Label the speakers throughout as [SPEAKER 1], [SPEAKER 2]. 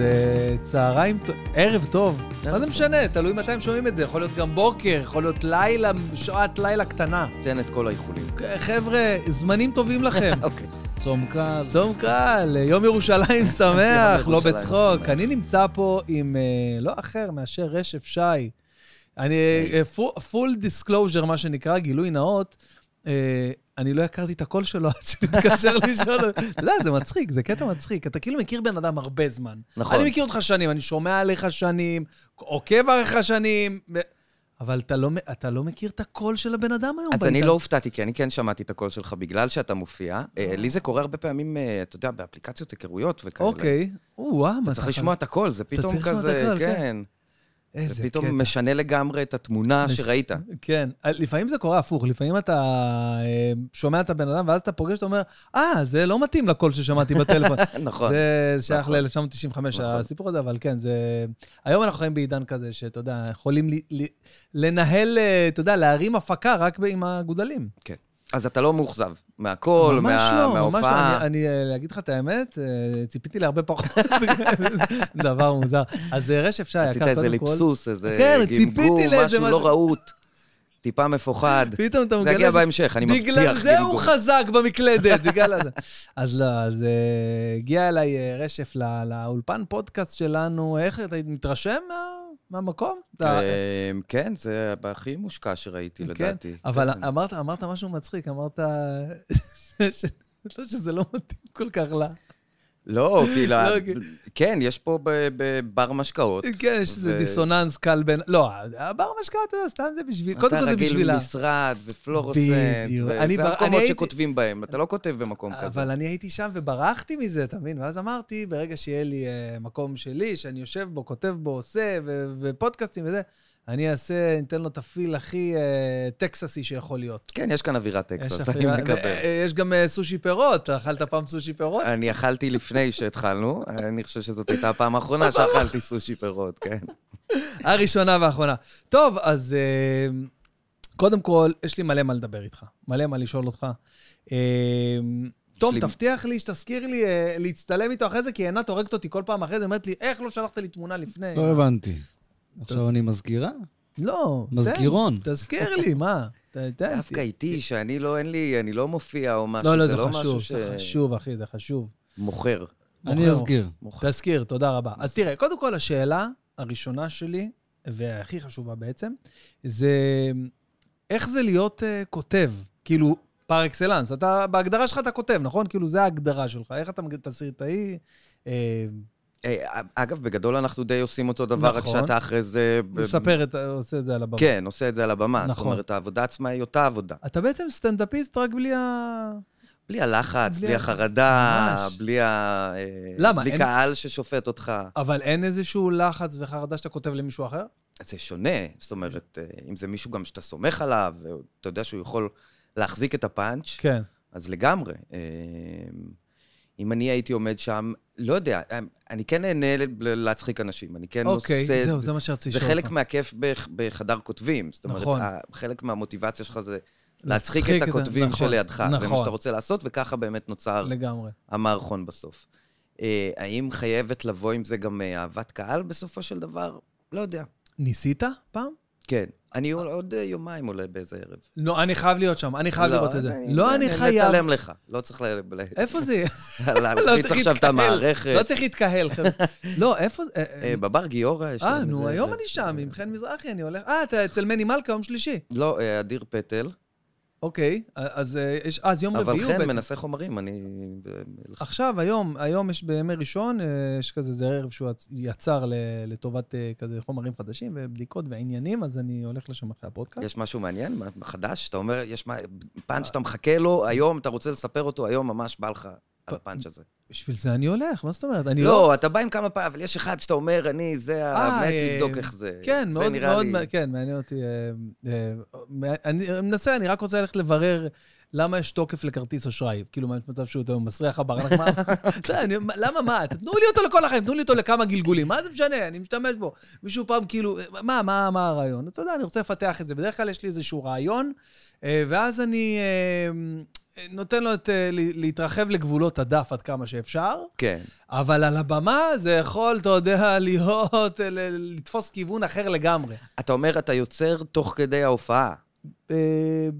[SPEAKER 1] אה, צהריים, טו- ערב טוב. מה זה משנה? תלוי מתי הם שומעים את זה. יכול להיות גם בוקר, יכול להיות לילה, שעת לילה קטנה. אה,
[SPEAKER 2] תן את כל האיחולים.
[SPEAKER 1] חבר'ה, זמנים טובים לכם.
[SPEAKER 2] אוקיי.
[SPEAKER 3] צום קל.
[SPEAKER 1] צום קל, אה, יום ירושלים שמח, לא
[SPEAKER 2] ירושלים
[SPEAKER 1] בצחוק.
[SPEAKER 2] שמח.
[SPEAKER 1] אני נמצא פה עם אה, לא אחר מאשר רשף שי. אני, אה, פו- full disclosure, מה שנקרא, גילוי נאות, אה, אני לא הכרתי את הקול שלו עד שנתקשר לשאול. אותו. אתה יודע, זה מצחיק, זה קטע מצחיק. אתה כאילו מכיר בן אדם הרבה זמן.
[SPEAKER 2] נכון.
[SPEAKER 1] אני מכיר אותך שנים, אני שומע עליך שנים, עוקב אחריך שנים, ו- אבל אתה לא, מ- אתה לא מכיר את הקול של הבן אדם היום.
[SPEAKER 2] אז אני
[SPEAKER 1] בעידן.
[SPEAKER 2] לא הופתעתי, כי אני כן שמעתי את הקול שלך בגלל שאתה מופיע. אה, לי זה קורה הרבה פעמים, אה, אתה יודע, באפליקציות היכרויות וכאלה.
[SPEAKER 1] אוקיי. או-אה, מה
[SPEAKER 2] אתה צריך לשמוע את הקול, זה פתאום
[SPEAKER 1] צריך לשמוע את
[SPEAKER 2] כזה,
[SPEAKER 1] הקול,
[SPEAKER 2] כן.
[SPEAKER 1] כן. איזה
[SPEAKER 2] זה
[SPEAKER 1] קטע.
[SPEAKER 2] פתאום משנה לגמרי את התמונה
[SPEAKER 1] מש-
[SPEAKER 2] שראית.
[SPEAKER 1] כן, לפעמים זה קורה הפוך, לפעמים אתה אה, שומע את הבן אדם ואז אתה פוגש, אתה אומר, אה, זה לא מתאים לקול ששמעתי בטלפון.
[SPEAKER 2] נכון.
[SPEAKER 1] זה שייך
[SPEAKER 2] נכון.
[SPEAKER 1] ל-1995,
[SPEAKER 2] נכון.
[SPEAKER 1] הסיפור הזה, אבל כן, זה... היום אנחנו חיים בעידן כזה, שאתה יודע, יכולים ל- ל- לנהל, אה, אתה יודע, להרים הפקה רק ב- עם הגודלים.
[SPEAKER 2] כן. אז אתה לא מאוכזב מהקול,
[SPEAKER 1] ממש
[SPEAKER 2] מה-
[SPEAKER 1] לא, ממש לא.
[SPEAKER 2] מההופעה.
[SPEAKER 1] אני- אני, אה, להגיד לך את האמת, אה, ציפיתי להרבה פחות. דבר מוזר. אז אה, רשף שי,
[SPEAKER 2] רצית
[SPEAKER 1] יקר,
[SPEAKER 2] איזה
[SPEAKER 1] קודם כל...
[SPEAKER 2] ליבסוס, איזה
[SPEAKER 1] כן,
[SPEAKER 2] גמגור,
[SPEAKER 1] ציפיתי לאיזה
[SPEAKER 2] משהו
[SPEAKER 1] משהו.
[SPEAKER 2] לא רהוט, טיפה מפוחד.
[SPEAKER 1] פתאום אתה
[SPEAKER 2] זה
[SPEAKER 1] מגלה...
[SPEAKER 2] יגיע
[SPEAKER 1] ש-
[SPEAKER 2] בהמשך, אני מבטיח.
[SPEAKER 1] בגלל זה
[SPEAKER 2] גמגור.
[SPEAKER 1] הוא חזק במקלדת, בגלל הזה. אז לא, אז אה, הגיע אליי אה, רשף לא- לאולפן פודקאסט שלנו. איך, אתה מתרשם מה- מהמקום? אתה-
[SPEAKER 2] אה, כן, זה הכי מושקע שראיתי,
[SPEAKER 1] כן,
[SPEAKER 2] לדעתי.
[SPEAKER 1] אבל
[SPEAKER 2] כן.
[SPEAKER 1] אמרת אמרת משהו מצחיק, אמרת... ש- לא שזה לא מתאים כל כך לה.
[SPEAKER 2] לא, כי... לה-
[SPEAKER 1] לא, כן.
[SPEAKER 2] כן, יש פה ב- בבר משקאות.
[SPEAKER 1] כן, יש איזה
[SPEAKER 2] ו-
[SPEAKER 1] דיסוננס קל בין... לא, הבר משקע, אתה יודע, סתם זה בשביל... קודם כל זה
[SPEAKER 2] אתה רגיל
[SPEAKER 1] בשבילה.
[SPEAKER 2] למשרד ופלורוסנט,
[SPEAKER 1] בדיוק.
[SPEAKER 2] ו-
[SPEAKER 1] אני בר-
[SPEAKER 2] זה
[SPEAKER 1] אני
[SPEAKER 2] המקומות
[SPEAKER 1] הייתי-
[SPEAKER 2] שכותבים בהם, אתה לא כותב במקום כזה.
[SPEAKER 1] אבל אני הייתי שם וברחתי מזה, אתה מבין? ואז אמרתי, ברגע שיהיה לי אה, מקום שלי, שאני יושב בו, כותב בו, עושה, ו- ופודקאסטים וזה, אני אעשה, ניתן לו את הפיל הכי אה, טקססי שיכול להיות.
[SPEAKER 2] כן, יש כאן אווירת
[SPEAKER 1] יש
[SPEAKER 2] טקסס, אני
[SPEAKER 1] אפילו- ו-
[SPEAKER 2] מקבל.
[SPEAKER 1] אה, יש גם אה, סושי פירות, אתה אכלת פעם סושי פירות?
[SPEAKER 2] אני אכלתי לפני שהתחלנו, אני חושב שזאת הייתה הפעם האחרונה שאכלתי סושי פירות, כן.
[SPEAKER 1] הראשונה והאחרונה. טוב, אז אה, קודם כל, יש לי מלא מה לדבר איתך, מלא מה לשאול אותך. אה, תום,
[SPEAKER 2] לי-
[SPEAKER 1] תבטיח לי שתזכיר לי אה, להצטלם איתו אחרי זה, כי עינת הורגת אותי כל פעם אחרי זה, אומרת לי, איך לא שלחת לי תמונה לפני?
[SPEAKER 3] לא הבנתי. עכשיו אני מזכירה?
[SPEAKER 1] לא. תן,
[SPEAKER 3] מזכירון.
[SPEAKER 1] תזכיר לי, מה? ת- תן.
[SPEAKER 2] דווקא איתי, שאני לא, אין לי, אני לא מופיע או
[SPEAKER 1] לא,
[SPEAKER 2] משהו,
[SPEAKER 1] לא,
[SPEAKER 2] זה
[SPEAKER 1] זה
[SPEAKER 2] לא משהו
[SPEAKER 1] חשוב, זה חשוב, אחי, זה חשוב.
[SPEAKER 2] שמוכר.
[SPEAKER 3] אני
[SPEAKER 1] מוכר.
[SPEAKER 3] אזכיר.
[SPEAKER 2] מוכר.
[SPEAKER 1] תזכיר, תודה רבה. אז תראה, קודם כל, השאלה הראשונה שלי, והכי חשובה בעצם, זה איך זה להיות אה, כותב, כאילו, פר אקסלנס. אתה, בהגדרה שלך אתה כותב, נכון? כאילו, זה ההגדרה שלך. איך אתה מגדיר תסריטאי? אה,
[SPEAKER 2] אה, אגב, בגדול אנחנו די עושים אותו דבר, רק
[SPEAKER 1] נכון.
[SPEAKER 2] שאתה אחרי זה... ב-
[SPEAKER 1] מספר, את- עושה את זה על הבמה.
[SPEAKER 2] כן, עושה את זה על הבמה. זאת
[SPEAKER 1] נכון.
[SPEAKER 2] אומרת, העבודה עצמה היא אותה עבודה.
[SPEAKER 1] אתה בעצם סטנדאפיסט רק בלי ה...
[SPEAKER 2] בלי הלחץ,
[SPEAKER 1] בלי
[SPEAKER 2] בלי
[SPEAKER 1] ה-
[SPEAKER 2] החרדה,
[SPEAKER 1] ממש.
[SPEAKER 2] בלי ה... אה,
[SPEAKER 1] למה?
[SPEAKER 2] בלי
[SPEAKER 1] אין-
[SPEAKER 2] קהל ששופט אותך.
[SPEAKER 1] אבל אין איזשהו לחץ וחרדה שאתה כותב למישהו אחר?
[SPEAKER 2] זה שונה. זאת אומרת, אה, אם זה מישהו גם שאתה סומך עליו, אה, אתה יודע שהוא יכול להחזיק את הפאנץ',
[SPEAKER 1] כן.
[SPEAKER 2] אז לגמרי. אה, אם אני הייתי עומד שם, לא יודע, אה, אני כן נהנה ל- להצחיק אנשים, אני כן
[SPEAKER 1] אוקיי,
[SPEAKER 2] עושה...
[SPEAKER 1] זהו, זה מה שרציתי
[SPEAKER 2] זה
[SPEAKER 1] לשאול
[SPEAKER 2] חלק
[SPEAKER 1] אותך.
[SPEAKER 2] מהכיף בח- בחדר כותבים. זאת אומרת,
[SPEAKER 1] נכון.
[SPEAKER 2] ה- חלק מהמוטיבציה שלך זה להצחיק את הכותבים
[SPEAKER 1] נכון,
[SPEAKER 2] שלידך. זה מה
[SPEAKER 1] נכון.
[SPEAKER 2] שאתה רוצה לעשות, וככה באמת נוצר
[SPEAKER 1] לגמרי.
[SPEAKER 2] המערכון בסוף. אה, האם חייבת לבוא עם זה גם אה, אהבת קהל בסופו של דבר? לא יודע.
[SPEAKER 1] ניסית פעם?
[SPEAKER 2] כן. אני עוד- עוד אה, יומיים עולה באיזה ערב.
[SPEAKER 1] לא, אני חייב להיות שם, אני חייב
[SPEAKER 2] לא,
[SPEAKER 1] לראות את זה. לא, אני חייב.
[SPEAKER 2] נצלם לך, לא צריך ל- ל-
[SPEAKER 1] איפה זה? לא
[SPEAKER 2] להלחיץ
[SPEAKER 1] צריך
[SPEAKER 2] עכשיו את
[SPEAKER 1] להתקהל. לא
[SPEAKER 2] המערכת.
[SPEAKER 1] צריך להתקהל, חבר'ה. לא, איפה זה? אה,
[SPEAKER 2] אה, בבר גיורא יש...
[SPEAKER 1] אה,
[SPEAKER 2] להם
[SPEAKER 1] נו,
[SPEAKER 2] איזה-
[SPEAKER 1] היום
[SPEAKER 2] זה-
[SPEAKER 1] אני שם, עם חן מזרחי, אני הולך... אה, אתה אצל מני מלכה, יום שלישי.
[SPEAKER 2] לא, אה, אדיר פטל,
[SPEAKER 1] אוקיי, אז אה, יש... אה, אז יום רביעי
[SPEAKER 2] אבל
[SPEAKER 1] הוא
[SPEAKER 2] חן
[SPEAKER 1] בעצם.
[SPEAKER 2] מנסה חומרים, אני...
[SPEAKER 1] עכשיו, היום, היום יש בימי ראשון, אה, יש כזה, זה ערב שהוא יצ- יצר ל- לטובת אה, כזה חומרים חדשים ובדיקות ועניינים, אז אני הולך לשם אחרי הפודקאסט.
[SPEAKER 2] יש משהו מעניין, מה- חדש? אתה אומר, יש מה- פאנץ' שאתה מחכה לו, היום אתה רוצה לספר אותו, היום ממש בא לך על הפאנץ' הזה.
[SPEAKER 1] בשביל זה אני הולך, מה זאת אומרת? אני
[SPEAKER 2] כן. לא, אתה בא עם כמה פעמים, אבל יש אחד שאתה אומר, אני, זה ה...
[SPEAKER 1] אה,
[SPEAKER 2] מת
[SPEAKER 1] אה,
[SPEAKER 2] לבדוק איך זה.
[SPEAKER 1] כן,
[SPEAKER 2] זה
[SPEAKER 1] מאוד,
[SPEAKER 2] נראה
[SPEAKER 1] מאוד,
[SPEAKER 2] לי-
[SPEAKER 1] מע- כן, מעניין אותי. אה, אה, מע- אני אני מנסה, אני רק רוצה ללכת לברר למה יש תוקף לכרטיס אשראי. כאילו, מה יש מצב שהוא יותר מסריח הברנק? מה- אתה יודע, אני- מה- למה מה? תנו לי אותו לכל החיים, תנו לי אותו לכמה גלגולים. מה זה משנה? אני משתמש בו. מישהו פעם כאילו, מה, מה, מה הרעיון? אתה יודע, אני רוצה לפתח את זה. בדרך כלל יש לי איזשהו רעיון, אה, ואז אני... אה, נותן לו את, אה, ל- להתרחב לגבולות הדף עד כמה שאפשר,
[SPEAKER 2] כן.
[SPEAKER 1] אבל על הבמה זה יכול, אתה יודע, להיות, אה, ל- לתפוס כיוון אחר לגמרי.
[SPEAKER 2] אתה אומר, אתה יוצר תוך כדי ההופעה.
[SPEAKER 1] אה,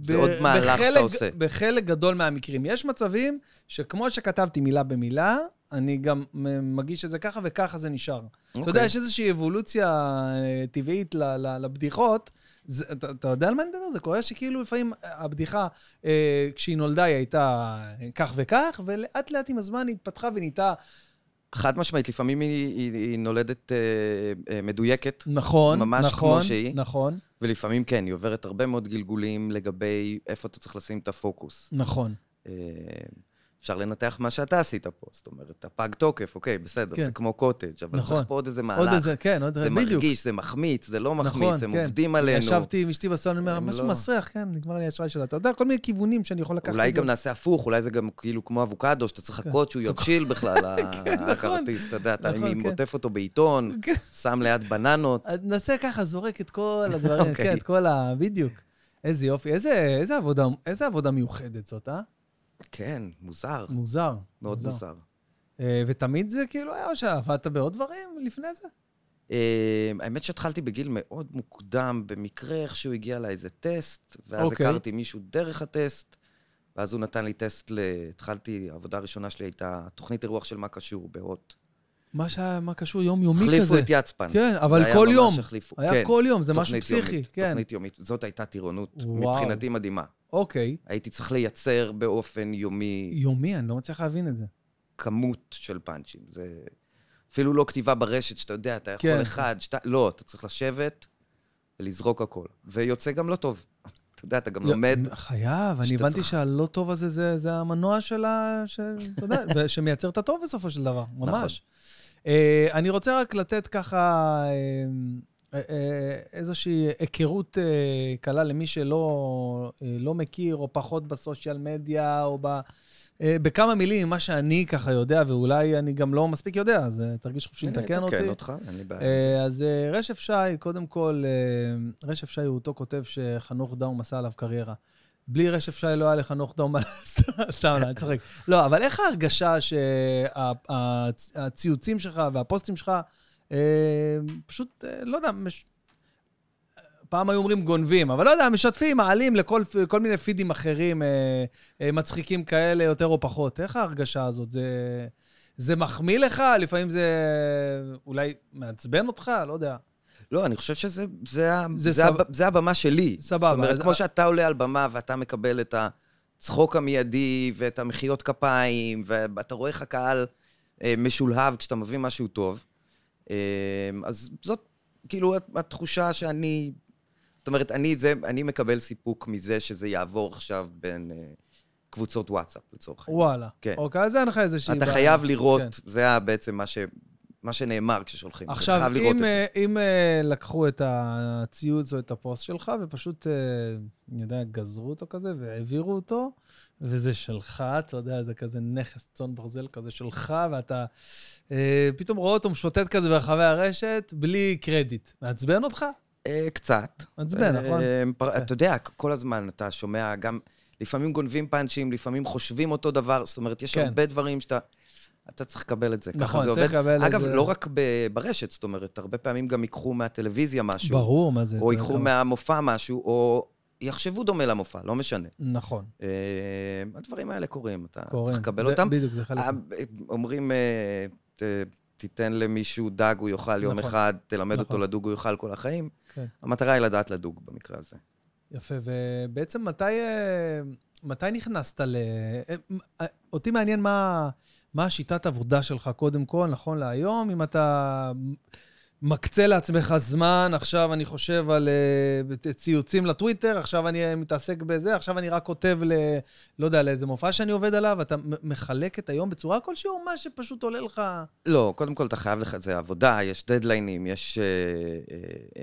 [SPEAKER 2] זה
[SPEAKER 1] ב-
[SPEAKER 2] עוד מהלך שאתה
[SPEAKER 1] בחלק-
[SPEAKER 2] עושה.
[SPEAKER 1] בחלק גדול מהמקרים. יש מצבים שכמו שכתבתי מילה במילה, אני גם מ- מגיש את זה ככה, וככה זה נשאר. אתה יודע,
[SPEAKER 2] אוקיי.
[SPEAKER 1] יש איזושהי אבולוציה אה, טבעית ל- ל- לבדיחות. זה, אתה, אתה יודע על מה אני מדבר? זה קורה שכאילו לפעמים הבדיחה, אה, כשהיא נולדה היא הייתה אה, כך וכך, ולאט לאט עם הזמן היא התפתחה ונהייתה
[SPEAKER 2] חד משמעית, לפעמים היא, היא, היא נולדת אה, אה, מדויקת,
[SPEAKER 1] נכון,
[SPEAKER 2] ממש
[SPEAKER 1] נכון,
[SPEAKER 2] כמו שהיא.
[SPEAKER 1] נכון,
[SPEAKER 2] ולפעמים כן, היא עוברת הרבה מאוד גלגולים לגבי איפה אתה צריך לשים את הפוקוס.
[SPEAKER 1] נכון.
[SPEAKER 2] אה, אפשר לנתח מה שאתה עשית פה, זאת אומרת, הפג תוקף, אוקיי, בסדר,
[SPEAKER 1] כן.
[SPEAKER 2] זה כמו קוטג', אבל
[SPEAKER 1] נכון.
[SPEAKER 2] צריך פה עוד איזה
[SPEAKER 1] עוד
[SPEAKER 2] מהלך.
[SPEAKER 1] איזה, כן, עוד
[SPEAKER 2] זה
[SPEAKER 1] איזה, בדיוק.
[SPEAKER 2] מרגיש, זה מחמיץ, זה לא מחמיץ,
[SPEAKER 1] נכון,
[SPEAKER 2] הם
[SPEAKER 1] כן.
[SPEAKER 2] עובדים עלינו.
[SPEAKER 1] ישבתי עם אשתי בסלון, אני אומר,
[SPEAKER 2] הם
[SPEAKER 1] משהו
[SPEAKER 2] לא.
[SPEAKER 1] מסריח, כן, נגמר לי האשראי שלה. אתה יודע, כל מיני כיוונים שאני יכול לקחת
[SPEAKER 2] אולי
[SPEAKER 1] את זה. כן.
[SPEAKER 2] גם נעשה הפוך, אולי זה גם כאילו כמו אבוקדו, שאתה צריך לחכות שהוא יבשיל בכלל,
[SPEAKER 1] נכון.
[SPEAKER 2] הכרטיס, אתה יודע, אתה
[SPEAKER 1] נכון, כן.
[SPEAKER 2] מוטף אותו בעיתון,
[SPEAKER 1] כן.
[SPEAKER 2] שם ליד בננות.
[SPEAKER 1] אז נעשה ככה, זורק את כל הדברים,
[SPEAKER 2] אוקיי.
[SPEAKER 1] כן, את כל ה... בדיוק. איזה יופי, איזה, איזה, עבודה, איזה עבודה מיוחדת זאת, אה?
[SPEAKER 2] כן, מוזר,
[SPEAKER 1] מוזר.
[SPEAKER 2] מאוד מוזר.
[SPEAKER 1] אה, ותמיד זה כאילו היה, או שעבדת בעוד דברים לפני זה?
[SPEAKER 2] אה, האמת שהתחלתי בגיל מאוד מוקדם, במקרה איכשהו הגיע אליי איזה טסט, ואז
[SPEAKER 1] אוקיי.
[SPEAKER 2] הכרתי מישהו דרך הטסט, ואז הוא נתן לי טסט, ל... התחלתי, העבודה הראשונה שלי הייתה תוכנית אירוח של מה קשור בהוט.
[SPEAKER 1] מה שהיה, מה קשור יומיומי כזה.
[SPEAKER 2] החליפו את יצפן.
[SPEAKER 1] כן, אבל
[SPEAKER 2] זה היה
[SPEAKER 1] כל
[SPEAKER 2] ממש
[SPEAKER 1] יום.
[SPEAKER 2] החליפו.
[SPEAKER 1] היה
[SPEAKER 2] כן,
[SPEAKER 1] כל יום, זה משהו
[SPEAKER 2] תוכנית
[SPEAKER 1] פסיכי.
[SPEAKER 2] יומית,
[SPEAKER 1] כן,
[SPEAKER 2] תוכנית יומית. זאת הייתה טירונות,
[SPEAKER 1] וואו.
[SPEAKER 2] מבחינתי מדהימה.
[SPEAKER 1] אוקיי.
[SPEAKER 2] הייתי צריך לייצר באופן יומי
[SPEAKER 1] יומי, אני לא מצליח להבין את זה.
[SPEAKER 2] כמות של פאנצ'ים. זה אפילו לא כתיבה ברשת, שאתה יודע, אתה יכול
[SPEAKER 1] כן.
[SPEAKER 2] אחד, שתיים, לא, אתה צריך לשבת ולזרוק הכל. ויוצא גם לא טוב. אתה יודע, אתה
[SPEAKER 1] לא,
[SPEAKER 2] גם לומד,
[SPEAKER 1] חייב, אני
[SPEAKER 2] שאתה
[SPEAKER 1] הבנתי
[SPEAKER 2] צריך-
[SPEAKER 1] שהלא טוב הזה, זה, זה המנוע של ה... ש- אתה יודע, ו- שמייצר את הטוב בסופו של דבר,
[SPEAKER 2] נכון.
[SPEAKER 1] ממש. אה, אני רוצה רק לתת ככה אה, אה, אה, איזושהי היכרות אה, קלה למי שלא אה, לא מכיר, או פחות בסושיאל מדיה, או ב... אה, בכמה מילים, מה שאני ככה יודע, ואולי אני גם לא מספיק יודע, אז אה, תרגיש חופשי
[SPEAKER 2] הנה,
[SPEAKER 1] לתקן אותי.
[SPEAKER 2] תקן אותך, אין לי בעיה.
[SPEAKER 1] אה, אז אה, רשף שי, קודם כל, אה, רשף שי הוא אותו כותב שחנוך דאום עשה עליו קריירה. בלי רשף שי לא היה לחנוך דאום מה לעשות, סתם, לא, אני צוחק. לא, אבל איך ההרגשה שהציוצים שלך והפוסטים שלך, אה, פשוט, אה, לא יודע, מש... פעם היו אומרים גונבים, אבל לא יודע, משתפים, מעלים לכל כל מיני פידים אחרים, אה, אה, מצחיקים כאלה, יותר או פחות. איך ההרגשה הזאת? זה... זה מחמיא לך? לפעמים זה אולי מעצבן אותך? לא יודע.
[SPEAKER 2] לא, אני חושב שזה זה ה-
[SPEAKER 1] זה
[SPEAKER 2] זה
[SPEAKER 1] סבב-
[SPEAKER 2] הב- זה הבמה שלי.
[SPEAKER 1] סבבה,
[SPEAKER 2] זאת אומרת,
[SPEAKER 1] אז-
[SPEAKER 2] כמו שאתה עולה על במה ואתה מקבל את הצחוק המיידי ואת המחיאות כפיים, ואתה רואה איך הקהל אה, משולהב כשאתה מביא משהו טוב, אה, אז זאת כאילו הת- התחושה שאני... זאת אומרת, אני, זה, אני מקבל סיפוק מזה שזה יעבור עכשיו בין אה, קבוצות וואטסאפ, לצורך העניין.
[SPEAKER 1] וואלה.
[SPEAKER 2] כן.
[SPEAKER 1] אוקיי, אז אין לך איזושהי...
[SPEAKER 2] אתה
[SPEAKER 1] בעיה.
[SPEAKER 2] חייב לראות,
[SPEAKER 1] כן.
[SPEAKER 2] זה ה- בעצם מה, ש, מה שנאמר כששולחים. אתה
[SPEAKER 1] עכשיו,
[SPEAKER 2] חייב לראות את
[SPEAKER 1] אם,
[SPEAKER 2] זה.
[SPEAKER 1] אה, אם אה, לקחו את הציוץ או את הפוסט שלך ופשוט, אה, אני יודע, גזרו אותו כזה והעבירו אותו, וזה שלך, אתה יודע, זה כזה נכס צאן ברזל כזה שלך, ואתה אה, פתאום רואה אותו משוטט כזה ברחבי הרשת בלי קרדיט. מעצבן אותך?
[SPEAKER 2] אה, קצת.
[SPEAKER 1] מעצבן,
[SPEAKER 2] אה,
[SPEAKER 1] נכון?
[SPEAKER 2] אה, פר- אתה יודע, כל הזמן אתה שומע גם, לפעמים גונבים פאנצ'ים, לפעמים חושבים אותו דבר, זאת אומרת, יש
[SPEAKER 1] כן.
[SPEAKER 2] הרבה דברים שאתה... אתה צריך לקבל את זה, ככה
[SPEAKER 1] נכון,
[SPEAKER 2] זה עובד.
[SPEAKER 1] צריך לקבל את
[SPEAKER 2] אגב,
[SPEAKER 1] זה.
[SPEAKER 2] לא רק ב- ברשת, זאת אומרת, הרבה פעמים גם ייקחו מהטלוויזיה משהו,
[SPEAKER 1] ברור מה זה.
[SPEAKER 2] או
[SPEAKER 1] אתה
[SPEAKER 2] ייקחו
[SPEAKER 1] יודע.
[SPEAKER 2] מהמופע משהו, או יחשבו דומה למופע, לא משנה.
[SPEAKER 1] נכון,
[SPEAKER 2] אה, הדברים האלה קורים, אתה
[SPEAKER 1] קורן.
[SPEAKER 2] צריך לקבל
[SPEAKER 1] זה-
[SPEAKER 2] אותם.
[SPEAKER 1] בדיוק, זה חלק.
[SPEAKER 2] אה, אומרים, אה, ת- תיתן למישהו דג, הוא יאכל יום
[SPEAKER 1] נכון.
[SPEAKER 2] אחד, תלמד אותו
[SPEAKER 1] נכון.
[SPEAKER 2] לדוג, הוא יאכל כל החיים.
[SPEAKER 1] כן.
[SPEAKER 2] המטרה היא לדעת לדוג במקרה הזה.
[SPEAKER 1] יפה, ובעצם מתי, אה, מתי נכנסת ל... אה, מ- אה, אותי מעניין מה, מה השיטת עבודה שלך קודם כל, נכון להיום, אם אתה מקצה לעצמך זמן, עכשיו אני חושב על אה, ציוצים לטוויטר, עכשיו אני אה, מתעסק בזה, עכשיו אני רק כותב ל... לא יודע, לאיזה מופע שאני עובד עליו, אתה מ- מחלק את היום בצורה כלשהי, או מה שפשוט עולה לך...
[SPEAKER 2] לא, קודם כל אתה חייב לך, זה עבודה, יש דדליינים, יש אה, אה,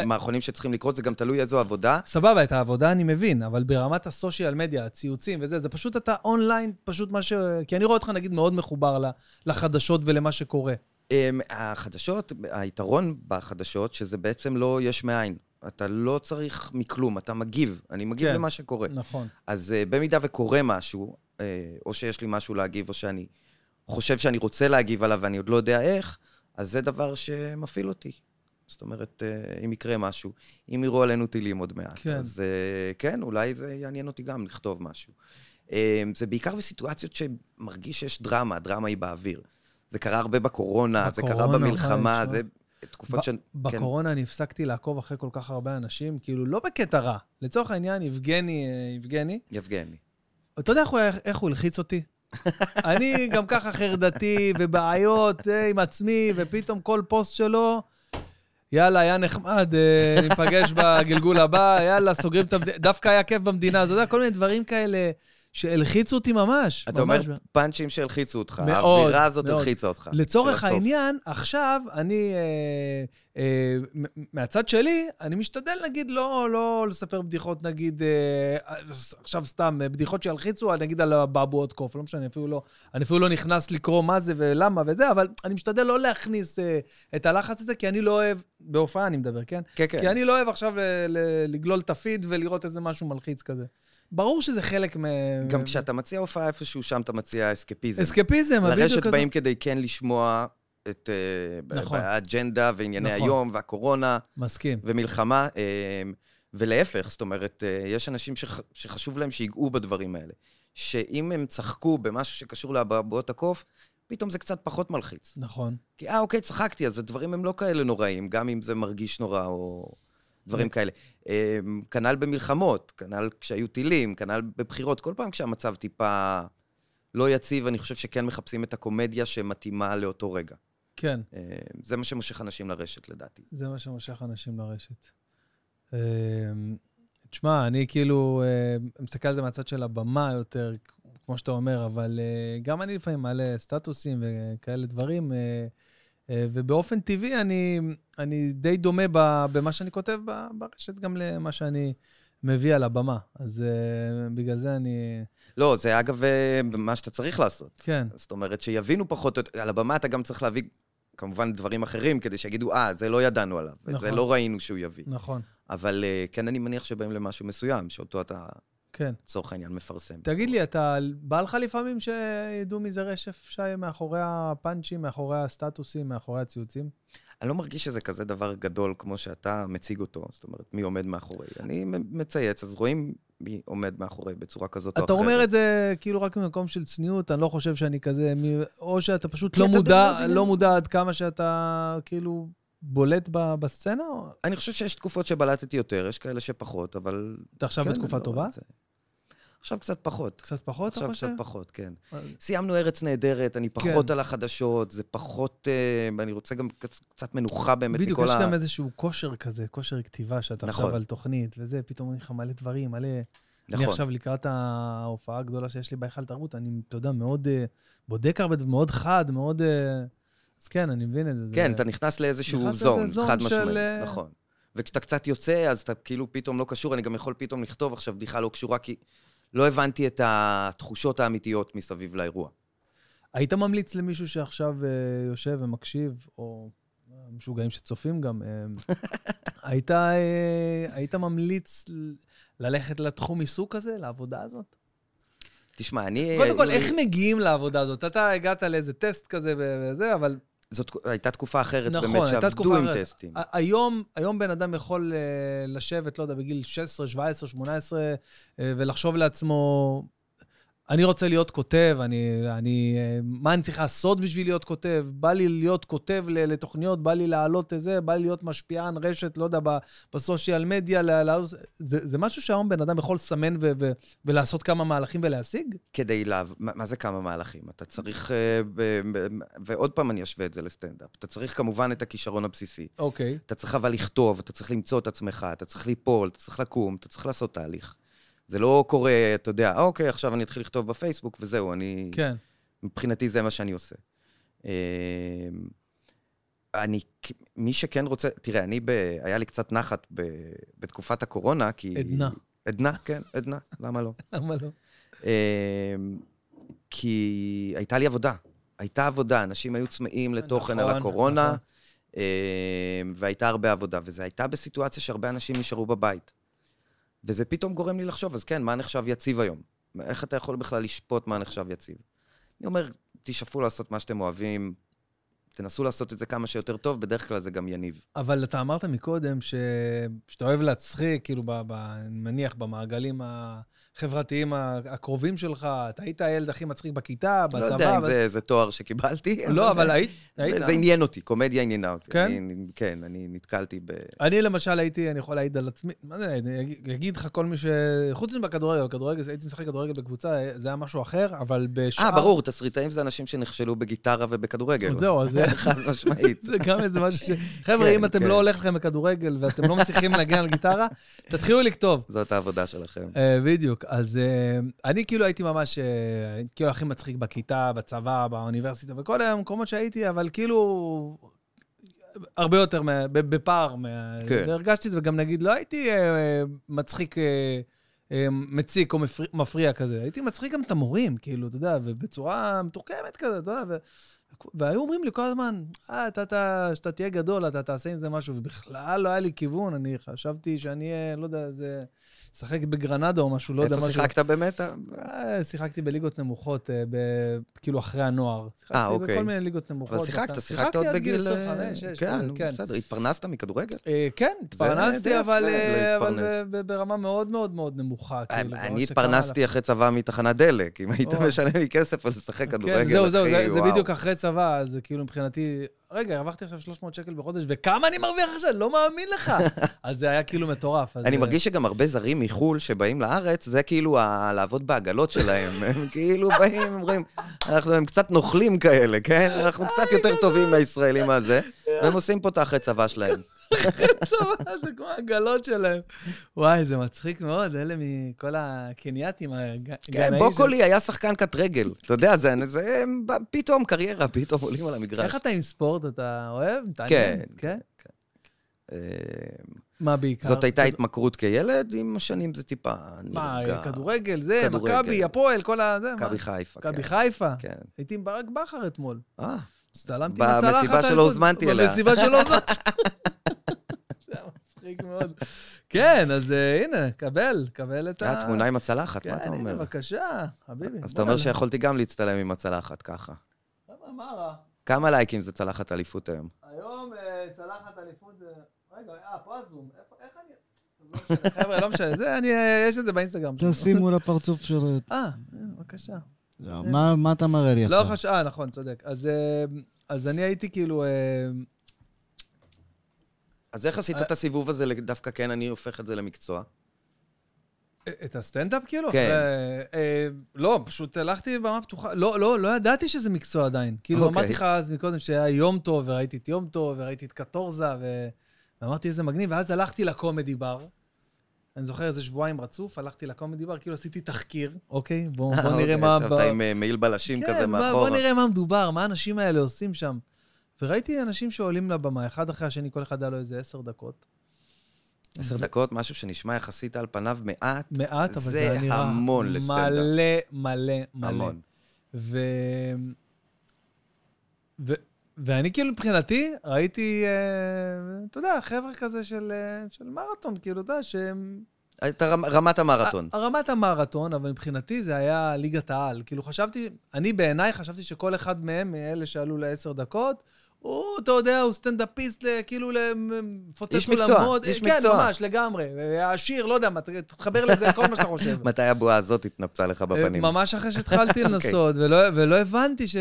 [SPEAKER 2] אה, מערכונים שצריכים לקרות, זה גם תלוי איזו עבודה.
[SPEAKER 1] סבבה, את העבודה אני מבין, אבל ברמת הסושיאל מדיה, הציוצים וזה, זה פשוט אתה אונליין, פשוט מה ש... כי אני רואה אותך, נגיד, מאוד מחובר ל- לחדשות ולמה שקורה.
[SPEAKER 2] אמ, אה, החדשות, היתרון בחדשות, שזה בעצם לא יש מאין. אתה לא צריך מכלום, אתה מגיב. אני מגיב
[SPEAKER 1] כן.
[SPEAKER 2] למה שקורה.
[SPEAKER 1] נכון.
[SPEAKER 2] אז uh, במידה וקורה משהו, uh, או שיש לי משהו להגיב, או שאני חושב שאני רוצה להגיב עליו ואני עוד לא יודע איך, אז זה דבר שמפעיל אותי. זאת אומרת, uh, אם יקרה משהו, אם יראו עלינו טילים עוד מעט,
[SPEAKER 1] כן.
[SPEAKER 2] אז uh, כן, אולי זה יעניין אותי גם לכתוב משהו. Um, זה בעיקר בסיטואציות שמרגיש שיש דרמה, הדרמה היא באוויר. זה קרה הרבה בקורונה, זה קרה
[SPEAKER 1] בקורונה,
[SPEAKER 2] במלחמה,
[SPEAKER 1] וואי,
[SPEAKER 2] זה תקופות ש... כן.
[SPEAKER 1] בקורונה אני הפסקתי לעקוב אחרי כל כך הרבה אנשים, כאילו, לא בקטע רע. לצורך העניין, יבגני, אה, יבגני,
[SPEAKER 2] יבגני.
[SPEAKER 1] אתה יודע איך הוא, היה- איך הוא הלחיץ אותי? אני גם ככה חרדתי ובעיות אה, עם עצמי, ופתאום כל פוסט שלו, יאללה, היה נחמד, אה, ניפגש בגלגול הבא, יאללה, סוגרים את המדינה, דווקא היה כיף במדינה, אתה יודע, כל מיני דברים כאלה שהלחיצו אותי ממש.
[SPEAKER 2] אתה אומר
[SPEAKER 1] ממש.
[SPEAKER 2] פאנצ'ים שהלחיצו אותך,
[SPEAKER 1] מאוד,
[SPEAKER 2] האווירה הזאת
[SPEAKER 1] מאוד.
[SPEAKER 2] הלחיצה אותך. של
[SPEAKER 1] לצורך
[SPEAKER 2] הסוף.
[SPEAKER 1] העניין, עכשיו, אני, אה, אה, מ- מהצד שלי, אני משתדל, נגיד, לא, לא לספר בדיחות, נגיד, אה, עכשיו סתם, אה, בדיחות שילחיצו, נגיד על אבעבועות קוף, לא משנה, אפילו לא, אני אפילו לא נכנס לקרוא מה זה ולמה וזה, אבל אני משתדל לא להכניס אה, את הלחץ הזה, כי אני לא אוהב, בהופעה אני מדבר, כן?
[SPEAKER 2] כן,
[SPEAKER 1] כן. כי
[SPEAKER 2] כן.
[SPEAKER 1] אני לא אוהב עכשיו ל- ל- לגלול את הפיד ולראות איזה משהו מלחיץ כזה. ברור שזה חלק מ...
[SPEAKER 2] גם כשאתה מציע הופעה איפשהו, שם אתה מציע אסקפיזם.
[SPEAKER 1] אסקפיזם,
[SPEAKER 2] לרשת
[SPEAKER 1] הווידאו כזה.
[SPEAKER 2] באים כדי כן לשמוע את אה,
[SPEAKER 1] נכון.
[SPEAKER 2] האג'נדה וענייני
[SPEAKER 1] נכון.
[SPEAKER 2] היום והקורונה
[SPEAKER 1] מסכים.
[SPEAKER 2] ומלחמה, אה, ולהפך, זאת אומרת, אה, יש אנשים שח- שחשוב להם שיגעו בדברים האלה. שאם הם צחקו במשהו שקשור לאבעבועות הקוף, פתאום זה קצת פחות מלחיץ.
[SPEAKER 1] נכון.
[SPEAKER 2] כי אה, אוקיי, צחקתי, אז הדברים הם לא כאלה נוראים, גם אם זה מרגיש נורא או דברים כאלה. אמ, כנ"ל במלחמות, כנ"ל כשהיו טילים, כנ"ל בבחירות. כל פעם כשהמצב טיפה לא יציב, אני חושב שכן מחפשים את הקומדיה שמתאימה לאותו רגע.
[SPEAKER 1] כן.
[SPEAKER 2] אמ, זה מה שמושך אנשים לרשת, לדעתי.
[SPEAKER 1] זה מה שמושך אנשים לרשת. אמ, תשמע, אני כאילו אמ, מסתכל על זה מהצד של הבמה יותר, כמו שאתה אומר, אבל אה, גם אני לפעמים מעלה סטטוסים וכאלה דברים, אה, אה, ובאופן טבעי אני, אני די דומה ב- במה שאני כותב ב- ברשת גם למה שאני מביא על הבמה. אז אה, בגלל זה אני...
[SPEAKER 2] לא, זה אגב אה, מה שאתה צריך לעשות.
[SPEAKER 1] כן,
[SPEAKER 2] זאת אומרת, שיבינו פחות, או יותר- על הבמה אתה גם צריך להביא כמובן דברים אחרים, כדי שיגידו, אה, זה לא ידענו עליו, את זה
[SPEAKER 1] נכון.
[SPEAKER 2] לא ראינו שהוא יביא.
[SPEAKER 1] נכון,
[SPEAKER 2] אבל אה, כן, אני מניח שבאים למשהו מסוים, שאותו אתה
[SPEAKER 1] כן.
[SPEAKER 2] לצורך העניין מפרסם.
[SPEAKER 1] תגיד לי, אתה, בא לך לפעמים שידעו מי זה רשף שי מאחורי הפאנצ'ים, מאחורי הסטטוסים, מאחורי הציוצים?
[SPEAKER 2] אני לא מרגיש שזה כזה דבר גדול כמו שאתה מציג אותו, זאת אומרת, מי עומד מאחורי. אני מ- מצייץ, אז רואים מי עומד מאחורי בצורה כזאת או
[SPEAKER 1] אתה
[SPEAKER 2] אחרת.
[SPEAKER 1] אומר את זה כאילו רק ממקום של צניעות, אני לא חושב שאני כזה, מי- או שאתה פשוט
[SPEAKER 2] כי
[SPEAKER 1] לא
[SPEAKER 2] אתה
[SPEAKER 1] מודע,
[SPEAKER 2] במאזינים.
[SPEAKER 1] לא מודע עד כמה שאתה כאילו בולט ב- בסצנה? או-
[SPEAKER 2] אני חושב שיש תקופות שבלטתי יותר, יש כאלה שפחות, אבל...
[SPEAKER 1] אתה עכשיו
[SPEAKER 2] כן,
[SPEAKER 1] בתקופה
[SPEAKER 2] אני לא
[SPEAKER 1] טובה?
[SPEAKER 2] רואה את זה. עכשיו קצת פחות.
[SPEAKER 1] קצת פחות, אתה
[SPEAKER 2] עכשיו
[SPEAKER 1] חושב?
[SPEAKER 2] קצת פחות, כן.
[SPEAKER 1] אז-
[SPEAKER 2] סיימנו ארץ נהדרת, אני
[SPEAKER 1] כן.
[SPEAKER 2] פחות על החדשות, זה פחות... אה, אני רוצה גם קצ- קצת מנוחה באמת
[SPEAKER 1] בדיוק,
[SPEAKER 2] מכל
[SPEAKER 1] יש
[SPEAKER 2] ה...
[SPEAKER 1] גם איזשהו כושר כזה, כושר כתיבה, שאתה עכשיו
[SPEAKER 2] נכון.
[SPEAKER 1] על תוכנית, וזה, פתאום אומרים לך מלא דברים, מלא... אני
[SPEAKER 2] נכון.
[SPEAKER 1] עכשיו לקראת ההופעה הגדולה שיש לי בהיכל תרבות, אני, אתה יודע, מאוד אה, בודק הרבה, דברים, מאוד חד, מאוד... אה, אז כן, אני מבין את זה. זה-
[SPEAKER 2] כן, אתה נכנס לאיזשהו
[SPEAKER 1] נכנס לאיזה
[SPEAKER 2] זון,
[SPEAKER 1] זון
[SPEAKER 2] חד
[SPEAKER 1] של,
[SPEAKER 2] משמעי,
[SPEAKER 1] אה,
[SPEAKER 2] נכון. וכשאתה קצת יוצא, אז אתה כאילו פתאום לא קשור, אני גם יכול פתאום לכתוב עכשיו בדיחה לא קשורה, כי לא הבנתי את התחושות האמיתיות מסביב לאירוע.
[SPEAKER 1] היית ממליץ למישהו שעכשיו אה, יושב ומקשיב, או אה, משוגעים שצופים גם, אה, היית, אה, היית ממליץ ל- ללכת לתחום עיסוק הזה, לעבודה הזאת?
[SPEAKER 2] תשמע, אני... אה,
[SPEAKER 1] קודם כל,
[SPEAKER 2] אם-
[SPEAKER 1] איך מגיעים לעבודה הזאת? אתה הגעת לאיזה טסט כזה וזה, אבל
[SPEAKER 2] זאת הייתה תקופה אחרת
[SPEAKER 1] נכון,
[SPEAKER 2] באמת,
[SPEAKER 1] הייתה
[SPEAKER 2] שעבדו
[SPEAKER 1] תקופה
[SPEAKER 2] עם
[SPEAKER 1] אחרת.
[SPEAKER 2] טסטים.
[SPEAKER 1] ה- היום, היום בן אדם יכול אה, לשבת, לא יודע, בגיל 16, 17, 18, אה, ולחשוב לעצמו, אני רוצה להיות כותב, אני, אני, אה, מה אני צריך לעשות בשביל להיות כותב? בא לי להיות כותב ל- לתוכניות, בא לי להעלות את זה, בא לי להיות משפיען, רשת, לא יודע, ב- בסושיאל מדיה, לה- להעלות- זה, זה משהו שהיום בן אדם יכול לסמן ו- ו- ולעשות כמה מהלכים ולהשיג?
[SPEAKER 2] כדי להב... מה מה זה כמה מהלכים? אתה צריך... אה, ב- ב- ועוד פעם אני אשווה את זה לסטנדאפ. אתה צריך כמובן את הכישרון הבסיסי.
[SPEAKER 1] אוקיי.
[SPEAKER 2] אתה צריך אבל לכתוב, אתה צריך למצוא את עצמך, אתה צריך ליפול, אתה צריך לקום, אתה צריך לעשות תהליך. זה לא קורה, אתה יודע, "אה, אוקיי, עכשיו אני אתחיל לכתוב בפייסבוק וזהו, אני...
[SPEAKER 1] כן.
[SPEAKER 2] מבחינתי זה מה שאני עושה. אמ, אני, כ- מי שכן רוצה, תראה, אני, ב, היה לי קצת נחת ב, בתקופת הקורונה, כי...
[SPEAKER 1] עדנה.
[SPEAKER 2] עדנה, כן, עדנה, למה לא?
[SPEAKER 1] למה לא?
[SPEAKER 2] אמ, כי הייתה לי עבודה. הייתה עבודה, אנשים היו צמאים לתוכן על
[SPEAKER 1] נכון,
[SPEAKER 2] הקורונה.
[SPEAKER 1] נכון.
[SPEAKER 2] אה, והייתה הרבה עבודה, וזו הייתה בסיטואציה שהרבה אנשים נשארו בבית. וזה פתאום גורם לי לחשוב, אז כן, מה נחשב יציב היום? איך אתה יכול בכלל לשפוט מה נחשב יציב? אני אומר, תשאפו לעשות מה שאתם אוהבים, תנסו לעשות את זה כמה שיותר טוב, בדרך כלל זה גם יניב.
[SPEAKER 1] אבל אתה אמרת מקודם ש... שאתה אוהב להצחיק, כאילו, ב... ב... אני מניח, במעגלים החברתיים ה- הקרובים שלך, אתה היית הילד הכי מצחיק בכיתה, בצבא.
[SPEAKER 2] לא יודע אם
[SPEAKER 1] אבל-
[SPEAKER 2] זה, זה תואר שקיבלתי.
[SPEAKER 1] לא, אבל היית, היית.
[SPEAKER 2] זה עניין אותי, קומדיה עניינה אותי.
[SPEAKER 1] כן?
[SPEAKER 2] אני, כן, אני נתקלתי ב...
[SPEAKER 1] אני למשל הייתי, אני יכול להעיד על עצמי, מה זה, אני אגיד- אגיד לך כל מי ש... חוץ מבכדורגל, כדורגל, הייתי משחק כדורגל בקבוצה, זה היה משהו אחר, אבל בשאר...
[SPEAKER 2] אה, ברור, תסריטאים זה אנשים שנכשלו בגיטרה ובכדורגל.
[SPEAKER 1] זהו, אז זה-
[SPEAKER 2] חד משמעית.
[SPEAKER 1] זה גם איזה משהו ש... חבר'ה,
[SPEAKER 2] כן,
[SPEAKER 1] אם אתם
[SPEAKER 2] כן.
[SPEAKER 1] לא הולך לכם בכדורגל ואתם לא מצליחים להגן על גיטרה, תתחילו לכתוב.
[SPEAKER 2] זאת העבודה שלכם.
[SPEAKER 1] אה, בדיוק. אז אה, אני כאילו הייתי ממש, אה, כאילו הכי מצחיק בכיתה, בצבא, באוניברסיטה, בכל המקומות שהייתי, אבל כאילו... הרבה יותר, מה- ב- בפער, מה-
[SPEAKER 2] כן.
[SPEAKER 1] והרגשתי את זה, וגם נגיד, לא הייתי אה, אה, מצחיק, אה, אה, מציק או מפריע, מפריע כזה, הייתי מצחיק גם את המורים, כאילו, אתה יודע, ובצורה מתוחכמת כזה, אתה יודע, ו... והיו אומרים לי כל הזמן, אה, אתה, אתה, שאתה תהיה גדול, אתה תעשה עם זה משהו, ובכלל לא היה לי כיוון, אני חשבתי שאני, אה, לא יודע, זה... שחק בגרנדה או משהו, לא יודע,
[SPEAKER 2] איפה
[SPEAKER 1] משהו.
[SPEAKER 2] שיחקת באמת? אה,
[SPEAKER 1] אה, שיחקתי בליגות נמוכות, אה, ב... כאילו אחרי הנוער. שיחקתי
[SPEAKER 2] אוקיי.
[SPEAKER 1] בכל מיני ליגות נמוכות.
[SPEAKER 2] אבל שיחקת,
[SPEAKER 1] אתה-
[SPEAKER 2] שיחקת עוד
[SPEAKER 1] שיחקתי עד גיל
[SPEAKER 2] בגיל... אה,
[SPEAKER 1] 25, 6,
[SPEAKER 2] כן,
[SPEAKER 1] כן.
[SPEAKER 2] בסדר. התפרנסת מכדורגל?
[SPEAKER 1] אה, כן,
[SPEAKER 2] די
[SPEAKER 1] התפרנסתי,
[SPEAKER 2] יפה, לא
[SPEAKER 1] אבל, אה, אבל
[SPEAKER 2] להתפרנס.
[SPEAKER 1] ב- ב- ברמה מאוד מאוד מאוד נמוכה. כאילו, ברמה
[SPEAKER 2] אה, אני
[SPEAKER 1] שכמה
[SPEAKER 2] התפרנסתי אחרי צבא מתחנת דלק. אם היית
[SPEAKER 1] אוי.
[SPEAKER 2] משלם לי כסף על לשחק
[SPEAKER 1] לך-
[SPEAKER 2] כדורגל,
[SPEAKER 1] כן,
[SPEAKER 2] אחי,
[SPEAKER 1] זהו, זהו, זה- זה
[SPEAKER 2] וואו.
[SPEAKER 1] בדיוק אחרי צבא, אז זה כאילו מבחינתי, רגע, הרווחתי עכשיו 300 שקל בחודש, וכמה אני מרוויח עכשיו? לא מאמין לך. אז זה היה כאילו מטורף. אז,
[SPEAKER 2] אני
[SPEAKER 1] אה,
[SPEAKER 2] מרגיש שגם הרבה זרים מחו"ל שבאים לארץ, זה כאילו ה- לעבוד בעגלות שלהם. הם כאילו באים, הם אומרים, אנחנו הם קצת נוכלים כאלה, כן? אנחנו
[SPEAKER 1] אה,
[SPEAKER 2] קצת יותר
[SPEAKER 1] לא
[SPEAKER 2] טובים מהישראלים הזה, והם עושים פה את האחרי צבא שלהם.
[SPEAKER 1] צבא, זה כמו העגלות שלהם. וואי, זה מצחיק מאוד, אלה מכל הקנייתים,
[SPEAKER 2] כן,
[SPEAKER 1] הגנאים.
[SPEAKER 2] בוקולי היה שחקן קט רגל, אתה יודע, זה, זה פתאום קריירה, פתאום עולים על המגרש.
[SPEAKER 1] איך אתה עם ספורט, אתה אוהב? מתעניין,
[SPEAKER 2] כן,
[SPEAKER 1] כן?
[SPEAKER 2] אה,
[SPEAKER 1] מה בעיקר?
[SPEAKER 2] זאת הייתה התמכרות כילד, עם השנים זה טיפה
[SPEAKER 1] מה,
[SPEAKER 2] נרגע.
[SPEAKER 1] כדורגל, זה,
[SPEAKER 2] כן. כדורגל.
[SPEAKER 1] מכבי, הפועל, כל ה... זה, מה?
[SPEAKER 2] מכבי חיפה,
[SPEAKER 1] מכבי
[SPEAKER 2] כן.
[SPEAKER 1] חיפה.
[SPEAKER 2] כן.
[SPEAKER 1] הייתי עם ברק בכר אתמול.
[SPEAKER 2] אה,
[SPEAKER 1] הצטלמתי עם הצלחת.
[SPEAKER 2] במסיבה שלא
[SPEAKER 1] האליפות.
[SPEAKER 2] הוזמנתי אליה.
[SPEAKER 1] במסיבה שלא הוזמנתי. זה היה מצחיק מאוד. כן, אז אה, הנה, קבל, קבל את ה...
[SPEAKER 2] תמונה עם הצלחת, מה אתה
[SPEAKER 1] כן, הנה,
[SPEAKER 2] אומר?
[SPEAKER 1] בבקשה, חביבי.
[SPEAKER 2] אז אתה
[SPEAKER 1] בוא
[SPEAKER 2] אומר
[SPEAKER 1] נעלה.
[SPEAKER 2] שיכולתי גם להצטלם עם הצלחת ככה.
[SPEAKER 1] למה, מה רע?
[SPEAKER 2] כמה לייקים זה צלחת אליפות היום?
[SPEAKER 1] היום אה, צלחת אליפות... זה- רגע, אה, פה הזום. איפה- איך אני... טוב, לא משנה, חבר'ה, לא משנה, זה, אני, אה, יש את זה באינסטגרם. שלי.
[SPEAKER 3] תשימו לפרצוף של...
[SPEAKER 1] אה, אה, בבקשה.
[SPEAKER 3] לא, מה- מה אתה מראה לי
[SPEAKER 1] לא
[SPEAKER 3] עכשיו?
[SPEAKER 1] חשוב, אה, נכון, צודק. אז, אה, אז אני הייתי כאילו... אה,
[SPEAKER 2] אז איך עשית את הסיבוב הזה לדווקא כן, אני הופך את זה למקצוע?
[SPEAKER 1] את הסטנדאפ כאילו?
[SPEAKER 2] כן.
[SPEAKER 1] אחרי- אה, לא, פשוט הלכתי לבמה פתוחה. לא, לא, לא ידעתי שזה מקצוע עדיין. כאילו,
[SPEAKER 2] אוקיי.
[SPEAKER 1] אמרתי לך אז מקודם שהיה יום טוב, וראיתי את יום טוב, וראיתי את קטורזה, ו... ואמרתי איזה מגניב, ואז הלכתי לקומדי בר. אני זוכר איזה שבועיים רצוף, הלכתי לקומדי בר, כאילו עשיתי תחקיר, אוקיי? בואו בוא נראה
[SPEAKER 2] אוקיי,
[SPEAKER 1] מה...
[SPEAKER 2] ישבת עם אה, מעיל בלשים כזה
[SPEAKER 1] כן, בוא-
[SPEAKER 2] מאחורה.
[SPEAKER 1] בוא נראה מה מדובר, מה האנשים האלה עושים שם. וראיתי אנשים שעולים לבמה, אחד אחרי השני, כל אחד היה לו איזה עשר דקות.
[SPEAKER 2] עשר דקות, משהו שנשמע יחסית על פניו מעט.
[SPEAKER 1] מעט, אבל זה,
[SPEAKER 2] זה
[SPEAKER 1] היה נראה...
[SPEAKER 2] המון לסטנדאפ.
[SPEAKER 1] מלא, מלא, מלא.
[SPEAKER 2] המון.
[SPEAKER 1] ו... ו... ואני כאילו מבחינתי ראיתי, אה, אתה יודע, חבר'ה כזה של, אה, של מרתון, כאילו, אתה יודע, שהם...
[SPEAKER 2] אתה רמ- רמת המרתון.
[SPEAKER 1] ה- רמת המרתון, אבל מבחינתי זה היה ליגת העל. כאילו חשבתי, אני בעיניי חשבתי שכל אחד מהם, מאלה שעלו לעשר דקות, הוא, אתה יודע, הוא סטנדאפיסט, ל- כאילו,
[SPEAKER 2] איש
[SPEAKER 1] מפוצץ
[SPEAKER 2] מקצוע,
[SPEAKER 1] אולמות.
[SPEAKER 2] איש
[SPEAKER 1] כן,
[SPEAKER 2] מקצוע.
[SPEAKER 1] ממש, לגמרי. עשיר, לא יודע מה, ת- תתחבר לזה כל מה שאתה חושב.
[SPEAKER 2] מתי הבועה הזאת התנפצה לך בפנים? אוקיי.
[SPEAKER 1] ממש אחרי שהתחלתי לנסות, ולא, ולא הבנתי ש,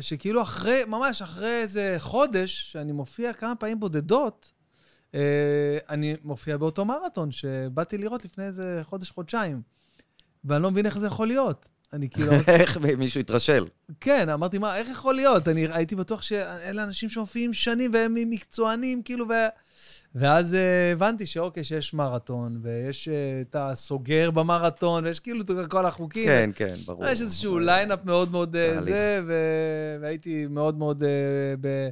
[SPEAKER 1] שכאילו אחרי, ממש אחרי איזה חודש, שאני מופיע כמה פעמים בודדות, אה, אני מופיע באותו מרתון שבאתי לראות לפני איזה חודש-חודשיים, ואני לא מבין איך זה יכול להיות. אני כאילו, אמרתי,
[SPEAKER 2] איך מישהו התרשל?
[SPEAKER 1] כן, אמרתי, מה, איך יכול להיות? אני הייתי בטוח שאלה אנשים שמופיעים שנים והם מקצוענים, כאילו, ו... ואז אה, הבנתי שאוקיי, שיש מרתון, ויש אה, את הסוגר במרתון, ויש כאילו את כל החוקים.
[SPEAKER 2] כן, כן, ברור.
[SPEAKER 1] יש איזשהו ליינאפ מאוד מאוד אה,
[SPEAKER 2] תהליך.
[SPEAKER 1] זה, ו- והייתי מאוד מאוד אה, ב-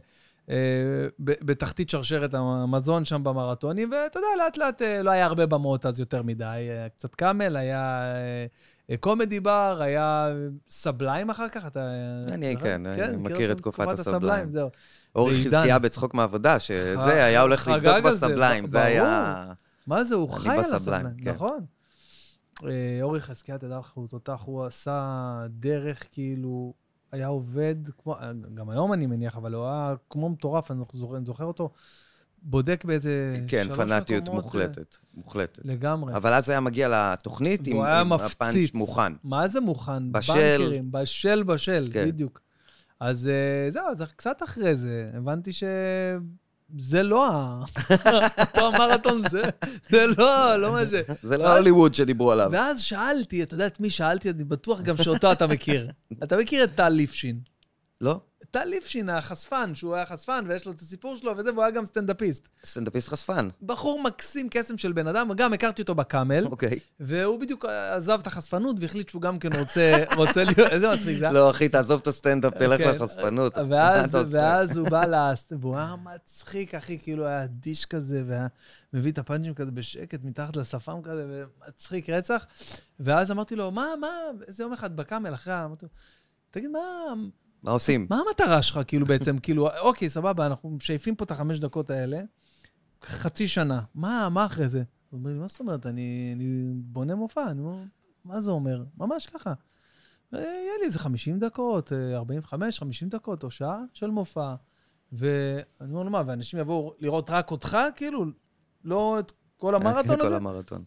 [SPEAKER 1] אה, ב- בתחתית שרשרת המזון שם במרתונים, ואתה יודע, לאט לאט אה, לא היה הרבה במות אז יותר מדי. אה, קצת קאמל, היה אה, אה, קומדי בר היה סבליים אחר כך, אתה...
[SPEAKER 2] אני,
[SPEAKER 1] זוכר?
[SPEAKER 2] כן, אני מכיר
[SPEAKER 1] מכיר
[SPEAKER 2] את תקופת הסבליים.
[SPEAKER 1] זהו.
[SPEAKER 2] אורי
[SPEAKER 1] ועידן.
[SPEAKER 2] חזקיה בצחוק מעבודה,
[SPEAKER 1] ח-
[SPEAKER 2] שזה היה הולך לבדוק
[SPEAKER 1] חגג על זה,
[SPEAKER 2] בסבליים, זה
[SPEAKER 1] ברור.
[SPEAKER 2] היה...
[SPEAKER 1] מה זה, הוא
[SPEAKER 2] אני
[SPEAKER 1] חי על
[SPEAKER 2] בסבליים,
[SPEAKER 1] הסבליים,
[SPEAKER 2] כן.
[SPEAKER 1] נכון? אה, אורי חזקיה, תדע לך, הוא תותח, הוא עשה דרך, כאילו, היה עובד, כמו, אה, גם היום אני מניח, אבל הוא היה כמו מטורף, אני זוכר, אני זוכר אותו, בודק באיזה
[SPEAKER 2] כן,
[SPEAKER 1] שלוש
[SPEAKER 2] פנאטיות
[SPEAKER 1] מקומות, אה,
[SPEAKER 2] מוחלטת, מוחלטת.
[SPEAKER 1] לגמרי.
[SPEAKER 2] אבל אז היה מגיע לתוכנית עם
[SPEAKER 1] והוא היה
[SPEAKER 2] עם הפאנץ'
[SPEAKER 1] מפציץ.
[SPEAKER 2] מוכן.
[SPEAKER 1] מה זה מוכן?
[SPEAKER 2] בשל.
[SPEAKER 1] בנקרים, בשל, בשל,
[SPEAKER 2] כן.
[SPEAKER 1] בדיוק. אז אה, זהו, אז קצת אחרי זה, הבנתי ש... זה לא ה... אותו המרתון, זה, זה לא, לא מה ש...
[SPEAKER 2] זה לא
[SPEAKER 1] ואז-
[SPEAKER 2] הוליווד שדיברו עליו.
[SPEAKER 1] ואז שאלתי, אתה יודע את מי שאלתי? אני בטוח גם שאותו אתה מכיר. אתה מכיר את טל ליפשין.
[SPEAKER 2] לא?
[SPEAKER 1] טל ליפשין, החשפן, שהוא היה חשפן, ויש לו את הסיפור שלו וזה, והוא היה גם סטנדאפיסט.
[SPEAKER 2] סטנדאפיסט חשפן.
[SPEAKER 1] בחור מקסים, קסם של בן אדם, גם הכרתי אותו בקאמל,
[SPEAKER 2] אוקיי.
[SPEAKER 1] והוא בדיוק עזב את החשפנות והחליט שהוא גם כן רוצה, רוצה להיות, איזה מצחיק זה אה? היה?
[SPEAKER 2] לא, אחי, תעזוב את הסטנדאפ, תלך
[SPEAKER 1] כן.
[SPEAKER 2] לחשפנות. מה
[SPEAKER 1] ואז,
[SPEAKER 2] אתה עושה?
[SPEAKER 1] ואז הוא בא לס... והוא היה מצחיק, אחי, כאילו היה אדיש כזה, והיה מביא את הפאנצ'ים כזה בשקט, מתחת לשפם כזה, ומצחיק רצח. ואז אמרתי לו, מה, מה, איזה יום אחד בקאמל אחרי ה... אמרתי לו, תגיד, מה,
[SPEAKER 2] מה עושים?
[SPEAKER 1] מה המטרה שלך, כאילו, בעצם, כאילו, אוקיי, סבבה, אנחנו משייפים פה את החמש דקות האלה, חצי שנה, מה, מה אחרי זה? הוא אומר לי, מה זאת אומרת, אני, אני בונה מופע, אני אומר, מה זה אומר? ממש ככה. "אה, יהיה לי איזה 50 דקות, אה, 45, 50 דקות, או שעה של מופע. ואני אומר לו, מה, ואנשים יבואו לראות רק אותך, כאילו? לא את כל
[SPEAKER 2] אה,
[SPEAKER 1] המרתון
[SPEAKER 2] כן, כל
[SPEAKER 1] הזה?
[SPEAKER 2] המרתון.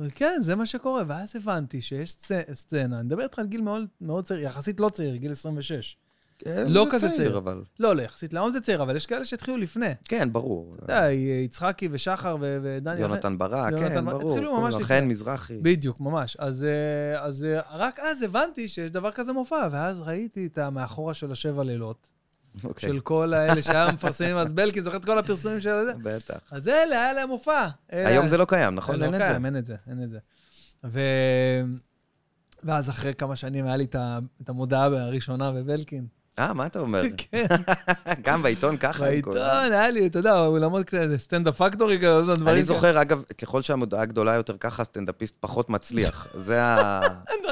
[SPEAKER 1] אבל כן, זה מה שקורה. ואז הבנתי שיש סצ- סצנה, אני מדבר איתך על גיל מאוד, מאוד צעיר, יחסית לא צעיר, גיל 26.
[SPEAKER 2] כן,
[SPEAKER 1] לא
[SPEAKER 2] זה
[SPEAKER 1] כזה צעיר.
[SPEAKER 2] אבל...
[SPEAKER 1] לא, לא, יחסית להיום זה צעיר, אבל יש כאלה שהתחילו לפני.
[SPEAKER 2] כן, ברור.
[SPEAKER 1] אתה יודע, אה, יצחקי ושחר ו- ודני...
[SPEAKER 2] יונתן ברק,
[SPEAKER 1] יונתן
[SPEAKER 2] כן,
[SPEAKER 1] ברק,
[SPEAKER 2] ברור.
[SPEAKER 1] התחילו
[SPEAKER 2] כל
[SPEAKER 1] ממש
[SPEAKER 2] ה-
[SPEAKER 1] לפני.
[SPEAKER 2] חן מזרחי.
[SPEAKER 1] בדיוק, ממש. אז, אה, אז אה, רק אז הבנתי שיש דבר כזה מופע, ואז ראיתי את המאחורה של השבע לילות,
[SPEAKER 2] אוקיי.
[SPEAKER 1] של כל האלה שהיה מפרסמים, אז בלקין זוכר את כל הפרסומים של זה.
[SPEAKER 2] בטח.
[SPEAKER 1] אז אלה, היה להם מופע. אלה-
[SPEAKER 2] היום זה לא קיים, נכון?
[SPEAKER 1] לא
[SPEAKER 2] אין את זה.
[SPEAKER 1] קיים, אין את זה, אין את זה. ו... ואז אחרי כמה שנים היה לי את ה- את המודעה הראשונה בבלקין.
[SPEAKER 2] אה, מה אתה אומר?
[SPEAKER 1] כן,
[SPEAKER 2] גם בעיתון ככה. עם כל
[SPEAKER 1] בעיתון, אה,
[SPEAKER 2] ה-
[SPEAKER 1] היה לי, אתה יודע, אולמות כאלה, סטנדאפ פקטורי כזה, דברים כאלה.
[SPEAKER 2] אני זוכר, אגב, ככל שהמודעה גדולה יותר ככה, הסטנדאפיסט פחות מצליח. זה ה...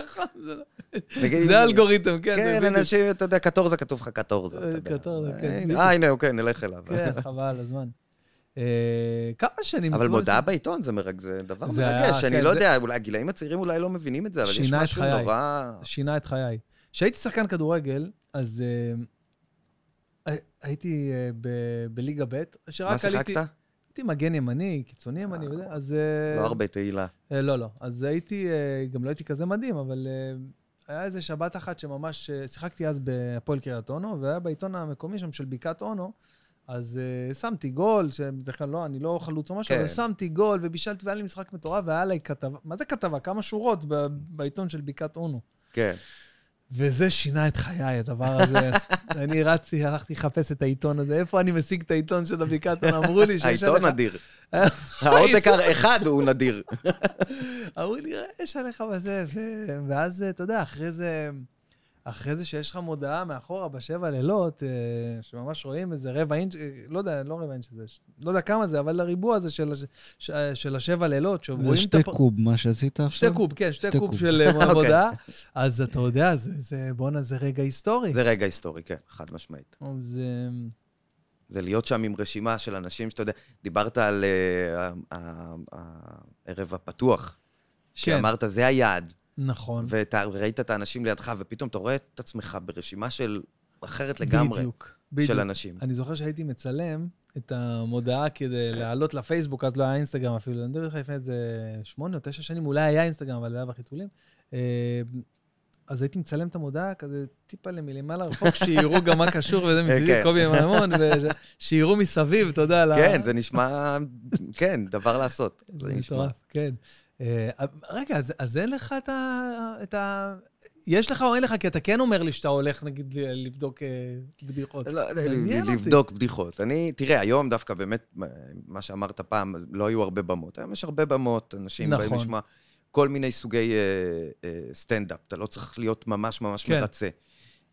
[SPEAKER 1] נכון, זה לא-
[SPEAKER 2] נגיד,
[SPEAKER 1] זה האלגוריתם, כן.
[SPEAKER 2] כאילו, כן,
[SPEAKER 1] זה בדיוק.
[SPEAKER 2] אנשים, אתה יודע, קטורזה כתוב לך קטורזה. אתה יודע.
[SPEAKER 1] קטורזה, כן,
[SPEAKER 2] אה,
[SPEAKER 1] בדיוק.
[SPEAKER 2] אה, הנה, אוקיי, נלך אליו.
[SPEAKER 1] כן, חבל על הזמן. אה, כמה שנים...
[SPEAKER 2] אבל
[SPEAKER 1] כמו
[SPEAKER 2] מודעה בעיתון זה מרג- זה דבר
[SPEAKER 1] זה היה,
[SPEAKER 2] מרגש, אני
[SPEAKER 1] כן,
[SPEAKER 2] לא
[SPEAKER 1] זה-
[SPEAKER 2] יודע, אולי הגילאים הצעירים אולי לא מבינים את זה, אבל יש
[SPEAKER 1] שינה את
[SPEAKER 2] משהו
[SPEAKER 1] חיי.
[SPEAKER 2] נורא...
[SPEAKER 1] שינה את חיי. כשהייתי שחקן כדורגל, אז אה, הי- הייתי אה, ב- בליגה ב',
[SPEAKER 2] מה
[SPEAKER 1] שרק עליתי...
[SPEAKER 2] שיחקת?
[SPEAKER 1] הייתי מגן ימני, קיצוני ימני וזה, אז... אה,
[SPEAKER 2] לא הרבה תהילה.
[SPEAKER 1] אה, לא, לא. אז הייתי, אה, גם לא הייתי כזה מדהים, אבל אה, היה איזה שבת אחת שממש, אה, שיחקתי אז בהפועל קריית אונו, והיה בעיתון המקומי שם של בקעת אונו, אז אה, שמתי גול, שבדרך כלל לא, אני לא חלוץ או משהו,
[SPEAKER 2] כן.
[SPEAKER 1] אבל שמתי גול ובישלתי, והיה לי משחק מטורף, והיה עליי כתבה, מה זה כתבה? כמה שורות ב- בעיתון של בקעת אונו.
[SPEAKER 2] כן.
[SPEAKER 1] וזה שינה את חיי, הדבר הזה. אני רצתי, הלכתי לחפש את העיתון הזה. איפה אני משיג את העיתון של הבקעת אונו? אמרו לי שיש...
[SPEAKER 2] העיתון
[SPEAKER 1] עליך-
[SPEAKER 2] נדיר. העותק האחד הוא נדיר.
[SPEAKER 1] אמרו לי, יש עליך וזה, ו... ואז, אתה יודע, אחרי זה, אחרי זה שיש לך מודעה מאחורה בשבע לילות, אה, שממש רואים איזה רבע אינץ', אה, לא יודע, לא רבע אינץ', זה, ש- לא יודע כמה זה, אבל הריבוע הזה של, הש- ש... אה, של השבע לילות,
[SPEAKER 3] זה
[SPEAKER 1] שרואים את
[SPEAKER 3] שתי
[SPEAKER 1] הפ...
[SPEAKER 3] קוב, מה שעשית עכשיו?
[SPEAKER 1] שתי קוב, כן, שתי,
[SPEAKER 3] שתי
[SPEAKER 1] קוב,
[SPEAKER 3] קוב.
[SPEAKER 1] של אה,
[SPEAKER 2] אוקיי.
[SPEAKER 1] מודעה. אז אתה יודע, זה, זה בואנה, זה רגע היסטורי.
[SPEAKER 2] זה רגע היסטורי, כן, חד משמעית.
[SPEAKER 1] אז... אה,
[SPEAKER 2] זה להיות שם עם רשימה של אנשים שאתה יודע, דיברת על אה, ה- ה- ה- הערב
[SPEAKER 1] כן.
[SPEAKER 2] הפתוח, שאמרת, זה היעד,
[SPEAKER 1] נכון.
[SPEAKER 2] וראית את האנשים לידך, ופתאום אתה רואה את עצמך ברשימה של אחרת לגמרי,
[SPEAKER 1] בדיוק,
[SPEAKER 2] של
[SPEAKER 1] בדיוק.
[SPEAKER 2] אנשים.
[SPEAKER 1] אני זוכר שהייתי מצלם את המודעה כדי להעלות לפייסבוק, אז לא היה אינסטגרם אפילו. אני מדבר איתך לפני איזה שמונה או תשע שנים, אולי היה אינסטגרם, אבל זה היה בחיתולים. אה, אז הייתי מצלם את המודעה כזה טיפה למלמעלה רחוק, שיראו גם מה קשור וזה
[SPEAKER 2] כן.
[SPEAKER 1] מסביבי, קובי מימון, ושיראו מסביב, אתה יודע, ל-
[SPEAKER 2] כן, זה נשמע, כן, דבר לעשות. זה
[SPEAKER 1] זה
[SPEAKER 2] נשמע.
[SPEAKER 1] מטורף, כן. אה, רגע, אז- אז אין לך את ה- את ה... יש לך או אין לך? כי אתה כן אומר לי שאתה הולך, נגיד, ל- לבדוק אה, בדיחות.
[SPEAKER 2] לא,
[SPEAKER 1] מעניין אותי.
[SPEAKER 2] לבדוק בדיחות. אני, תראה, היום דווקא באמת, מה שאמרת פעם, אז לא היו הרבה במות. היום יש הרבה במות, אנשים באים
[SPEAKER 1] נכון.
[SPEAKER 2] לשמוע כל מיני סוגי אה, אה, סטנדאפ. אתה לא צריך להיות ממש ממש
[SPEAKER 1] כן.
[SPEAKER 2] מרצה.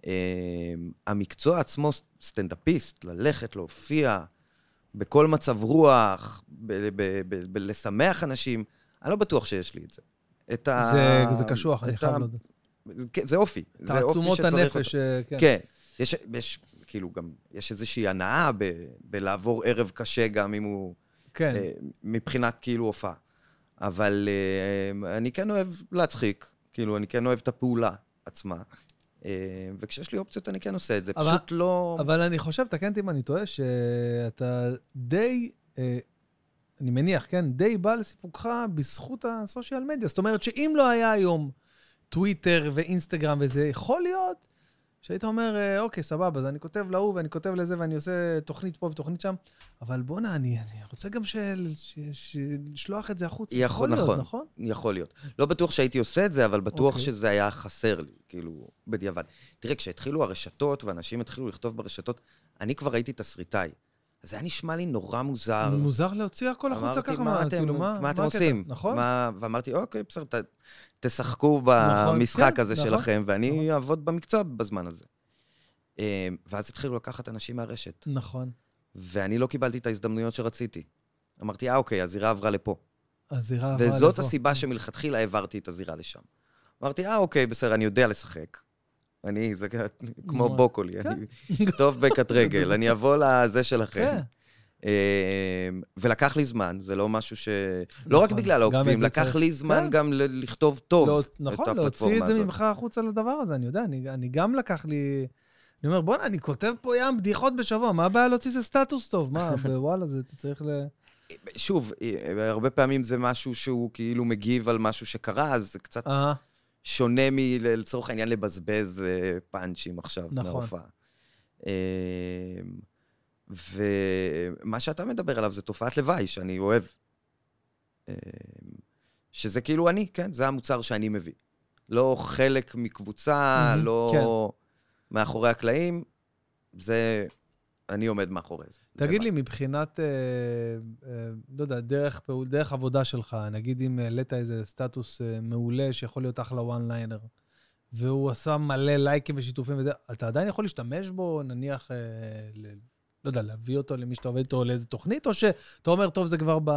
[SPEAKER 2] אה, המקצוע עצמו, סטנדאפיסט, ללכת, להופיע, בכל מצב רוח, ב- ב- ב- ב- לשמח אנשים, אני לא בטוח שיש לי את זה. את ה...
[SPEAKER 1] זה- זה קשוח, אני
[SPEAKER 2] את
[SPEAKER 1] חייב
[SPEAKER 2] ה-
[SPEAKER 1] לדעת.
[SPEAKER 2] כן, זה אופי. זה אופי
[SPEAKER 1] תעצומות
[SPEAKER 2] שצריך
[SPEAKER 1] הנפש, אה, כן.
[SPEAKER 2] כן. יש, יש, כאילו, גם, יש איזושהי הנאה ב, בלעבור ערב קשה, גם אם הוא...
[SPEAKER 1] כן.
[SPEAKER 2] אה, מבחינת כאילו הופעה. אבל אה, אני כן אוהב להצחיק, כאילו, אני כן אוהב את הפעולה עצמה. אה, וכשיש לי אופציות, אני כן עושה את זה.
[SPEAKER 1] אבל-
[SPEAKER 2] פשוט לא...
[SPEAKER 1] אבל אני חושב, תקן אותי אם אני טועה, שאתה די, אה, אני מניח, כן, די בא לסיפוקך בזכות הסושיאל מדיה. זאת אומרת שאם לא היה היום טוויטר ואינסטגרם וזה, יכול להיות שהיית אומר, אה, אוקיי, סבבה, אז אני כותב להוא ואני כותב לזה ואני עושה תוכנית פה ותוכנית שם, אבל בואנה, אני, אני רוצה גם של- ש- ש- לשלוח את זה החוצה.
[SPEAKER 2] יכול-
[SPEAKER 1] יכול להיות,
[SPEAKER 2] נכון.
[SPEAKER 1] נכון?
[SPEAKER 2] יכול להיות. לא בטוח שהייתי עושה את זה, אבל בטוח okay.
[SPEAKER 1] אוקיי.
[SPEAKER 2] שזה היה חסר לי, כאילו, בדיעבד. תראה, כשהתחילו הרשתות, ואנשים התחילו לכתוב ברשתות, אני כבר הייתי תסריטאי. אז זה היה נשמע לי נורא מוזר.
[SPEAKER 1] מוזר להוציא הכל החוצה
[SPEAKER 2] אמרתי,
[SPEAKER 1] ככה,
[SPEAKER 2] מה אתם,
[SPEAKER 1] כאילו, מה
[SPEAKER 2] מה אתם
[SPEAKER 1] הקטע?"
[SPEAKER 2] עושים?
[SPEAKER 1] נכון?
[SPEAKER 2] מה- ואמרתי, אוקיי, בסדר, ת- תשחקו במשחק
[SPEAKER 1] כן,
[SPEAKER 2] הזה
[SPEAKER 1] נכון,
[SPEAKER 2] שלכם,
[SPEAKER 1] נכון.
[SPEAKER 2] ואני אעבוד במקצוע בזמן הזה. אה, ואז התחילו לקחת אנשים מהרשת,
[SPEAKER 1] נכון.
[SPEAKER 2] ואני לא קיבלתי את ההזדמנויות שרציתי. אמרתי, אה, אוקיי, הזירה עברה לפה.
[SPEAKER 1] הזירה עברה
[SPEAKER 2] וזאת
[SPEAKER 1] לפה.
[SPEAKER 2] הסיבה שמלכתחילה העברתי את הזירה לשם. אמרתי, אה, אוקיי, בסדר, אני יודע לשחק. אני, זה כמו
[SPEAKER 1] נו,
[SPEAKER 2] בוקולי,
[SPEAKER 1] כן.
[SPEAKER 2] אני טוב בקט רגל, אני אבוא לזה שלכם.
[SPEAKER 1] כן.
[SPEAKER 2] אמ, ולקח לי זמן, זה לא משהו ש... לא רק
[SPEAKER 1] נכון,
[SPEAKER 2] בגלל
[SPEAKER 1] גם את
[SPEAKER 2] העוקבים,
[SPEAKER 1] זה
[SPEAKER 2] לקח
[SPEAKER 1] צריך-
[SPEAKER 2] לי זמן
[SPEAKER 1] כן.
[SPEAKER 2] גם ל- לכתוב טוב
[SPEAKER 1] להוצ-
[SPEAKER 2] את
[SPEAKER 1] נכון, להוציא
[SPEAKER 2] הפלטפורמה
[SPEAKER 1] את זה
[SPEAKER 2] הזאת.
[SPEAKER 1] ממך החוצה לדבר הזה, אני יודע, אני, אני גם לקח לי... אני אומר, בואנה, אני כותב פה ים בדיחות בשבוע, מה הבעיה להוציא איזה סטטוס טוב? מה, וואלה, זה אתה צריך ל...
[SPEAKER 2] שוב, אה, הרבה פעמים זה משהו שהוא כאילו מגיב על משהו שקרה, אז זה קצת
[SPEAKER 1] אה,
[SPEAKER 2] שונה מלצורך העניין לבזבז אה, פאנצ'ים עכשיו
[SPEAKER 1] נכון.
[SPEAKER 2] מההופעה. אמ, ומה שאתה מדבר עליו זה תופעת לוואי, שאני אוהב. אמ, שזה כאילו אני, כן? זה המוצר שאני מביא. לא חלק מקבוצה,
[SPEAKER 1] מהמם, כן.
[SPEAKER 2] לא מאחורי הקלעים, זה... אני עומד מאחורי זה.
[SPEAKER 1] תגיד לי, מבחינת, אה, אה, לא יודע, דרך, פעול, דרך עבודה שלך, נגיד אם העלית איזה סטטוס אה, מעולה שיכול להיות אחלה וואן ליינר, והוא עשה מלא לייקים ושיתופים וזה, אתה עדיין יכול להשתמש בו, נניח, אה, ל, לא יודע, להביא אותו למי שאתה עובד איתו לאיזה תוכנית, או שאתה אומר, טוב, זה כבר ב...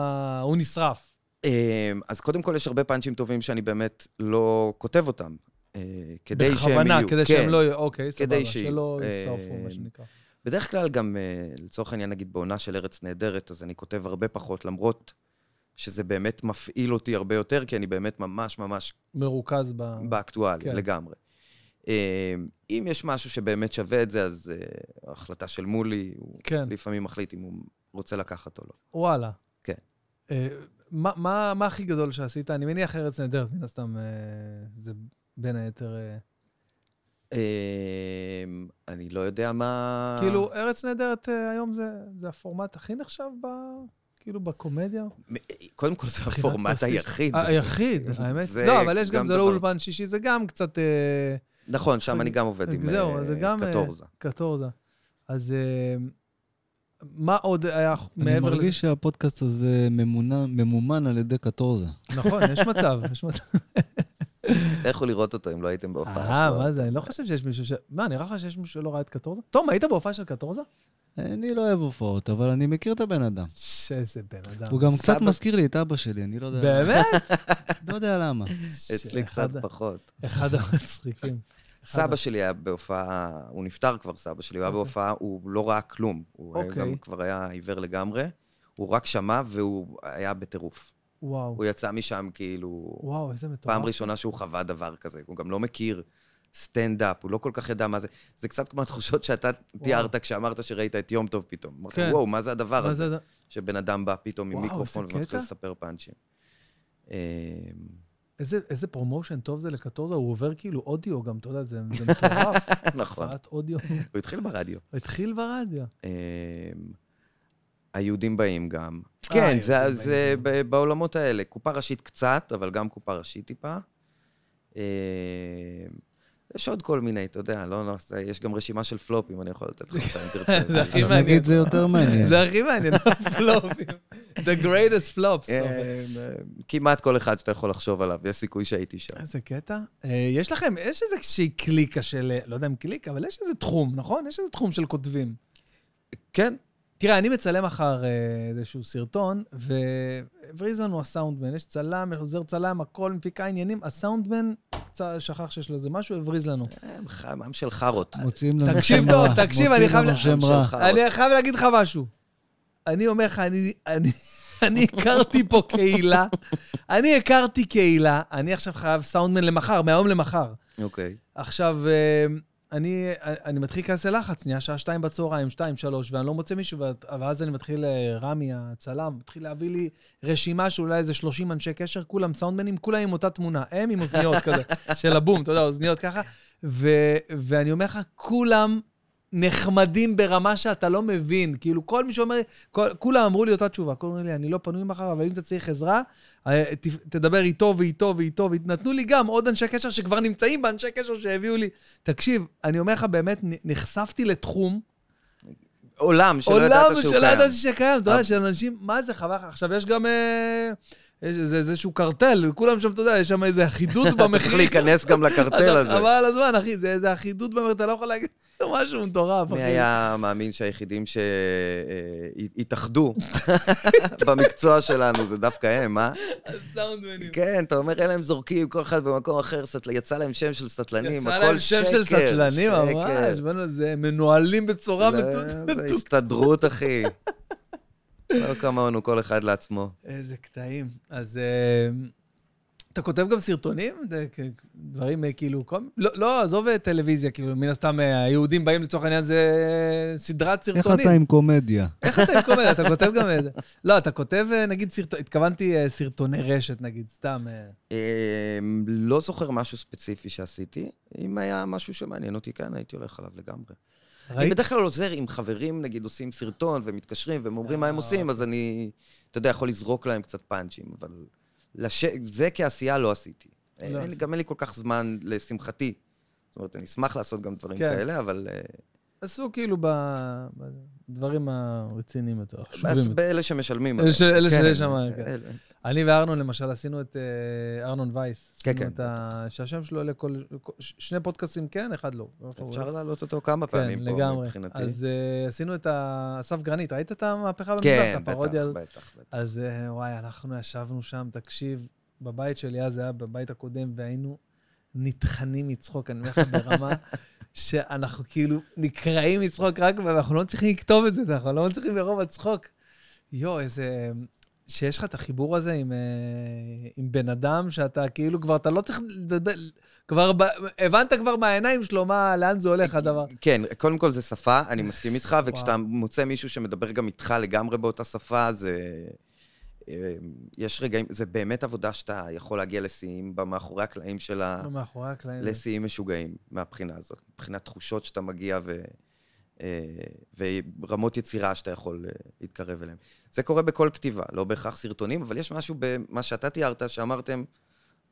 [SPEAKER 1] הוא נשרף.
[SPEAKER 2] אמ, אז קודם כל, יש הרבה פאנצ'ים טובים שאני באמת לא כותב אותם. אה, כדי שהם יהיו.
[SPEAKER 1] בכוונה, כדי שהם
[SPEAKER 2] כן.
[SPEAKER 1] לא יהיו, אוקיי, סבבה,
[SPEAKER 2] כדי שיהיו.
[SPEAKER 1] שלא
[SPEAKER 2] אה,
[SPEAKER 1] ישרפו, מה שנקרא.
[SPEAKER 2] בדרך כלל גם, אה, לצורך העניין, נגיד בעונה של ארץ נהדרת, אז אני כותב הרבה פחות, למרות שזה באמת מפעיל אותי הרבה יותר, כי אני באמת ממש ממש
[SPEAKER 1] מרוכז ב...
[SPEAKER 2] באקטואליה
[SPEAKER 1] כן.
[SPEAKER 2] לגמרי. אה, אם יש משהו שבאמת שווה את זה, אז אה, ההחלטה של מולי, הוא
[SPEAKER 1] כן,
[SPEAKER 2] לפעמים מחליט אם הוא רוצה לקחת או לא.
[SPEAKER 1] וואלה.
[SPEAKER 2] כן.
[SPEAKER 1] אה, מה- מה מה הכי גדול שעשית? אני מניח ארץ נהדרת, מן הסתם, אה, זה בין היתר... אה,
[SPEAKER 2] אה, אני לא יודע מה...
[SPEAKER 1] כאילו, ארץ נהדרת אה, היום זה- זה הפורמט הכי נחשב ב... כאילו בקומדיה?
[SPEAKER 2] מ- קודם כל, זה
[SPEAKER 1] מבחינת אה,
[SPEAKER 2] הפורמט
[SPEAKER 1] פרסים.
[SPEAKER 2] היחיד.
[SPEAKER 1] ה- היחיד, האמת.
[SPEAKER 2] אה, זה
[SPEAKER 1] לא, אבל יש
[SPEAKER 2] גם
[SPEAKER 1] גם, זה לא
[SPEAKER 2] דבר-
[SPEAKER 1] אולפן שישי, זה גם קצת אה,
[SPEAKER 2] נכון, שם אני גם עובד עם
[SPEAKER 1] זהו, זה
[SPEAKER 2] אה,
[SPEAKER 1] גם, אה,
[SPEAKER 2] קטורזה.
[SPEAKER 1] קטורזה. אז אה, מה עוד היה
[SPEAKER 3] אני
[SPEAKER 1] מעבר לזה?
[SPEAKER 3] מרגיש שהפודקאסט הזה ממונה- ממומן על ידי קטורזה.
[SPEAKER 1] נכון, יש מצב, יש מצב.
[SPEAKER 2] לכו לראות אותו אם לא הייתם בהופעה שלו.
[SPEAKER 1] אה, מה זה, אני לא חושב שיש מישהו ש... מה, נראה לך שיש מישהו שלא ראה את קטורזה? תום, היית בהופעה של קטורזה?
[SPEAKER 3] אני לא אוהב הופעות, אבל אני מכיר את הבן אדם.
[SPEAKER 1] איזה בן אדם.
[SPEAKER 3] הוא גם
[SPEAKER 2] סבא-
[SPEAKER 3] קצת מזכיר לי את אבא שלי, אני לא יודע למה.
[SPEAKER 1] באמת?
[SPEAKER 3] לא יודע למה.
[SPEAKER 2] אצלי
[SPEAKER 1] אחד-
[SPEAKER 2] קצת פחות.
[SPEAKER 1] אחד המצחיקים.
[SPEAKER 2] סבא שלי היה בהופעה, הוא נפטר כבר, סבא שלי, הוא היה
[SPEAKER 1] אוקיי.
[SPEAKER 2] בהופעה, הוא לא ראה כלום. הוא היה
[SPEAKER 1] אוקיי.
[SPEAKER 2] גם כבר היה עיוור לגמרי, הוא רק שמע והוא היה בטירוף.
[SPEAKER 1] וואו,
[SPEAKER 2] הוא יצא משם כאילו,
[SPEAKER 1] וואו, איזה מטורף.
[SPEAKER 2] פעם ראשונה שהוא חווה דבר כזה. הוא גם לא מכיר סטנדאפ, הוא לא כל כך ידע מה זה. זה קצת כמו התחושות שאתה תיארת כשאמרת שראית את יום טוב פתאום. אמרתי,
[SPEAKER 1] כן.
[SPEAKER 2] וואו, מה זה הדבר
[SPEAKER 1] מה
[SPEAKER 2] הזה?
[SPEAKER 1] זה...
[SPEAKER 2] שבן אדם בא פתאום עם
[SPEAKER 1] וואו,
[SPEAKER 2] מיקרופון
[SPEAKER 1] איזה
[SPEAKER 2] ומתחיל
[SPEAKER 1] קטע.
[SPEAKER 2] לספר פאנצ'ים. אמ,
[SPEAKER 1] איזה, איזה פרומושן טוב זה לקטורזה, הוא עובר כאילו אודיו גם, אתה יודע, זה, זה מטורף.
[SPEAKER 2] נכון,
[SPEAKER 1] הופעת אודיו.
[SPEAKER 2] הוא התחיל ברדיו.
[SPEAKER 1] הוא התחיל ברדיו.
[SPEAKER 2] אמ, היהודים באים גם.
[SPEAKER 1] אה,
[SPEAKER 2] כן,
[SPEAKER 1] היהודים
[SPEAKER 2] זה,
[SPEAKER 1] באים
[SPEAKER 2] זה
[SPEAKER 1] גם.
[SPEAKER 2] ב- בעולמות האלה. קופה ראשית קצת, אבל גם קופה ראשית טיפה. אמ, יש עוד כל מיני, אתה יודע, לא, לא, זה- יש גם רשימה של פלופים, אני יכול לתת לך אותה אם תרצה.
[SPEAKER 1] זה הכי
[SPEAKER 3] אז
[SPEAKER 1] מעניין.
[SPEAKER 3] נגיד זה יותר
[SPEAKER 2] כן.
[SPEAKER 3] מעניין.
[SPEAKER 1] זה הכי מעניין, הפלופים. The greatest flops.
[SPEAKER 2] אמ, אמ, כמעט כל אחד שאתה יכול לחשוב עליו, יש סיכוי שהייתי שם.
[SPEAKER 1] איזה קטע. אה, יש לכם, יש איזה שהיא קליקה של, אה, לא יודע אם קליקה, אבל יש איזה תחום, נכון? יש איזה תחום של כותבים.
[SPEAKER 2] כן,
[SPEAKER 1] תראה, אני מצלם מחר אה, איזשהו סרטון, ווריזן הוא הסאונדמן. יש צלם, יש עוזר צלם, הכל מפיקה עניינים. הסאונדמן קצת שכח שיש לו איזה משהו, הבריז לנו.
[SPEAKER 2] הם ח- הם של חארות.
[SPEAKER 3] מוציאים לנו
[SPEAKER 1] תקשיב
[SPEAKER 3] שם
[SPEAKER 1] טוב,
[SPEAKER 3] רע.
[SPEAKER 1] תקשיב, אני
[SPEAKER 3] מוציאים
[SPEAKER 1] חייב
[SPEAKER 3] לנו
[SPEAKER 1] ל-
[SPEAKER 3] שם
[SPEAKER 2] שם
[SPEAKER 3] רע.
[SPEAKER 2] שלך.
[SPEAKER 1] אני חייב להגיד לך משהו. אני אומר לך, אני- אני- אני הכרתי פה קהילה. אני הכרתי קהילה, אני עכשיו חייב סאונדמן למחר, מהיום למחר.
[SPEAKER 2] אוקיי.
[SPEAKER 1] עכשיו, אה, אני, אני מתחיל להיכנס ללחץ, נהיה שעה שתיים בצהריים, שתיים, שלוש, ואני לא מוצא מישהו, ואת- ואז אני מתחיל, אה, רמי, הצלם, מתחיל להביא לי רשימה של אולי איזה 30 אנשי קשר, כולם סאונדמנים, כולם עם אותה תמונה, הם עם אוזניות כזה, של הבום, אתה יודע, אוזניות ככה, ו, ואני אומר לך, כולם... נחמדים ברמה שאתה לא מבין. כאילו, כל מי שאומר, כל, כולם אמרו לי אותה תשובה. כולם אמרו לי, אני לא פנוי מחר, אבל אם אתה צריך עזרה, אה, ת- תדבר איתו ואיתו ואיתו, ונתנו לי גם עוד אנשי קשר שכבר נמצאים באנשי קשר שהביאו לי. תקשיב, אני אומר לך, באמת, נ- נחשפתי לתחום,
[SPEAKER 2] עולם שלא
[SPEAKER 1] עולם
[SPEAKER 2] ידעת שהוא
[SPEAKER 1] שלא ידעתי
[SPEAKER 2] קיים.
[SPEAKER 1] שקיים, אתה יודע,
[SPEAKER 2] אה.
[SPEAKER 1] של אנשים, מה זה חבל? לך. עכשיו, יש גם אה, יש איזה איזשהו קרטל, כולם שם, אתה יודע, יש שם איזה אחידות
[SPEAKER 2] צריך
[SPEAKER 1] במחיר.
[SPEAKER 2] להיכנס גם לקרטל
[SPEAKER 1] אתה-
[SPEAKER 2] הזה.
[SPEAKER 1] חבל על הזמן, אחי, זה איזה אחידות במחיר, אתה לא יכול להגיד משהו מטורף,
[SPEAKER 2] מי
[SPEAKER 1] אחי.
[SPEAKER 2] היה מאמין שהיחידים שהתאחדו במקצוע שלנו, זה דווקא הם, אה?
[SPEAKER 1] כן. הסאונדמנים.
[SPEAKER 2] כן, אתה אומר, אלה הם זורקים, כל אחד במקום אחר, סטל- יצא להם שם של סטלנים,
[SPEAKER 1] יצא
[SPEAKER 2] כן, הכל שקר.
[SPEAKER 1] להם שם של סטלנים,
[SPEAKER 2] שקר.
[SPEAKER 1] ממש, בוא'נה, זה מנוהלים בצורה
[SPEAKER 2] לא,
[SPEAKER 1] מטוטטת.
[SPEAKER 2] זה הסתדרות, אחי. לא כמונו, כל אחד לעצמו.
[SPEAKER 1] איזה קטעים. אז אה, אתה כותב גם סרטונים? זה כ- דברים אה, כאילו... כל- לא, לא, עזוב אה, טלוויזיה, כאילו, מן הסתם אה, היהודים באים לצורך העניין, זה אה, סדרת
[SPEAKER 3] איך
[SPEAKER 1] סרטונים. אה,
[SPEAKER 3] אתה עם קומדיה?
[SPEAKER 1] איך אתה עם קומדיה? אתה כותב גם איזה... לא, אתה כותב, אה, נגיד, סרטון... התכוונתי אה, סרטוני רשת, נגיד, סתם. אה,
[SPEAKER 2] אמ, לא זוכר משהו ספציפי שעשיתי. אם היה משהו שמעניין אותי כאן, הייתי הולך עליו לגמרי. אני
[SPEAKER 1] ראית?
[SPEAKER 2] בדרך כלל עוזר אם חברים, נגיד, עושים סרטון ומתקשרים והם אומרים מה הם
[SPEAKER 1] אה,
[SPEAKER 2] עושים, אז אני, אתה יודע, יכול לזרוק להם קצת פאנצ'ים, אבל לש... זה כעשייה לא עשיתי.
[SPEAKER 1] לא
[SPEAKER 2] אין לי,
[SPEAKER 1] עשית.
[SPEAKER 2] גם אין לי כל כך זמן, לשמחתי. זאת אומרת, אני אשמח לעשות גם דברים
[SPEAKER 1] כן.
[SPEAKER 2] כאלה, אבל... אה,
[SPEAKER 1] עשו כאילו ב- בדברים הרציניים יותר, החשובים
[SPEAKER 2] אז
[SPEAKER 1] יותר.
[SPEAKER 2] באלה שמשלמים.
[SPEAKER 1] אלה
[SPEAKER 2] עליהם.
[SPEAKER 1] ש- אלה
[SPEAKER 2] כן,
[SPEAKER 1] שזה שם, כן.
[SPEAKER 2] אלה.
[SPEAKER 1] אני וארנון, למשל, עשינו את אה, ארנון וייס.
[SPEAKER 2] כן,
[SPEAKER 1] עשינו
[SPEAKER 2] כן,
[SPEAKER 1] את ה... שהשם שלו עולה כל... כל- ש- שני פודקאסים כן, אחד לא.
[SPEAKER 2] אפשר להעלות אותו כמה
[SPEAKER 1] כן,
[SPEAKER 2] פעמים פה,
[SPEAKER 1] לגמרי.
[SPEAKER 2] מבחינתי.
[SPEAKER 1] אז אה, עשינו את ה- אסף גרנית, ראית את המהפכה במזרח?
[SPEAKER 2] כן,
[SPEAKER 1] את הפרודיה
[SPEAKER 2] בטח,
[SPEAKER 1] הזאת?
[SPEAKER 2] בטח. בטח.
[SPEAKER 1] אז אה, וואי, אנחנו ישבנו שם, תקשיב, בבית שלי, אז זה היה בבית הקודם, והיינו נטחנים מצחוק, אני אומר לך, ברמה שאנחנו כאילו נקרעים מצחוק רק, ואנחנו לא מצליחים לכתוב את זה, אנחנו לא מצליחים מרוב הצחוק. יואו, איזה... שיש לך את החיבור הזה עם, אה, עם בן אדם, שאתה כאילו כבר, אתה לא צריך לדבר, כבר ב, הבנת כבר מהעיניים שלו מה, לאן זה הולך הדבר.
[SPEAKER 2] כן, קודם כל זה שפה, אני מסכים איתך, וכשאתה מוצא מישהו שמדבר גם איתך לגמרי באותה שפה, זה... אה, יש רגעים, זה באמת עבודה שאתה יכול להגיע לשיאים במאחורי הקלעים שלה,
[SPEAKER 1] מאחורי הקלעים.
[SPEAKER 2] לשיאים משוגעים מהבחינה הזאת, מבחינת תחושות שאתה מגיע ו... אה, ורמות יצירה שאתה יכול אה, להתקרב אליהן. זה קורה בכל כתיבה, לא בהכרח סרטונים, אבל יש משהו במה שאתה תיארת, שאמרתם,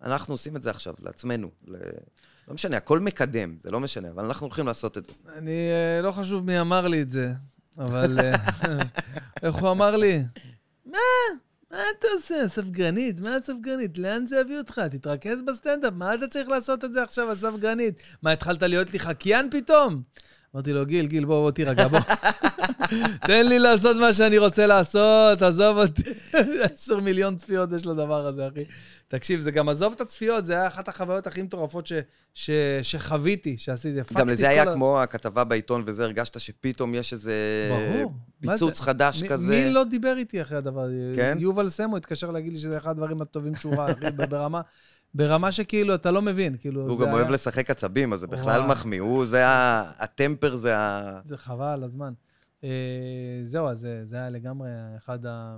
[SPEAKER 2] אנחנו עושים את זה עכשיו, לעצמנו. ל... לא משנה, הכל מקדם, זה לא משנה, אבל אנחנו הולכים לעשות את זה.
[SPEAKER 1] אני, אה, לא חשוב מי אמר לי את זה, אבל אה, איך הוא אמר לי? מה? מה אתה עושה, ספגנית? מה הספגנית? לאן זה יביא אותך? תתרכז בסטנדאפ, מה אתה צריך לעשות את זה עכשיו, הספגנית? מה, התחלת להיות לי חקיין פתאום? אמרתי לו, גיל, גיל, בוא, בוא, תירגע, בוא. תן לי לעשות מה שאני רוצה לעשות, עזוב אותי. עשר מיליון צפיות יש לדבר הזה, אחי. תקשיב, זה גם עזוב את הצפיות, זה היה אחת החוויות הכי מטורפות ש- ש- שחוויתי, שעשיתי.
[SPEAKER 2] גם
[SPEAKER 1] הפקתי
[SPEAKER 2] לזה
[SPEAKER 1] כל
[SPEAKER 2] היה
[SPEAKER 1] ה-
[SPEAKER 2] כמו הכתבה בעיתון וזה, הרגשת שפתאום יש איזה
[SPEAKER 1] ברור.
[SPEAKER 2] פיצוץ חדש
[SPEAKER 1] מי-
[SPEAKER 2] כזה.
[SPEAKER 1] מי לא דיבר איתי אחרי הדבר הזה?
[SPEAKER 2] כן?
[SPEAKER 1] יובל סמו התקשר להגיד לי שזה אחד הדברים הטובים שהוא ראה, אחי, ב- ברמה, ברמה שכאילו, אתה לא מבין, כאילו...
[SPEAKER 2] הוא
[SPEAKER 1] זה
[SPEAKER 2] גם
[SPEAKER 1] היה-
[SPEAKER 2] אוהב לשחק עצבים, אז זה בכלל
[SPEAKER 1] וואו.
[SPEAKER 2] מחמיא. הוא, זה ה... הטמפר זה ה...
[SPEAKER 1] זה חבל על הזמן. אה, זהו, אז זה- זה היה לגמרי אחד ה...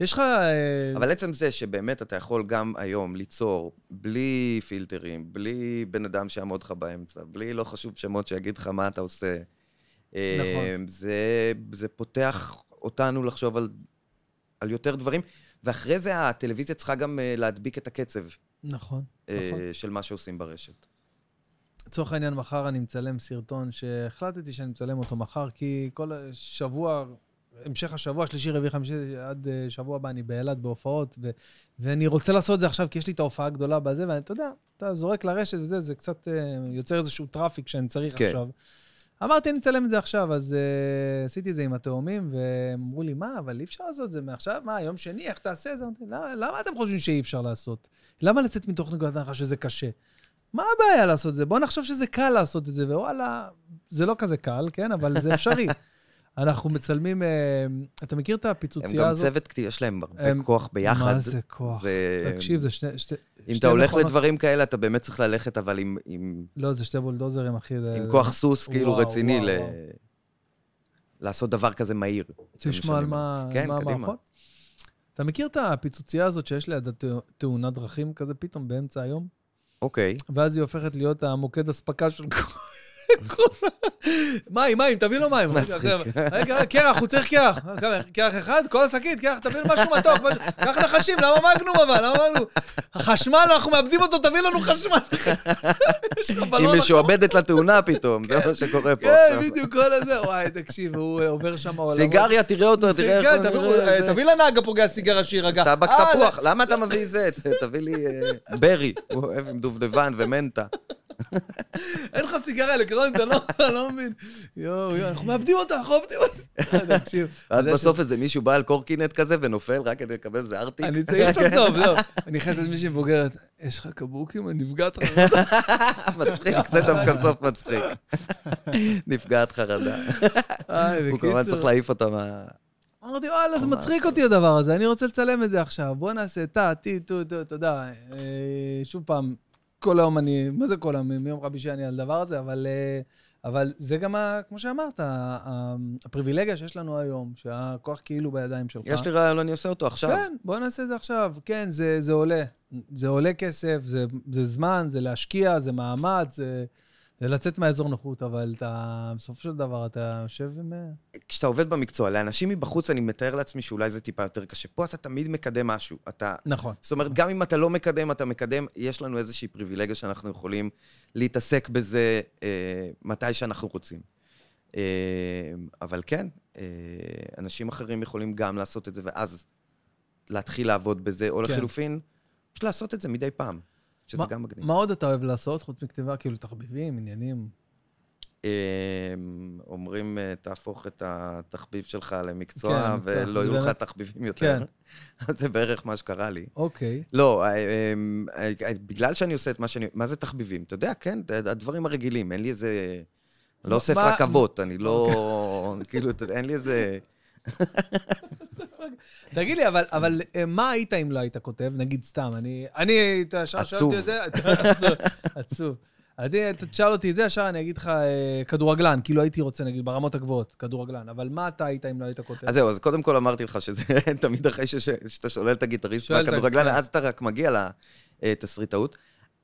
[SPEAKER 1] יש לך... אה,
[SPEAKER 2] אבל עצם זה שבאמת אתה יכול גם היום ליצור בלי פילטרים, בלי בן אדם שיעמוד לך באמצע, בלי לא חשוב שמות שיגיד לך מה אתה עושה.
[SPEAKER 1] נכון.
[SPEAKER 2] נכון. זה, זה פותח אותנו לחשוב על, על יותר דברים, ואחרי זה הטלוויזיה צריכה גם אה, להדביק את הקצב
[SPEAKER 1] נכון.
[SPEAKER 2] אה,
[SPEAKER 1] נכון.
[SPEAKER 2] של מה שעושים ברשת.
[SPEAKER 1] לצורך העניין, מחר אני מצלם סרטון שהחלטתי שאני מצלם אותו מחר, כי כל שבוע, המשך השבוע, שלישי, רביעי, חמישי, עד אה, שבוע הבא אני באילת בהופעות, ו- ואני רוצה לעשות את זה עכשיו, כי יש לי את ההופעה הגדולה בזה, ואתה יודע, אתה זורק לרשת וזה, זה קצת אה, יוצר איזשהו טראפיק שאני צריך
[SPEAKER 2] כן.
[SPEAKER 1] עכשיו. אמרתי, אני אצלם את זה עכשיו, אז uh, עשיתי את זה עם התאומים, והם אמרו לי, מה, אבל אי אפשר לעשות את זה מעכשיו? מה, יום שני, איך תעשה את זה? אמרתי, "למה- למה אתם חושבים שאי אפשר לעשות? למה לצאת מתוך נקודת הנחה שזה קשה? מה הבעיה לעשות את זה? בואו נחשוב שזה קל לעשות את זה, ווואלה, זה לא כזה קל, כן, אבל זה אפשרי. אנחנו מצלמים, אה, אתה מכיר את
[SPEAKER 2] הם
[SPEAKER 1] הפיצוצייה
[SPEAKER 2] גם
[SPEAKER 1] הזאת?
[SPEAKER 2] צוות כתיב, יש להם
[SPEAKER 1] הם-
[SPEAKER 2] הרבה כוח ביחד.
[SPEAKER 1] מה זה כוח?
[SPEAKER 2] זה- אה,
[SPEAKER 1] תקשיב, זה שני... שתי-
[SPEAKER 2] אם
[SPEAKER 1] שתי
[SPEAKER 2] אתה הולך
[SPEAKER 1] מכונות-
[SPEAKER 2] לדברים כאלה, אתה באמת צריך ללכת, אבל עם- עם
[SPEAKER 1] לא, זה שתי בולדוזרים, אחי. זה-
[SPEAKER 2] עם כוח סוס
[SPEAKER 1] אה,
[SPEAKER 2] כאילו
[SPEAKER 1] וואו,
[SPEAKER 2] רציני
[SPEAKER 1] וואו,
[SPEAKER 2] ל-
[SPEAKER 1] וואו.
[SPEAKER 2] לעשות דבר כזה מהיר.
[SPEAKER 1] רוצה לשמוע על מה
[SPEAKER 2] כן,
[SPEAKER 1] מה
[SPEAKER 2] קדימה.
[SPEAKER 1] המערכון? אתה מכיר את הפיצוצייה הזאת שיש לידה תא- תאונת דרכים כזה פתאום באמצע היום?
[SPEAKER 2] אוקיי.
[SPEAKER 1] ואז היא הופכת להיות המוקד אספקה של כל- כל... מים, מים, תביא לו מים. כן.
[SPEAKER 2] מצחיק.
[SPEAKER 1] רגע, קרח, הוא צריך קרח. כמה, קרח אחד? כל השקית, קרח, תביא לו משהו מתוק. משהו- קח נחשים, למה מגנום אבל? למה מגנום? החשמל, אנחנו מאבדים אותו, תביא לנו חשמל. יש לך
[SPEAKER 2] היא
[SPEAKER 1] בלון
[SPEAKER 2] משועבדת לתאונה פתאום, זה מה שקורה פה
[SPEAKER 1] לא נכון. כן,
[SPEAKER 2] עכשיו.
[SPEAKER 1] בדיוק, כל הזה. וואי, תקשיב, הוא אה, עובר שם עולמות.
[SPEAKER 2] סיגריה, תראה אותו, תראה
[SPEAKER 1] סיגריה,
[SPEAKER 2] איך הוא
[SPEAKER 1] תביא-
[SPEAKER 2] נראה,
[SPEAKER 1] אה,
[SPEAKER 2] זה.
[SPEAKER 1] תביא לנהג הפוגע סיגריה שיירגע.
[SPEAKER 2] טבק
[SPEAKER 1] אה,
[SPEAKER 2] תפוח, למה אתה מביא זה? תביא לי אה, ברי, הוא אוהב עם דובדבן ומנטה.
[SPEAKER 1] לא, אין לך סיגריה אלקטרונית, אני לא- אני לא מבין. יואו, יואו, אנחנו מאבדים אותה, אנחנו מאבדים אותה. אה, תקשיב.
[SPEAKER 2] ואז
[SPEAKER 1] זה
[SPEAKER 2] בסוף איזה מישהו בא על קורקינט כזה ונופל רק כדי לקבל איזה ארטיק.
[SPEAKER 1] אני צריך את הסוף, לא. אני נכנסת מישהי מבוגרת, יש לך קבוקים? אני נפגעת לך.
[SPEAKER 2] מצחיק, זה דווקא סוף מצחיק. נפגעת חרדה.
[SPEAKER 1] איי,
[SPEAKER 2] הוא כמובן צריך להעיף אותה מה...
[SPEAKER 1] אמרתי, וואלה, זה מצחיק אותי הדבר הזה, אני רוצה לצלם את זה עכשיו. בוא נעשה טה, טי, טו, טו, תודה. אה, שוב פעם, כל היום אני, מה זה כל היום? מיום חמישי אני על דבר הזה, אבל... אה, אבל זה גם, ה, כמו שאמרת, ה- ה- הפריבילגיה שיש לנו היום, שהכוח כאילו בידיים שלך.
[SPEAKER 2] יש לי רעיון, אני עושה אותו עכשיו.
[SPEAKER 1] כן, בוא נעשה את זה עכשיו. כן, זה, זה עולה. זה עולה כסף, זה, זה זמן, זה להשקיע, זה מאמץ, זה, זה לצאת מהאזור נוחות, אבל אתה, בסופו של דבר, אתה יושב עם... אה,
[SPEAKER 2] כשאתה עובד במקצוע, לאנשים מבחוץ, אני מתאר לעצמי שאולי זה טיפה יותר קשה. פה אתה תמיד מקדם משהו. אתה...
[SPEAKER 1] נכון.
[SPEAKER 2] זאת אומרת, גם אם אתה לא מקדם, אתה מקדם, יש לנו איזושהי פריבילגיה שאנחנו יכולים להתעסק בזה אה, מתי שאנחנו רוצים. אה, אבל כן, אה, אנשים אחרים יכולים גם לעשות את זה, ואז להתחיל לעבוד בזה, או
[SPEAKER 1] כן.
[SPEAKER 2] לחילופין, פשוט לעשות את זה מדי פעם, שזה
[SPEAKER 1] מה-
[SPEAKER 2] גם מגניב.
[SPEAKER 1] מה עוד אתה אוהב לעשות חוץ מכתיבה? כאילו, תחביבים, עניינים.
[SPEAKER 2] אה, אומרים, אה, תהפוך את התחביב שלך למקצוע,
[SPEAKER 1] כן, מקצוע.
[SPEAKER 2] ולא יהיו
[SPEAKER 1] זה
[SPEAKER 2] לך
[SPEAKER 1] באמת-
[SPEAKER 2] תחביבים יותר.
[SPEAKER 1] כן.
[SPEAKER 2] אז זה בערך מה שקרה לי.
[SPEAKER 1] אוקיי.
[SPEAKER 2] לא, אה, אה, אה, אה, בגלל שאני עושה את מה שאני... מה זה תחביבים? אתה יודע, כן, ת- הדברים הרגילים. אין לי איזה... לא
[SPEAKER 1] מה-
[SPEAKER 2] אוסף
[SPEAKER 1] מה- אוקיי.
[SPEAKER 2] רכבות, אני לא... כאילו, אתה יודע, אין לי איזה...
[SPEAKER 1] תגיד לי, אבל, אבל אה, מה היית אם לא היית כותב? נגיד סתם, אני... אני, אתה ישר שואל
[SPEAKER 2] עצוב.
[SPEAKER 1] אותי את זה, אתה- עצוב. עצוב. אני, אתה תשאל אותי את זה, ישר אני אגיד לך, אה, כדורגלן, כאילו הייתי רוצה, נגיד, ברמות הגבוהות, כדורגלן, אבל מה אתה היית אם לא היית כותב?
[SPEAKER 2] אז זהו, אז קודם כל אמרתי לך שזה תמיד אחרי שש- שאתה שולל את הגיטריסט
[SPEAKER 1] שואל את ה-
[SPEAKER 2] והכדורגלן,
[SPEAKER 1] כן.
[SPEAKER 2] אז אתה רק מגיע לתסריטאות.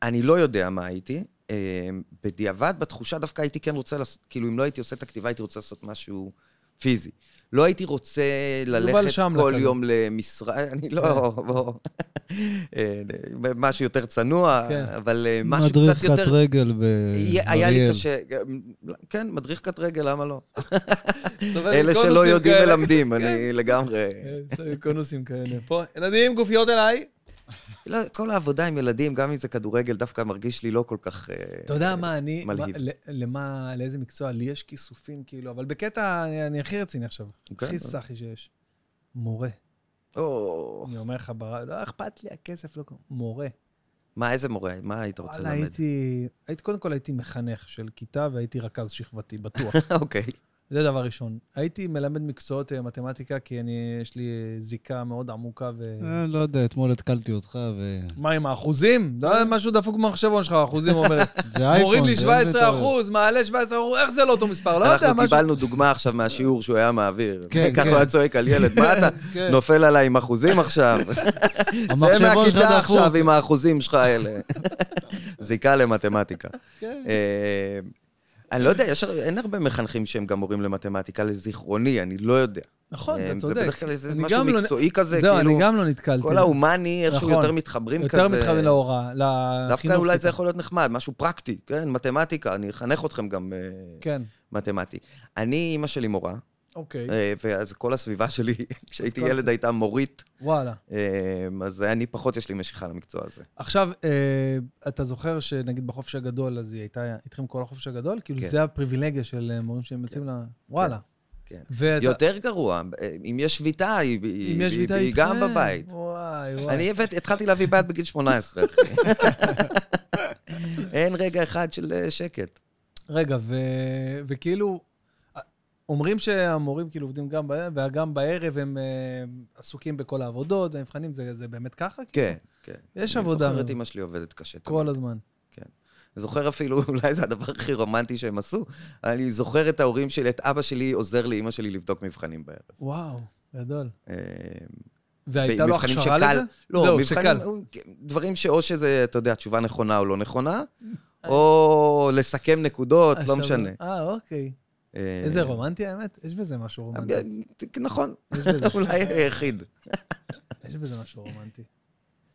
[SPEAKER 2] אני לא יודע מה הייתי. אה, בדיעבד, בתחושה דווקא הייתי כן רוצה לעשות, כאילו, אם לא הייתי עושה את הכתיבה, הייתי רוצה לעשות משהו פיזי. לא הייתי רוצה ללכת
[SPEAKER 1] שמלה
[SPEAKER 2] כל
[SPEAKER 1] כזה.
[SPEAKER 2] יום למשרה, אני לא...
[SPEAKER 1] כן.
[SPEAKER 2] בוא. אה, משהו יותר צנוע,
[SPEAKER 1] כן.
[SPEAKER 2] אבל אה, משהו
[SPEAKER 3] מדריך
[SPEAKER 2] קצת
[SPEAKER 3] קט
[SPEAKER 2] יותר...
[SPEAKER 3] רגל באריאל.
[SPEAKER 2] היה לי קשה, כן, מדריך קט רגל, למה לא?
[SPEAKER 1] מסתובב עם
[SPEAKER 2] אלה שלא
[SPEAKER 1] קונוסים
[SPEAKER 2] יודעים
[SPEAKER 1] כאלה.
[SPEAKER 2] מלמדים, אני לגמרי...
[SPEAKER 1] כן, מסתובב עם קונוסים כאלה. פה, ילדים, גופיות אליי.
[SPEAKER 2] לא, כל העבודה עם ילדים, גם אם זה כדורגל, דווקא מרגיש לי לא כל כך... אה,
[SPEAKER 1] אתה יודע מה אני, מה-
[SPEAKER 2] מלהיב.
[SPEAKER 1] ל- למה, לאיזה מקצוע לי יש כיסופים, כאילו, אבל בקטע, אני- אני הכי רציני עכשיו.
[SPEAKER 2] כן.
[SPEAKER 1] הכי סאחי שיש. מורה.
[SPEAKER 2] או,
[SPEAKER 1] אני אומר לך, בר- לא אכפת לי הכסף, לא כלום. מורה.
[SPEAKER 2] מה, איזה מורה? מה היית רוצה
[SPEAKER 1] וואלה,
[SPEAKER 2] ללמד?
[SPEAKER 1] הייתי, הייתי, קודם כל הייתי מחנך של כיתה והייתי רכז שכבתי, בטוח.
[SPEAKER 2] אוקיי.
[SPEAKER 1] זה דבר ראשון. הייתי מלמד מקצועות אה, מתמטיקה, כי אני, יש לי אה, זיקה מאוד עמוקה ו...
[SPEAKER 3] אה, לא יודע, אתמול התקלתי אותך, ו...
[SPEAKER 1] מה עם האחוזים? לא, משהו דפוק במחשבון שלך, האחוזים אומר.
[SPEAKER 3] זה אייפון.
[SPEAKER 1] מוריד לי
[SPEAKER 3] זה איזה
[SPEAKER 1] 17
[SPEAKER 3] טעות.
[SPEAKER 1] אחוז, מעלה 17 אחוז, איך זה לא אותו מספר? לא יודע,
[SPEAKER 2] אנחנו
[SPEAKER 1] משהו...
[SPEAKER 2] קיבלנו דוגמה עכשיו מהשיעור שהוא היה מעביר.
[SPEAKER 3] כן,
[SPEAKER 2] ככה
[SPEAKER 3] כן.
[SPEAKER 2] הוא היה צועק על ילד, מה אתה
[SPEAKER 3] כן.
[SPEAKER 2] נופל עליי עם אחוזים עכשיו? לא, זה
[SPEAKER 3] המחשבון שלך
[SPEAKER 2] מהכיתה
[SPEAKER 3] דפוק.
[SPEAKER 2] עכשיו עם האחוזים שלך האלה. זיקה למתמטיקה.
[SPEAKER 1] כן.
[SPEAKER 2] אה, אני לא יודע, יש- אין הרבה מחנכים שהם גם מורים למתמטיקה, לזיכרוני, אני לא יודע.
[SPEAKER 1] נכון,
[SPEAKER 2] אה,
[SPEAKER 1] אתה
[SPEAKER 2] זה
[SPEAKER 1] צודק.
[SPEAKER 2] בדרך כלל איזה
[SPEAKER 1] אני
[SPEAKER 2] משהו
[SPEAKER 1] גם לא-
[SPEAKER 2] מקצועי כזה,
[SPEAKER 1] זהו, אני
[SPEAKER 2] כאילו...
[SPEAKER 1] גם לא נתקלתי.
[SPEAKER 2] כל ההומני, איכשהו
[SPEAKER 1] נכון.
[SPEAKER 2] יותר מתחברים כזה.
[SPEAKER 1] יותר מתחבר להוראה, לחינוך.
[SPEAKER 2] דווקא אולי זה
[SPEAKER 1] כאילו.
[SPEAKER 2] יכול להיות נחמד, משהו פרקטי, כן? מתמטיקה, אני אחנך אתכם גם אה,
[SPEAKER 1] כן.
[SPEAKER 2] מתמטי. אני, אימא שלי מורה,
[SPEAKER 1] אוקיי.
[SPEAKER 2] אה, ואז כל הסביבה שלי, כשהייתי
[SPEAKER 1] כל
[SPEAKER 2] ילד,
[SPEAKER 1] זה.
[SPEAKER 2] הייתה מורית,
[SPEAKER 1] וואלה.
[SPEAKER 2] אה, אז אני פחות יש לי משיכה למקצוע הזה.
[SPEAKER 1] עכשיו, אה, אתה זוכר שנגיד בחופש הגדול, אז היא הייתה איתכם כל החופש הגדול? כאילו,
[SPEAKER 2] כן.
[SPEAKER 1] זה הפריבילגיה של אה, מורים שהם יוצאים ל... וואלה.
[SPEAKER 2] כן.
[SPEAKER 1] ואתה-
[SPEAKER 2] יותר גרוע, אה, אם יש שביתה, היא-
[SPEAKER 1] אם
[SPEAKER 2] היא
[SPEAKER 1] יש
[SPEAKER 2] היא-
[SPEAKER 1] שביתה
[SPEAKER 2] היא גם
[SPEAKER 1] איתכם.
[SPEAKER 2] בבית.
[SPEAKER 1] וואי, וואי.
[SPEAKER 2] אני הבאת- התחלתי להביא בעד בגיל 18, אחי. אין רגע אחד של אה, שקט.
[SPEAKER 1] רגע, ו... וכאילו, אומרים שהמורים כאילו עובדים גם בערב, וגם בערב הם אה, עסוקים בכל העבודות, המבחנים, זה, זה באמת ככה? כאילו?
[SPEAKER 2] כן, כן.
[SPEAKER 1] יש עבודה.
[SPEAKER 2] אני זוכר את אמא שלי עובדת קשה.
[SPEAKER 1] כל
[SPEAKER 2] תמיד.
[SPEAKER 1] הזמן.
[SPEAKER 2] אני זוכר אפילו, אולי זה הדבר הכי רומנטי שהם עשו, אני זוכר את ההורים שלי, את אבא שלי עוזר לאימא שלי לבדוק מבחנים בערב.
[SPEAKER 1] וואו, גדול.
[SPEAKER 2] אה,
[SPEAKER 1] והייתה לו
[SPEAKER 2] מבחנים
[SPEAKER 1] הכשרה
[SPEAKER 2] שקל-
[SPEAKER 1] לזה?
[SPEAKER 2] לא,
[SPEAKER 1] זהו,
[SPEAKER 2] מבחנים,
[SPEAKER 1] שקל.
[SPEAKER 2] הוא- דברים שאו שזה, אתה יודע, תשובה נכונה או לא נכונה, או לסכם נקודות,
[SPEAKER 1] אה,
[SPEAKER 2] לא
[SPEAKER 1] שווה.
[SPEAKER 2] משנה.
[SPEAKER 1] אה, אוקיי.
[SPEAKER 2] אה,
[SPEAKER 1] איזה רומנטי האמת? יש בזה משהו
[SPEAKER 2] אה,
[SPEAKER 1] רומנטי.
[SPEAKER 2] נכון,
[SPEAKER 1] יש בזה-
[SPEAKER 2] אולי היחיד.
[SPEAKER 1] יש בזה משהו רומנטי.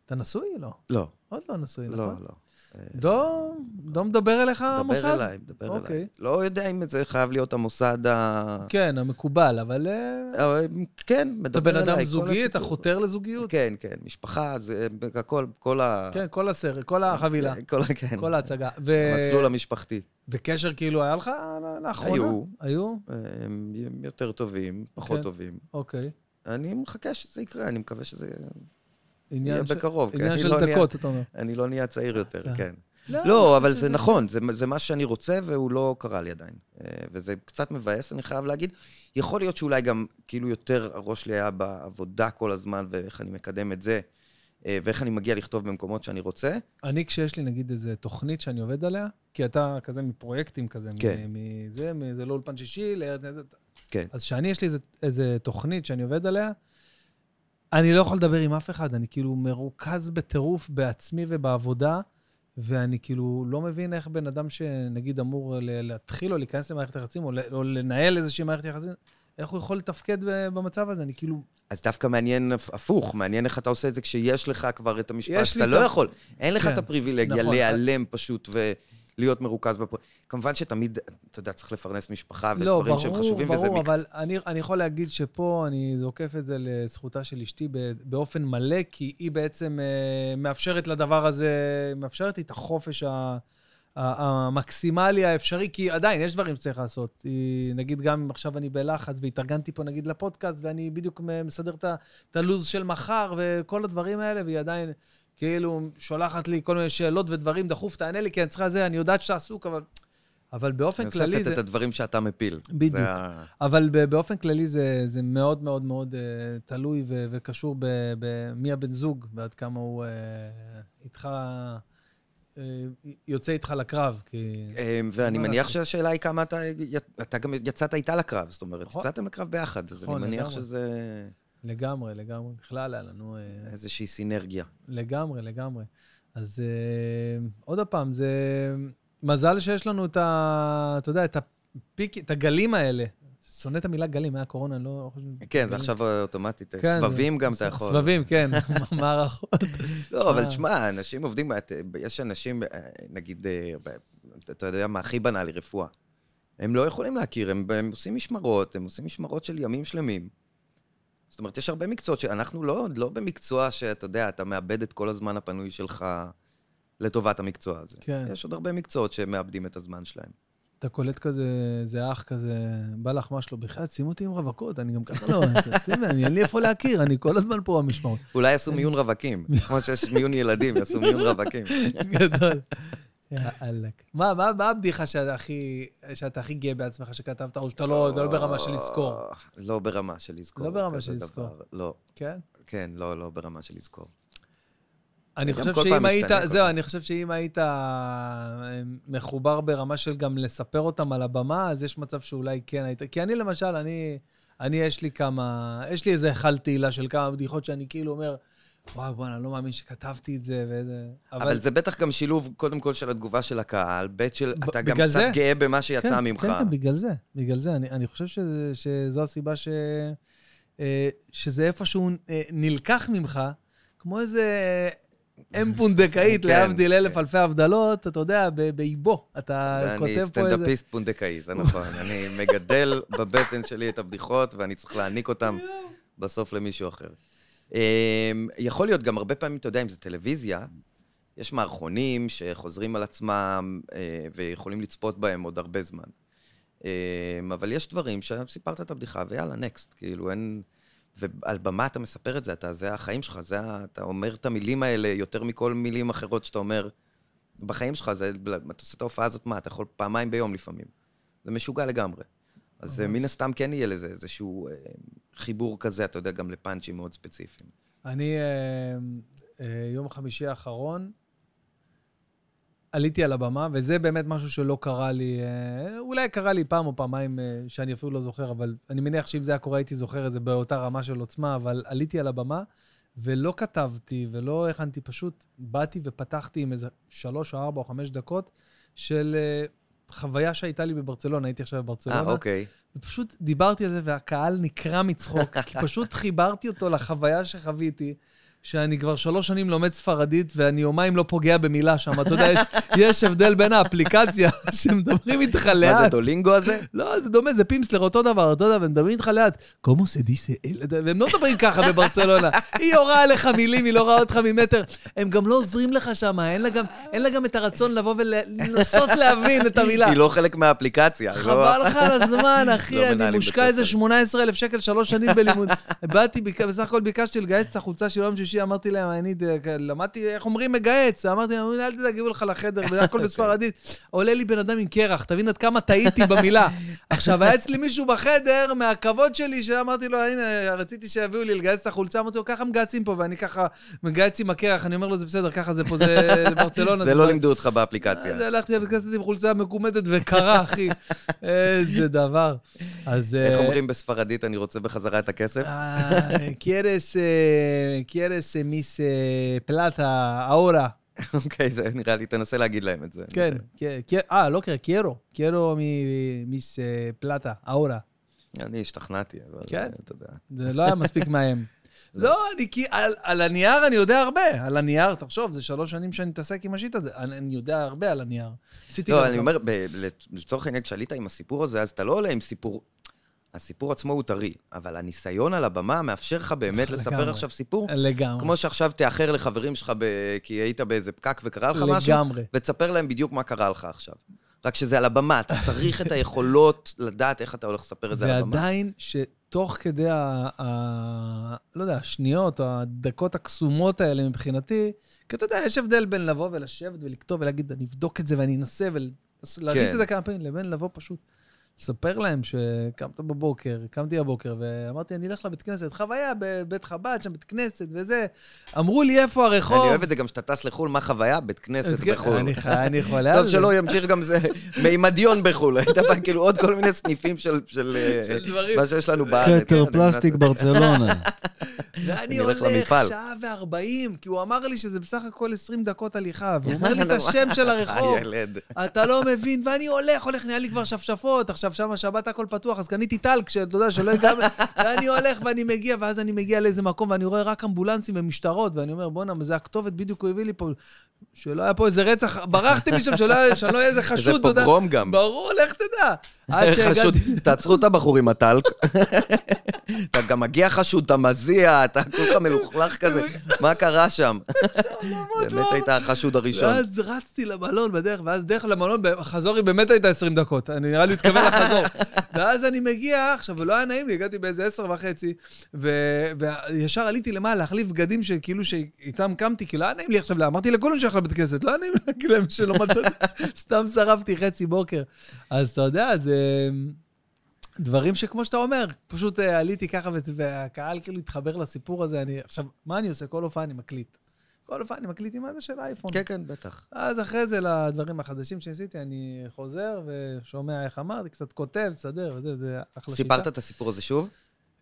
[SPEAKER 1] אתה נשוי? לא.
[SPEAKER 2] לא,
[SPEAKER 1] עוד לא נשוי,
[SPEAKER 2] לא,
[SPEAKER 1] נכון?
[SPEAKER 2] לא.
[SPEAKER 1] לא. לא מדבר אליך המוסד?
[SPEAKER 2] דבר אליי, דבר
[SPEAKER 1] אוקיי.
[SPEAKER 2] אליי. לא יודע אם זה חייב להיות המוסד ה...
[SPEAKER 1] כן, המקובל, אבל אה,
[SPEAKER 2] אה, כן,
[SPEAKER 1] אתה
[SPEAKER 2] מדבר אליי.
[SPEAKER 1] בן אדם
[SPEAKER 2] כל
[SPEAKER 1] זוגי, אתה
[SPEAKER 2] הסיפור.
[SPEAKER 1] חותר לזוגיות?
[SPEAKER 2] כן, כן, משפחה, זה הכל, כל ה...
[SPEAKER 1] כן, כל הסרט, כל החבילה,
[SPEAKER 2] כל ה... כן.
[SPEAKER 1] כל ההצגה. ו-
[SPEAKER 2] המסלול המשפחתי.
[SPEAKER 1] בקשר כאילו היה לך לאחרונה?
[SPEAKER 2] היו.
[SPEAKER 1] היו?
[SPEAKER 2] אה, הם יותר טובים, פחות
[SPEAKER 1] כן.
[SPEAKER 2] טובים.
[SPEAKER 1] אוקיי. אני
[SPEAKER 2] אני מחכה שזה יקרה, אני מקווה שזה יהיה
[SPEAKER 1] עניין של-
[SPEAKER 2] בקרוב. כי
[SPEAKER 1] עניין
[SPEAKER 2] אני
[SPEAKER 1] של
[SPEAKER 2] לא נהיה-
[SPEAKER 1] דקות, אתה אומר.
[SPEAKER 2] אני לא נהיה צעיר יותר,
[SPEAKER 1] אתה-
[SPEAKER 2] כן. לא, אבל זה נכון, זה- זה מה שאני רוצה והוא לא קרה לי עדיין. אה, וזה קצת מבאס, אני חייב להגיד. יכול להיות שאולי גם, כאילו יותר הראש שלי היה בעבודה כל הזמן, ואיך אני מקדם את זה, אה, ואיך אני מגיע לכתוב במקומות שאני רוצה.
[SPEAKER 1] אני, כשיש לי נגיד איזו תוכנית שאני עובד עליה, כי אתה כזה מפרויקטים כזה,
[SPEAKER 2] כן.
[SPEAKER 1] מ- מזה, מזה לא אולפן שישי, ל- זה- זה-
[SPEAKER 2] כן.
[SPEAKER 1] אז כשאני, יש לי איזה- איזה תוכנית שאני עובד עליה, אני לא יכול לדבר עם אף אחד, אני כאילו מרוכז בטירוף בעצמי ובעבודה, ואני כאילו לא מבין איך בן אדם שנגיד אמור ל- להתחיל או להיכנס למערכת יחסים, או, ל- או לנהל איזושהי מערכת יחסים, איך הוא יכול לתפקד ב- במצב הזה? אני כאילו...
[SPEAKER 2] אז דווקא מעניין הפ- הפוך, מעניין איך אתה עושה את זה כשיש לך כבר את המשפט
[SPEAKER 1] יש לי
[SPEAKER 2] שאתה
[SPEAKER 1] את
[SPEAKER 2] לא
[SPEAKER 1] ה-
[SPEAKER 2] יכול. אין לך
[SPEAKER 1] כן,
[SPEAKER 2] את הפריבילגיה
[SPEAKER 1] נכון.
[SPEAKER 2] להיעלם פשוט ולהיות מרוכז בפרויקט. כמובן שתמיד, אתה יודע, צריך לפרנס משפחה, ויש
[SPEAKER 1] לא,
[SPEAKER 2] דברים שהם
[SPEAKER 1] ברור,
[SPEAKER 2] חשובים, וזה
[SPEAKER 1] ברור,
[SPEAKER 2] מקצוע.
[SPEAKER 1] אבל אני, אני יכול להגיד שפה אני זוקף את זה לזכותה של אשתי ב- באופן מלא, כי היא בעצם אה, מאפשרת לדבר הזה, מאפשרת לי את החופש ה, ה, המקסימלי האפשרי, כי עדיין יש דברים שצריך לעשות. היא, נגיד, גם אם עכשיו אני בלחץ והתארגנתי פה, נגיד, לפודקאסט, ואני בדיוק מ- מסדר את ה- את הלו"ז של מחר וכל הדברים האלה, והיא עדיין... כאילו, שולחת לי כל מיני שאלות ודברים, דחוף, תענה לי, כי אני צריכה זה, אני יודעת שאתה עסוק, אבל... אבל באופן כללי...
[SPEAKER 2] נוספת
[SPEAKER 1] זה-
[SPEAKER 2] את הדברים שאתה מפיל.
[SPEAKER 1] בדיוק.
[SPEAKER 2] זה ה-
[SPEAKER 1] אבל ב- באופן כללי זה, זה מאוד מאוד מאוד uh, תלוי ו- וקשור במי הבן זוג ועד כמה הוא uh, איתך, uh, יוצא איתך לקרב. כי...
[SPEAKER 2] אמ, ואני
[SPEAKER 1] מה
[SPEAKER 2] מניח
[SPEAKER 1] לעשות?
[SPEAKER 2] שהשאלה היא כמה אתה... אתה גם יצאת איתה לקרב, זאת אומרת,
[SPEAKER 1] נכון.
[SPEAKER 2] יצאתם לקרב ביחד, אז אני
[SPEAKER 1] נכון,
[SPEAKER 2] מניח
[SPEAKER 1] לגמרי.
[SPEAKER 2] שזה
[SPEAKER 1] לגמרי, לגמרי. בכלל היה לנו... Uh,
[SPEAKER 2] איזושהי סינרגיה.
[SPEAKER 1] לגמרי, לגמרי. אז uh, עוד פעם, זה מזל שיש לנו את ה... אתה יודע, את הפיק, את הגלים האלה. שונא את המילה גלים, מהקורונה, אני לא...
[SPEAKER 2] כן, זה עכשיו אוטומטית.
[SPEAKER 1] כן, זה-
[SPEAKER 2] סבבים גם אתה יכול.
[SPEAKER 1] סבבים, כן, מערכות.
[SPEAKER 2] לא, אבל
[SPEAKER 1] תשמע.
[SPEAKER 2] תשמע, אנשים עובדים, את- יש אנשים, אה, נגיד, אה, ב- אתה- אתה יודע מה הכי בנאלי, רפואה. הם לא יכולים להכיר, הם, הם עושים משמרות, הם עושים משמרות של ימים שלמים. זאת אומרת, יש הרבה מקצועות שאנחנו לא, לא במקצוע שאתה יודע, אתה מאבד את כל הזמן הפנוי שלך לטובת המקצוע הזה.
[SPEAKER 1] כן.
[SPEAKER 2] יש עוד הרבה מקצועות שמאבדים את הזמן שלהם.
[SPEAKER 1] אתה קולט כזה, זה אח כזה, בא לך משהו, בכלל, שימו אותי עם רווקות, אני גם ככה לא, שימי, אני- אין לי איפה להכיר, אני כל הזמן פה במשמעות.
[SPEAKER 2] אולי יעשו מיון רווקים, כמו שיש מיון ילדים, יעשו מיון רווקים.
[SPEAKER 1] גדול. יאללק. מה, מה, מה הבדיחה שאתה הכי, שאתה הכי גאה בעצמך שכתבת, או שאתה לא, זה לא ברמה של לזכור,
[SPEAKER 2] לא ברמה של לזכור.
[SPEAKER 1] לא ברמה
[SPEAKER 2] כזה
[SPEAKER 1] של לזכור.
[SPEAKER 2] דבר. לא,
[SPEAKER 1] כן?
[SPEAKER 2] כן, לא, לא ברמה של לזכור.
[SPEAKER 1] אני
[SPEAKER 2] גם
[SPEAKER 1] חושב
[SPEAKER 2] כל
[SPEAKER 1] שאם
[SPEAKER 2] פעם
[SPEAKER 1] היית,
[SPEAKER 2] משתנה, כל
[SPEAKER 1] זהו,
[SPEAKER 2] פעם.
[SPEAKER 1] אני חושב שאם היית אה, מחובר ברמה של גם לספר אותם על הבמה, אז יש מצב שאולי כן היית, כי אני למשל, אני, אני יש לי כמה, יש לי איזה היכל תהילה של כמה בדיחות שאני כאילו אומר, וואי, בואנה, אני לא מאמין שכתבתי את זה ואיזה...
[SPEAKER 2] אבל, זה בטח גם שילוב, קודם כל, של התגובה של הקהל, ב' של
[SPEAKER 1] ב-
[SPEAKER 2] אתה גם
[SPEAKER 1] בגלל
[SPEAKER 2] קצת
[SPEAKER 1] זה-
[SPEAKER 2] גאה במה שיצא
[SPEAKER 1] כן,
[SPEAKER 2] ממך.
[SPEAKER 1] כן, כן, בגלל זה, בגלל זה. אני, אני חושב שזה, שזו הסיבה ש, אה, שזה איפשהו אה, נלקח ממך, כמו איזה אם פונדקאית,
[SPEAKER 2] כן.
[SPEAKER 1] להבדיל אלף אלפי הבדלות, אתה יודע, ב- באיבו. אתה
[SPEAKER 2] ואני
[SPEAKER 1] כותב פה איזה...
[SPEAKER 2] סטנדאפיסט פונדקאי, זה נכון. אני מגדל בבטן שלי את הבדיחות, ואני צריך להעניק אותן בסוף למישהו אחר. אמ, יכול להיות גם הרבה פעמים, אתה יודע, אם זה טלוויזיה, יש מערכונים שחוזרים על עצמם אה, ויכולים לצפות בהם עוד הרבה זמן. אמ, אבל יש דברים שסיפרת את הבדיחה, ויאללה, נקסט. כאילו, אין... ועל במה אתה מספר את זה, אתה, זה החיים שלך, זה ה... אתה אומר את המילים האלה יותר מכל מילים אחרות שאתה אומר בחיים שלך, זה... אתה עושה את ההופעה הזאת, מה, אתה יכול פעמיים ביום לפעמים. זה משוגע לגמרי. אז אה, מן הסתם כן יהיה לזה איזשהו אה, חיבור כזה, אתה יודע, גם לפאנצ'ים מאוד ספציפיים.
[SPEAKER 1] אני, אה, אה, יום חמישי האחרון, עליתי על הבמה, וזה באמת משהו שלא קרה לי, אה, אולי קרה לי פעם או פעמיים, אה, שאני אפילו לא זוכר, אבל אני מניח שאם זה היה קורה הייתי זוכר את זה באותה רמה של עוצמה, אבל עליתי על הבמה, ולא כתבתי ולא הכנתי, פשוט באתי ופתחתי עם איזה שלוש או ארבע או חמש דקות של אה, חוויה שהייתה לי בברצלונה, הייתי עכשיו
[SPEAKER 2] אה,
[SPEAKER 1] בברצלונה.
[SPEAKER 2] אוקיי.
[SPEAKER 1] ופשוט דיברתי על זה, והקהל נקרע מצחוק, כי פשוט חיברתי אותו לחוויה שחוויתי, שאני כבר שלוש שנים לומד ספרדית, ואני יומיים לא פוגע במילה שם. אתה יודע, יש, יש הבדל בין האפליקציה, שמדברים איתך
[SPEAKER 2] מה זה,
[SPEAKER 1] לאט.
[SPEAKER 2] דולינגו הזה?
[SPEAKER 1] לא, זה דומה, זה פימסלר, אותו דבר, אותו דבר, הם מדברים איתך לאט. כמו סדיסה אל... והם לא מדברים ככה בברצלונה. היא יורה עליך מילים, היא לא רואה אותך ממטר. הם גם לא עוזרים לך שם, אין, לה גם- אין לה גם את הרצון לבוא ולנסות להבין את המילה.
[SPEAKER 2] היא לא חלק מהאפליקציה. לא-
[SPEAKER 1] חבל לך על הזמן,
[SPEAKER 2] לא
[SPEAKER 1] אחי, אני
[SPEAKER 2] מנהלים
[SPEAKER 1] מושקע
[SPEAKER 2] בית
[SPEAKER 1] איזה
[SPEAKER 2] ספר.
[SPEAKER 1] 18,000 שקל שלוש שנים בלימוד. באתי, ביק- בסך הכל ביקשתי לגייס את החולצה של יום שישי, אמרתי להם, אני ד- למדתי, איך אומרים מגייס? אמרתי להם, אל תדאג, יהיו לך לחדר, וזה הכל בספרדית. עולה לי בן אדם עם קרח, תבין עד כמה טעיתי במילה. עכשיו, היה אצלי מישהו בחדר, מהכבוד שלי, שאמרתי לו, הנה, רציתי שיביאו לי לגייס את החולצה, אמרתי לו, ככה מגייסים פה, ואני ככה מגייס עם הקרח, אני אומר לו, זה בסדר, ככה זה פה, זה זה ברצלונה.
[SPEAKER 2] זה לא
[SPEAKER 1] כבר-
[SPEAKER 2] לימדו אותך באפליקציה.
[SPEAKER 1] אז הלכתי לבית כנסת עם חולצה מקומטת וקרה, אחי. איזה דבר. אז...
[SPEAKER 2] איך
[SPEAKER 1] אה,
[SPEAKER 2] אומרים בספרדית, אני רוצה בחזרה את הכסף?
[SPEAKER 1] אה, קיירס, אה, קיירס אה, מיס אה, פלטה, אהורה.
[SPEAKER 2] אוקיי, זה נראה לי, תנסה להגיד להם את זה.
[SPEAKER 1] כן, כן,
[SPEAKER 2] אוקיי.
[SPEAKER 1] כן, אה, לא קיירס, קיירו. קיירו מ- מיס אה, פלטה, אהורה.
[SPEAKER 2] אני השתכנעתי, אבל
[SPEAKER 1] כן.
[SPEAKER 2] אתה יודע.
[SPEAKER 1] זה לא היה מספיק מאיים. לא, אני כי... על, על הנייר אני יודע הרבה. על הנייר, תחשוב, זה שלוש שנים שאני מתעסק עם השיט הזה. אני, אני יודע הרבה על הנייר. עשיתי גם-
[SPEAKER 2] לא, אני אומר, ב- לצ- לצורך העניין, כשעלית עם הסיפור הזה, אז אתה לא עולה עם סיפור... הסיפור עצמו הוא טרי, אבל הניסיון על הבמה מאפשר לך באמת
[SPEAKER 1] לגמרי.
[SPEAKER 2] לספר עכשיו סיפור,
[SPEAKER 1] לגמרי.
[SPEAKER 2] כמו שעכשיו תאחר לחברים שלך ב- כי היית באיזה פקק וקרה לך משהו,
[SPEAKER 1] לגמרי.
[SPEAKER 2] ותספר להם בדיוק מה קרה לך עכשיו. רק שזה על הבמה, אתה צריך את היכולות לדעת איך אתה הולך לספר את זה על הבמה.
[SPEAKER 1] ועדיין, שתוך כדי ה... ה... לא יודע, השניות, או הדקות הקסומות האלה מבחינתי, כי אתה יודע, יש הבדל בין לבוא ולשבת ולכתוב ולהגיד, אני אבדוק את זה ואני אנסה ולהריץ
[SPEAKER 2] כן.
[SPEAKER 1] את זה כמה פעמים, לבין לבוא פשוט. לספר להם שקמת בבוקר, קמתי הבוקר ואמרתי, אני אלך לבית כנסת, חוויה בבית חב"ד, שם בית כנסת וזה. אמרו לי, איפה הרחוב?
[SPEAKER 2] אני אוהב את זה גם כשאתה טס לחו"ל, מה חוויה? בית כנסת
[SPEAKER 1] אז כן,
[SPEAKER 2] בחו"ל.
[SPEAKER 1] אני חי- אני חולה על
[SPEAKER 2] טוב
[SPEAKER 1] זה.
[SPEAKER 2] שלא ימשיך גם זה, מימדיון בחו"ל. היית בא כאילו עוד כל מיני סניפים של של, אה,
[SPEAKER 1] של דברים.
[SPEAKER 2] מה שיש לנו בארץ.
[SPEAKER 3] כתר
[SPEAKER 2] כן, אני
[SPEAKER 3] פלסטיק
[SPEAKER 2] מנסה-
[SPEAKER 3] ברצלונה.
[SPEAKER 1] ואני
[SPEAKER 2] אני הולך
[SPEAKER 1] הולך
[SPEAKER 2] למפעל.
[SPEAKER 1] שעה וארבעים, כי הוא אמר לי שזה בסך הכל 20 דקות הליכה, והוא אומר לי את השם של הרחוב.
[SPEAKER 2] הילד.
[SPEAKER 1] אתה לא מבין, ואני הולך, הולך, נהיה לי כבר שפשפות, עכשיו שם השבת הכל פתוח, אז קניתי טלק, שאתה יודע, שלא יגע... ואני הולך ואני מגיע, ואז אני מגיע לאיזה מקום, ואני רואה רק אמבולנסים ומשטרות, ואני אומר, בואנה, זה הכתובת בדיוק הוא הביא לי פה, שלא היה פה איזה רצח, ברחתי משם, שלא היה שלא היה איזה
[SPEAKER 2] זה
[SPEAKER 1] חשוד, אתה יודע.
[SPEAKER 2] פוגרום גם. אה,
[SPEAKER 1] ברור, לך תדע. עד
[SPEAKER 2] חשוד,
[SPEAKER 1] שהגעתי...
[SPEAKER 2] תעצרו את הבחור עם הטלק. אתה גם מגיע חשוד, אתה מזיע, אתה כולך מלוכלך כזה. מה קרה שם?
[SPEAKER 1] לא,
[SPEAKER 2] באמת היית החשוד הראשון.
[SPEAKER 1] ואז רצתי למלון בדרך, ואז דרך למלון, בחזור היא באמת הייתה 20 דקות, אני נראה לי התכוון לחזור. ואז אני מגיע, עכשיו, לא היה נעים לי, הגעתי באיזה עשר וחצי, ו- וישר עליתי למעלה להחליף בגדים שכאילו שאיתם קמתי, כי לא היה נעים לי עכשיו, אמרתי לכולם שהולך לבית כנסת, לא היה נעים להגיד להם שלא מצאתי, סתם שרפתי חצי בוקר. אז אתה יודע, זה... דברים שכמו שאתה אומר, פשוט אה, עליתי ככה וזה- והקהל כאילו התחבר לסיפור הזה. אני, עכשיו, מה אני עושה? כל הופעה אני מקליט. כל הופעה אני מקליט עם הזה של האייפון.
[SPEAKER 2] כן, כן, בטח.
[SPEAKER 1] אז אחרי זה, לדברים החדשים שעשיתי, אני חוזר ושומע איך אמרתי, קצת כותב, מסדר, וזה, זה אחלה
[SPEAKER 2] סיפרת את הסיפור הזה שוב?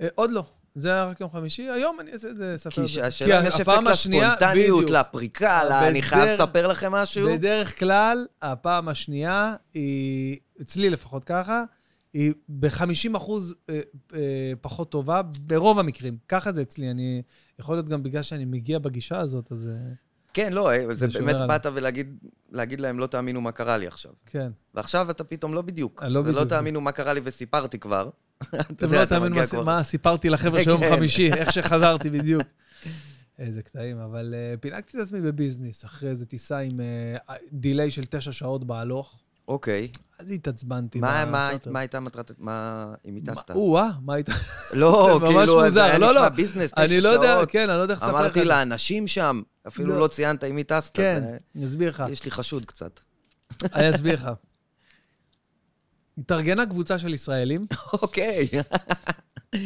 [SPEAKER 1] אה, עוד לא. זה היה רק יום חמישי, היום אני אעשה את זה, אספר
[SPEAKER 2] כי
[SPEAKER 1] את זה.
[SPEAKER 2] השאלה אם יש
[SPEAKER 1] הפעם
[SPEAKER 2] אפקט
[SPEAKER 1] השנייה-
[SPEAKER 2] לספונטניות,
[SPEAKER 1] בדיוק.
[SPEAKER 2] לפריקה, ל- אני חייב
[SPEAKER 1] בדרך-
[SPEAKER 2] לספר לכם משהו?
[SPEAKER 1] בדרך כלל, הפעם השנייה היא, אצלי לפחות ככה, היא ב-50 אחוז אה, פחות טובה, ברוב המקרים. ככה זה אצלי. אני, יכול להיות גם בגלל שאני מגיע בגישה הזאת, אז... אה,
[SPEAKER 2] כן, לא, אה, זה
[SPEAKER 1] זה שומר
[SPEAKER 2] באמת
[SPEAKER 1] על-
[SPEAKER 2] באת ולהגיד להגיד להם, לא תאמינו מה קרה לי עכשיו.
[SPEAKER 1] כן.
[SPEAKER 2] ועכשיו אתה פתאום לא בדיוק.
[SPEAKER 1] אה, לא
[SPEAKER 2] ולא
[SPEAKER 1] בדיוק.
[SPEAKER 2] תאמינו מה קרה לי וסיפרתי כבר. אתה
[SPEAKER 1] אתם
[SPEAKER 2] יודע,
[SPEAKER 1] לא
[SPEAKER 2] אתה
[SPEAKER 1] תאמינו
[SPEAKER 2] מגיע
[SPEAKER 1] מה-
[SPEAKER 2] כבר-
[SPEAKER 1] מה סיפרתי לחבר'ה של יום
[SPEAKER 2] כן.
[SPEAKER 1] חמישי, איך שחזרתי בדיוק. איזה קטעים, אבל אה, פינקתי את עצמי בביזנס, אחרי איזה טיסה עם אה, דיליי של תשע שעות בהלוך.
[SPEAKER 2] אוקיי.
[SPEAKER 1] אז התעצבנתי.
[SPEAKER 2] מה-
[SPEAKER 1] מה-
[SPEAKER 2] מה- מה הייתה מטרת... מה... אם הטסת?
[SPEAKER 1] מה- או-אה, מה הייתה?
[SPEAKER 2] לא,
[SPEAKER 1] זה ממש
[SPEAKER 2] כאילו, אז זה
[SPEAKER 1] מוזר.
[SPEAKER 2] היה
[SPEAKER 1] לא,
[SPEAKER 2] נשמע
[SPEAKER 1] לא.
[SPEAKER 2] ביזנס, תשע
[SPEAKER 1] אני לא יודע,
[SPEAKER 2] שעות.
[SPEAKER 1] כן, אני לא יודע איך לספר לך.
[SPEAKER 2] אמרתי
[SPEAKER 1] את זה.
[SPEAKER 2] לאנשים שם, אפילו
[SPEAKER 1] לא.
[SPEAKER 2] לא ציינת אם הטסת.
[SPEAKER 1] כן,
[SPEAKER 2] זה-
[SPEAKER 1] אני אסביר לך.
[SPEAKER 2] אה, יש לי חשוד קצת.
[SPEAKER 1] אני אסביר לך. התארגנה קבוצה של ישראלים.
[SPEAKER 2] אוקיי.
[SPEAKER 1] טוב,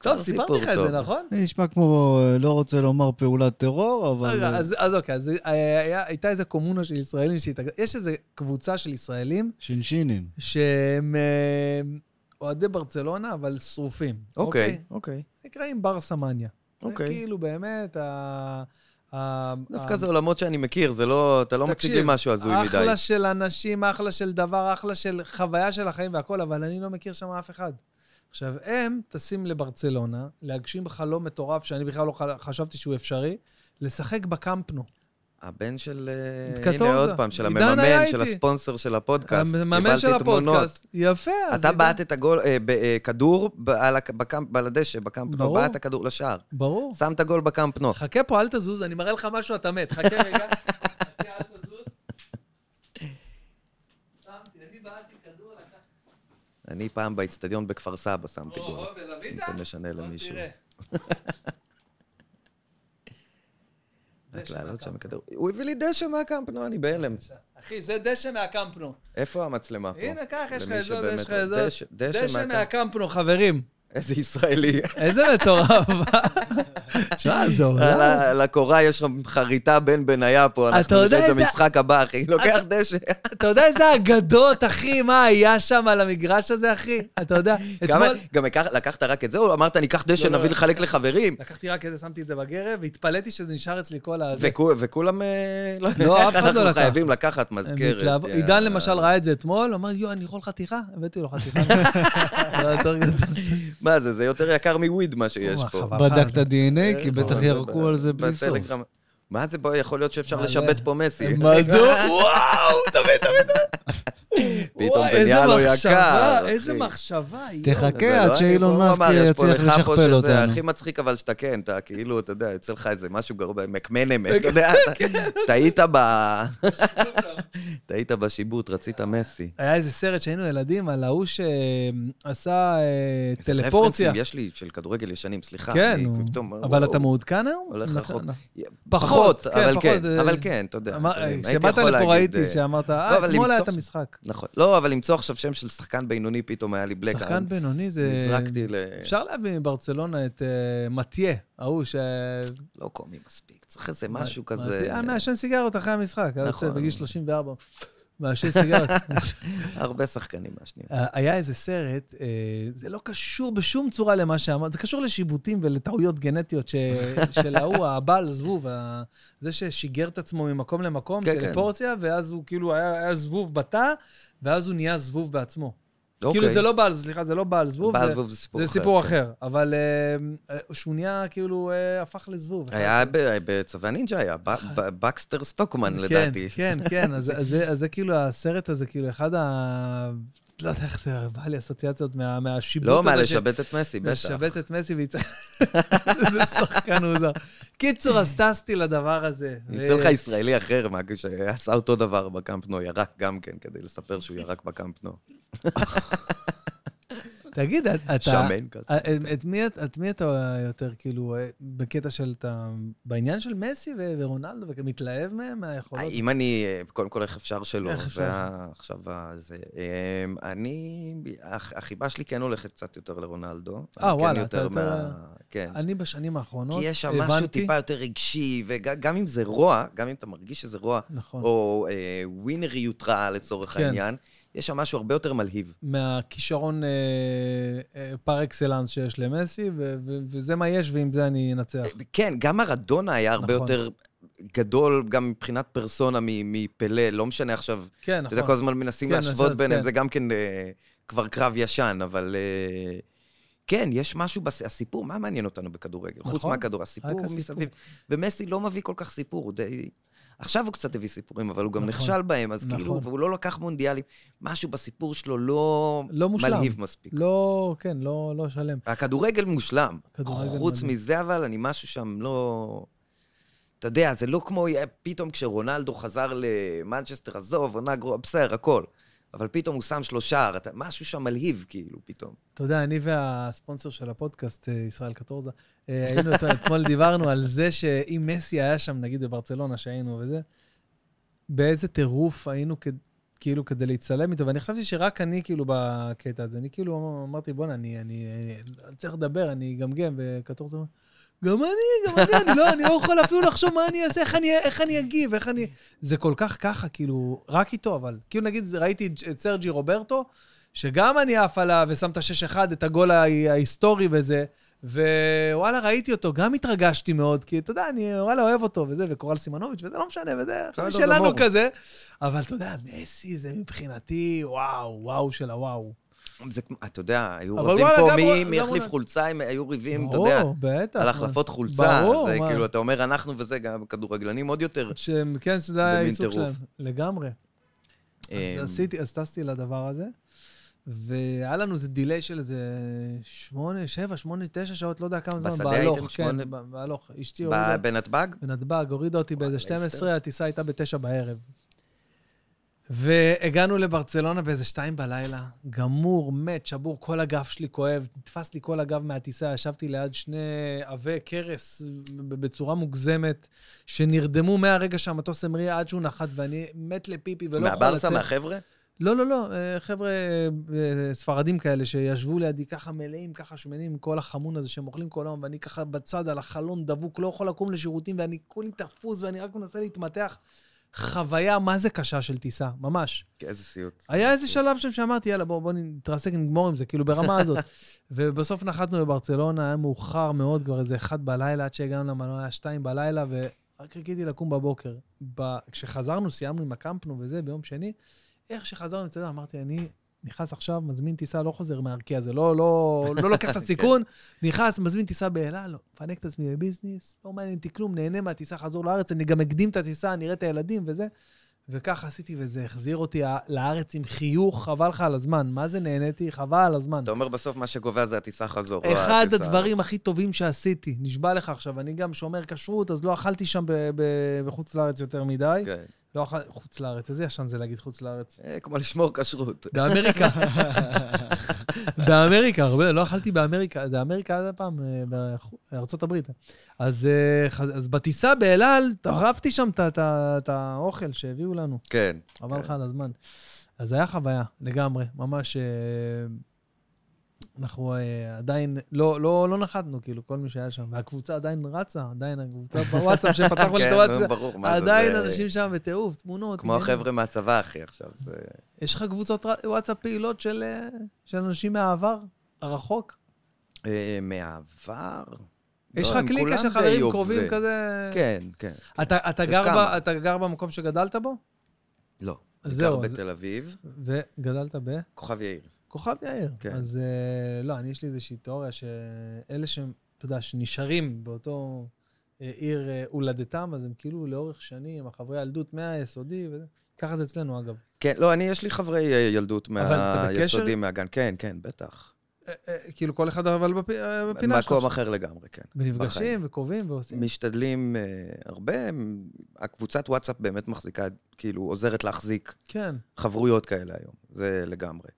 [SPEAKER 2] כבר
[SPEAKER 1] סיפרתי
[SPEAKER 2] סיפור
[SPEAKER 1] לך את
[SPEAKER 2] טוב.
[SPEAKER 1] זה, נכון?
[SPEAKER 3] זה נשמע כמו, אה, לא רוצה לומר פעולת טרור, אבל...
[SPEAKER 1] רגע,
[SPEAKER 3] אה,
[SPEAKER 1] אז אז אוקיי, אז אה, היה- הייתה איזו קומונה של ישראלים שהתארגנה. יש איזו קבוצה של ישראלים
[SPEAKER 3] שינשינים.
[SPEAKER 1] שהם אה, אוהדי ברצלונה, אבל שרופים.
[SPEAKER 2] אוקיי, אוקיי,
[SPEAKER 1] נקראים ברסה מניה. זה
[SPEAKER 2] אוקיי.
[SPEAKER 1] כאילו באמת ה... ה-
[SPEAKER 2] דווקא זה עולמות שאני מכיר, זה לא... אתה לא מציג לי
[SPEAKER 1] אה. תקשיב,
[SPEAKER 2] משהו הזוי מדי.
[SPEAKER 1] אחלה של אנשים, אחלה של דבר, אחלה של חוויה של החיים והכול, אבל אני לא מכיר שם אף אחד. עכשיו, הם טסים לברצלונה להגשים חלום מטורף שאני בכלל לא ח- חשבתי שהוא אפשרי, לשחק בקמפנו.
[SPEAKER 2] הבן של... אה,
[SPEAKER 1] קטורזה.
[SPEAKER 2] הנה עוד פעם, של
[SPEAKER 1] עידן היה
[SPEAKER 2] המממן,
[SPEAKER 1] איתי.
[SPEAKER 2] של הספונסר של הפודקאסט.
[SPEAKER 1] המאמן
[SPEAKER 2] קיבלתי
[SPEAKER 1] של
[SPEAKER 2] תמונות.
[SPEAKER 1] הפודקאסט. יפה. אז
[SPEAKER 2] אתה
[SPEAKER 1] עידן-
[SPEAKER 2] בעט את הגול, אה, ב- אה, כדור ב- על הק- בקמפ- על הדשא, בקמפ נו,
[SPEAKER 1] ברור.
[SPEAKER 2] בעט הכדור לשער.
[SPEAKER 1] ברור.
[SPEAKER 2] שם את הגול בקמפ נו.
[SPEAKER 1] חכה פה, אל תזוז, אני מראה לך משהו, אתה מת. חכה רגע. חכה, אל תזוז. שמתי, אני בעטתי כדור על הקו.
[SPEAKER 2] אני פעם באיצטדיון בכפר סבא שמתי
[SPEAKER 1] או,
[SPEAKER 2] גול.
[SPEAKER 1] או, ולווית?
[SPEAKER 2] אם זה משנה
[SPEAKER 1] בוא
[SPEAKER 2] למישהו.
[SPEAKER 1] תראה.
[SPEAKER 2] רק
[SPEAKER 1] דשא
[SPEAKER 2] לעלות שם
[SPEAKER 1] מהקמפ.
[SPEAKER 2] כדור. הוא הביא לי דשא מהקמפ נו, אני בהלם.
[SPEAKER 1] אחי, זה דשא מהקמפנו.
[SPEAKER 2] איפה המצלמה פה?
[SPEAKER 1] הנה, קח, יש לך
[SPEAKER 2] אוקיי. למי
[SPEAKER 1] את זאת, יש
[SPEAKER 2] שבאמת
[SPEAKER 1] לך
[SPEAKER 2] רואה.
[SPEAKER 1] את זאת.
[SPEAKER 2] דשא- דשא
[SPEAKER 1] דשא
[SPEAKER 2] מהקמפ.
[SPEAKER 1] מהקמפנו, חברים.
[SPEAKER 2] איזה ישראלי.
[SPEAKER 1] איזה מטורף. תשמע, זה
[SPEAKER 2] על
[SPEAKER 1] עולם.
[SPEAKER 2] ה- על הקורה יש לך חריטה בין בניה פה,
[SPEAKER 1] אתה
[SPEAKER 2] אנחנו
[SPEAKER 1] יודע
[SPEAKER 2] נראה את
[SPEAKER 1] איזה-
[SPEAKER 2] המשחק הבא, אחי. לוקח
[SPEAKER 1] אתה-
[SPEAKER 2] דשא.
[SPEAKER 1] אתה יודע איזה אגדות, אחי, מה היה שם על המגרש הזה, אחי? אתה יודע,
[SPEAKER 2] גם-
[SPEAKER 1] אתמול...
[SPEAKER 2] גם לקח- לקחת רק את זה, או אמרת, ניקח דשא,
[SPEAKER 1] לא, לא,
[SPEAKER 2] נביא
[SPEAKER 1] לא.
[SPEAKER 2] לחלק לחברים?
[SPEAKER 1] לקחתי רק איזה, שמתי את זה בגרב, והתפלאתי שזה נשאר אצלי כל ה... זה.
[SPEAKER 2] וכו- וכולם... אה, לא,
[SPEAKER 1] לא, אף אחד לא
[SPEAKER 2] אנחנו
[SPEAKER 1] לקח.
[SPEAKER 2] חייבים לקחת
[SPEAKER 1] הם
[SPEAKER 2] מזכרת.
[SPEAKER 1] מתלהבו-
[SPEAKER 2] יא.
[SPEAKER 1] עידן למשל ראה את זה אתמול, הוא אמר, יואו, אני יכול חתיכה? הבאתי לו חתיכה. זה היה יותר גדול.
[SPEAKER 2] מה זה, זה יותר יקר מוויד מה שיש
[SPEAKER 1] וואי,
[SPEAKER 2] פה.
[SPEAKER 1] חבל.
[SPEAKER 3] בדקת
[SPEAKER 1] זה-
[SPEAKER 3] דנ"א, אה, כי
[SPEAKER 2] כן,
[SPEAKER 3] בטח
[SPEAKER 2] זה
[SPEAKER 3] ירקו
[SPEAKER 2] ב-
[SPEAKER 3] על זה בלי סוף.
[SPEAKER 2] בטלגרם. מה זה, בואי, יכול להיות שאפשר
[SPEAKER 1] מלא.
[SPEAKER 2] לשבת פה מסי.
[SPEAKER 1] אה, מדוע? וואו, תביא, תביא, תביא.
[SPEAKER 2] פתאום
[SPEAKER 1] וואי,
[SPEAKER 2] זה
[SPEAKER 1] איזה
[SPEAKER 2] נהיה לו
[SPEAKER 1] מחשבה,
[SPEAKER 2] יקר, אחי.
[SPEAKER 1] איזה מחשבה, יואו.
[SPEAKER 3] תחכה
[SPEAKER 2] לא
[SPEAKER 3] עד שאילון מאסק יצליח לשכפל
[SPEAKER 2] זה
[SPEAKER 3] אותנו.
[SPEAKER 2] הכי מצחיק אבל שאתה כן, אתה כאילו, אתה יודע, יוצא לך איזה משהו גרוע, מקמנמת, אתה יודע, טעית ב... טעית בשיבוט, רצית מסי.
[SPEAKER 1] היה איזה סרט שהיינו ילדים על ההוא שעשה אה,
[SPEAKER 2] איזה
[SPEAKER 1] טלפורציה.
[SPEAKER 2] רפרנסים יש לי של כדורגל ישנים, סליחה.
[SPEAKER 1] כן,
[SPEAKER 2] אני כאילו
[SPEAKER 1] הוא-
[SPEAKER 2] פתאום,
[SPEAKER 1] אבל
[SPEAKER 2] וואו,
[SPEAKER 1] אתה מעודכן היום?
[SPEAKER 2] הולך
[SPEAKER 1] נכון,
[SPEAKER 2] רחוק.
[SPEAKER 1] נכון.
[SPEAKER 2] פחות,
[SPEAKER 1] כן,
[SPEAKER 2] אבל כן,
[SPEAKER 1] אה,
[SPEAKER 2] אבל כן, אתה יודע.
[SPEAKER 1] אמר-
[SPEAKER 2] אתה יודע, הייתי
[SPEAKER 1] כשבאת
[SPEAKER 2] יכול
[SPEAKER 1] לפה
[SPEAKER 2] להגיד,
[SPEAKER 1] ראיתי
[SPEAKER 2] אה,
[SPEAKER 1] שאמרת,
[SPEAKER 2] לא,
[SPEAKER 1] אה,
[SPEAKER 2] אבל
[SPEAKER 1] אתמול היה את
[SPEAKER 2] למצוא-
[SPEAKER 1] המשחק.
[SPEAKER 2] נכון. לא, אבל למצוא עכשיו שם של שחקן בינוני, פתאום היה לי בלק.
[SPEAKER 1] שחקן בינוני זה...
[SPEAKER 2] נזרקתי ל...
[SPEAKER 1] אפשר להביא מברצלונה את אה, מטיה, ההוא ש...
[SPEAKER 2] לא קומי מספיק, צריך איזה משהו כזה.
[SPEAKER 1] מטיה, היה אה, מעשן סיגרות אחרי המשחק, היה יוצא
[SPEAKER 2] נכון.
[SPEAKER 1] בגיל 34. מעשן סיגרות.
[SPEAKER 2] הרבה שחקנים
[SPEAKER 1] אה,
[SPEAKER 2] מהשניים.
[SPEAKER 1] היה איזה סרט, אה, זה לא קשור בשום צורה למה שאמרת, זה קשור לשיבוטים ולטעויות גנטיות ש- של ההוא, הבעל זבוב, ה- זה ששיגר את עצמו ממקום למקום,
[SPEAKER 2] כן, כן.
[SPEAKER 1] טלפורציה, ואז הוא כאילו היה היה זבוב בתא, ואז הוא נהיה זבוב בעצמו.
[SPEAKER 2] אוקיי.
[SPEAKER 1] כאילו זה לא בעל, סליחה, זה לא בעל זבוב,
[SPEAKER 2] בעל
[SPEAKER 1] זה-
[SPEAKER 2] זבוב זה סיפור
[SPEAKER 1] זה
[SPEAKER 2] אחר.
[SPEAKER 1] סיפור
[SPEAKER 2] כן.
[SPEAKER 1] אחר, אבל אה, אה, שהוא נהיה כאילו, אה, הפך לזבוב.
[SPEAKER 2] היה ב- בצבא נינג'ה, היה ב- ב- בקסטר סטוקמן לדעתי.
[SPEAKER 1] אה. כן, כן, כן, אז, אז, זה- אז זה כאילו, הסרט הזה, כאילו, אחד ה... לא יודע איך זה, בא לי אסוציאציות מה, מהשיבוט
[SPEAKER 2] לא, מה,
[SPEAKER 1] הזה ש-
[SPEAKER 2] לשבת את מסי, בטח.
[SPEAKER 1] לשבת את מסי ויצא... זה שחקן מוזר. קיצור, אז טסתי לדבר הזה. אה, ו-
[SPEAKER 2] יצא לך ישראלי אחר, מה, שעשה אותו דבר בקמפנו, ירק גם כן, כדי לספר שהוא ירק בקמפנו.
[SPEAKER 1] תגיד, את- אתה...
[SPEAKER 2] שמן כזה.
[SPEAKER 1] אה, את מי, את- את מי אתה יותר, כאילו, אה, בקטע של, אתה, בעניין של מסי ו- ורונלדו, ומתלהב מהם, מהיכולות?
[SPEAKER 2] אם אני, אה, קודם כל, איך אפשר שלא?
[SPEAKER 1] איך אפשר?
[SPEAKER 2] ועכשיו זה... אמ, אני, הח- החיבה שלי כן הולכת קצת יותר לרונלדו.
[SPEAKER 1] אה,
[SPEAKER 2] אני כן
[SPEAKER 1] וואלה, אתה
[SPEAKER 2] יותר
[SPEAKER 1] יותר-
[SPEAKER 2] מה- כן.
[SPEAKER 1] אני בשנים האחרונות
[SPEAKER 2] כי
[SPEAKER 1] הבנתי...
[SPEAKER 2] יש שם משהו טיפה יותר רגשי, וגם אם זה רוע, גם אם אתה מרגיש שזה רוע,
[SPEAKER 1] נכון.
[SPEAKER 2] או אה, ווינריות רעה לצורך
[SPEAKER 1] כן.
[SPEAKER 2] העניין, יש שם משהו הרבה יותר מלהיב.
[SPEAKER 1] מהכישרון אה, אה, פר אקסלנס שיש למסי, ו- ו- וזה מה יש, ועם זה אני אנצח.
[SPEAKER 2] כן, גם מרדונה היה הרבה
[SPEAKER 1] נכון.
[SPEAKER 2] יותר גדול, גם מבחינת פרסונה מ- מפלה, לא משנה עכשיו,
[SPEAKER 1] כן,
[SPEAKER 2] אתה יודע,
[SPEAKER 1] נכון.
[SPEAKER 2] כל הזמן מנסים
[SPEAKER 1] כן,
[SPEAKER 2] להשוות
[SPEAKER 1] להשוות,
[SPEAKER 2] ביניהם,
[SPEAKER 1] כן.
[SPEAKER 2] זה גם כן אה, כבר קרב ישן, אבל אה, כן, יש משהו בס... הסיפור, מה מעניין אותנו בכדורגל? חוץ
[SPEAKER 1] נכון,
[SPEAKER 2] מהכדור, הסיפור
[SPEAKER 1] הסיפור.
[SPEAKER 2] מסביב. ומסי לא מביא כל כך סיפור, הוא די... עכשיו הוא קצת הביא סיפורים, אבל הוא גם
[SPEAKER 1] נכון,
[SPEAKER 2] נכשל בהם, אז כאילו,
[SPEAKER 1] נכון.
[SPEAKER 2] והוא לא לקח מונדיאלים. משהו בסיפור שלו לא...
[SPEAKER 1] לא מושלם.
[SPEAKER 2] מלהיב מספיק.
[SPEAKER 1] לא, כן, לא, לא שלם.
[SPEAKER 2] הכדורגל מושלם.
[SPEAKER 1] הכדורגל
[SPEAKER 2] חוץ
[SPEAKER 1] מדהים.
[SPEAKER 2] מזה, אבל אני משהו שם לא... אתה יודע, זה לא כמו אה, פתאום כשרונלדו חזר למנצ'סטר, עזוב, עונה גרועה, בסדר, הכל. אבל פתאום הוא שם שלושה, אתה- משהו שם מלהיב, כאילו, פתאום.
[SPEAKER 1] אתה יודע, אני והספונסר של הפודקאסט, אה, ישראל קטורזה, אה, היינו אתמול- אתמול דיברנו על זה שאם מסי היה שם, נגיד בברצלונה שהיינו וזה, באיזה טירוף היינו כ- כאילו כדי להצטלם איתו, ואני חשבתי שרק אני כאילו בקטע הזה, אני כאילו אמרתי, בואנה, אני, אני, אה, צריך לדבר, אני אגמגם, וקטורזה אמר, גם אני, גם אני, אני לא, אני לא יכול אפילו לחשוב מה אני אעשה, איך אני, איך אני אגיב, איך אני... זה כל כך ככה, כאילו, רק איתו, אבל. כאילו, נגיד, ראיתי את סרג'י רוברטו, שגם אני עף עליו, ושם את השש אחד, את הגול ההי- ההיסטורי וזה, ווואלה, ראיתי אותו, גם התרגשתי מאוד, כי אתה יודע, אני וואלה אוהב אותו, וזה, וקורל סימנוביץ', וזה לא משנה, וזה,
[SPEAKER 2] בסדר
[SPEAKER 1] שלנו
[SPEAKER 2] גמור.
[SPEAKER 1] כזה. אבל אתה יודע, מסי זה מבחינתי, וואו, וואו של הוואו.
[SPEAKER 2] זה כמו, אתה יודע, היו
[SPEAKER 1] אבל
[SPEAKER 2] רבים
[SPEAKER 1] וואלה,
[SPEAKER 2] פה
[SPEAKER 1] גם
[SPEAKER 2] מי-
[SPEAKER 1] רונ-
[SPEAKER 2] מי
[SPEAKER 1] גם
[SPEAKER 2] יחליף
[SPEAKER 1] רונ-
[SPEAKER 2] חולצה, אם היו ריבים, אתה
[SPEAKER 1] ברור,
[SPEAKER 2] יודע,
[SPEAKER 1] בטח.
[SPEAKER 2] על
[SPEAKER 1] מה.
[SPEAKER 2] החלפת חולצה.
[SPEAKER 1] ברור,
[SPEAKER 2] זה
[SPEAKER 1] מה.
[SPEAKER 2] כאילו, אתה אומר, אנחנו וזה, גם כדורגלנים עוד יותר.
[SPEAKER 1] שהם, כן, שזה
[SPEAKER 2] במין
[SPEAKER 1] העיסוק שלהם.
[SPEAKER 2] טירוף.
[SPEAKER 1] לגמרי.
[SPEAKER 2] אמ,
[SPEAKER 1] אז עשיתי, אז טסתי לדבר הזה, והיה לנו איזה דיליי של איזה שמונה, שבע, שמונה, תשע שעות, לא יודע כמה זמן,
[SPEAKER 2] בשדה הייתם
[SPEAKER 1] בהלוך,
[SPEAKER 2] שמונה?
[SPEAKER 1] כן, ב- בהלוך. אשתי
[SPEAKER 2] ב-
[SPEAKER 1] הורידה,
[SPEAKER 2] בנתב"ג?
[SPEAKER 1] בנתב"ג, הורידה אותי
[SPEAKER 2] וואלה,
[SPEAKER 1] באיזה 12,
[SPEAKER 2] הסתר.
[SPEAKER 1] הטיסה הייתה בתשע בערב. והגענו לברצלונה באיזה שתיים בלילה, גמור, מת, שבור, כל הגב שלי כואב, נתפס לי כל הגב מהטיסה, ישבתי ליד שני עבי קרס בצורה מוגזמת, שנרדמו מהרגע שהמטוס המריא עד שהוא נחת, ואני מת לפיפי ולא יכול
[SPEAKER 2] מהברסה,
[SPEAKER 1] לצאת.
[SPEAKER 2] מהחבר'ה?
[SPEAKER 1] לא, לא, לא, אה, חבר'ה אה, אה, ספרדים כאלה שישבו לידי ככה מלאים, ככה שמנים, עם כל החמון הזה שהם אוכלים כל היום, ואני ככה בצד על החלון דבוק, לא יכול לקום לשירותים, ואני כולי תפוס, ואני רק מנסה להתמתח. חוויה מה זה קשה של טיסה, ממש.
[SPEAKER 2] איזה סיוט.
[SPEAKER 1] היה איזה שלב שם שאמרתי, יאללה, בואו בוא נתרסק, נגמור עם זה, כאילו ברמה הזאת. ובסוף נחתנו בברצלונה, היה מאוחר מאוד, כבר איזה אחת בלילה, עד שהגענו למנוע, היה שתיים בלילה, ורק חיכיתי לקום בבוקר. ב... כשחזרנו, סיימנו עם הקמפנו וזה, ביום שני, איך שחזרנו מצדה, אמרתי, אני נכנס עכשיו, מזמין טיסה, לא חוזר מהארקיע הזה, לא, לא, לא לוקח את הסיכון, נכנס, מזמין טיסה באלה, לא, מפנק את עצמי בביזנס, לא מעניין אותי כלום, נהנה מהטיסה, חזור לארץ, אני גם אקדים את הטיסה, נראה את הילדים וזה. וככה עשיתי, וזה החזיר אותי לארץ עם חיוך, חבל לך על הזמן. מה זה נהניתי? חבל על הזמן.
[SPEAKER 2] אתה אומר בסוף מה שקובע זה הטיסה חזור. לא
[SPEAKER 1] אחד
[SPEAKER 2] הטיסה-
[SPEAKER 1] הדברים הכי טובים שעשיתי, נשבע לך עכשיו, אני גם שומר כשרות, אז לא אכלתי שם ב- ב- בחוץ לארץ יותר מדי.
[SPEAKER 2] כן.
[SPEAKER 1] לא אכל... חוץ לארץ, איזה ישן זה להגיד חוץ לארץ?
[SPEAKER 2] אה, כמו לשמור כשרות.
[SPEAKER 1] באמריקה. באמריקה, הרבה, לא אכלתי באמריקה, זה אמריקה עד הפעם, אה, בארח- ארצות הברית. אז, אה, ח- אז בטיסה באלעל, טרפתי שם את ה- את ה- את האוכל שהביאו לנו.
[SPEAKER 2] כן.
[SPEAKER 1] חבל
[SPEAKER 2] כן.
[SPEAKER 1] לך על הזמן. אז היה חוויה, לגמרי, ממש... אה, אנחנו אה, עדיין לא, לא, לא נחתנו, כאילו, כל מי שהיה שם. והקבוצה עדיין רצה, עדיין הקבוצה בוואטסאפ שפתחנו
[SPEAKER 2] כן,
[SPEAKER 1] את
[SPEAKER 2] נו,
[SPEAKER 1] הוואטסאפ.
[SPEAKER 2] ברור, מה זה,
[SPEAKER 1] עדיין
[SPEAKER 2] זה-
[SPEAKER 1] אנשים שם בטירוף, תמונות.
[SPEAKER 2] כמו
[SPEAKER 1] עניינים.
[SPEAKER 2] החבר'ה מהצבא, אחי, עכשיו. זה-
[SPEAKER 1] יש לך קבוצות ר- וואטסאפ פעילות של, אה, של אנשים מהעבר, הרחוק?
[SPEAKER 2] אה, מהעבר?
[SPEAKER 1] יש
[SPEAKER 2] לא,
[SPEAKER 1] לך
[SPEAKER 2] הם
[SPEAKER 1] קליקה
[SPEAKER 2] כולם
[SPEAKER 1] של
[SPEAKER 2] די
[SPEAKER 1] חברים
[SPEAKER 2] יובב.
[SPEAKER 1] קרובים כזה?
[SPEAKER 2] כן, כן.
[SPEAKER 1] אתה, אתה,
[SPEAKER 2] יש
[SPEAKER 1] גר ב,
[SPEAKER 2] כמה.
[SPEAKER 1] אתה גר במקום שגדלת בו?
[SPEAKER 2] לא.
[SPEAKER 1] אז
[SPEAKER 2] זהו.
[SPEAKER 1] זהו,
[SPEAKER 2] בעיקר
[SPEAKER 1] אז-
[SPEAKER 2] בתל אביב,
[SPEAKER 1] וגדלת ב?
[SPEAKER 2] כוכב יאיר.
[SPEAKER 1] כוכב יאיר. כן.
[SPEAKER 2] כן.
[SPEAKER 1] אז אה, לא, אני, יש לי איזושהי תיאוריה שאלה שהם, אתה יודע, שנשארים באותו אה, עיר אה, הולדתם, אז הם כאילו לאורך שנים, החברי הילדות מהיסודי, וזה. ככה זה אצלנו, אגב.
[SPEAKER 2] כן, לא, אני, יש לי חברי אה, ילדות
[SPEAKER 1] אתה בקשר?
[SPEAKER 2] מהיסודי, מהגן. כן, כן, בטח.
[SPEAKER 1] אה, אה, כאילו כל אחד אבל בפ- אה, בפינה שלו.
[SPEAKER 2] מקום אחר לגמרי, כן. בחיים.
[SPEAKER 1] ונפגשים וקובעים ועושים.
[SPEAKER 2] משתדלים אה, הרבה, הם- הקבוצת וואטסאפ באמת מחזיקה, כאילו, עוזרת להחזיק
[SPEAKER 1] כן.
[SPEAKER 2] חברויות כאלה היום, זה לגמרי.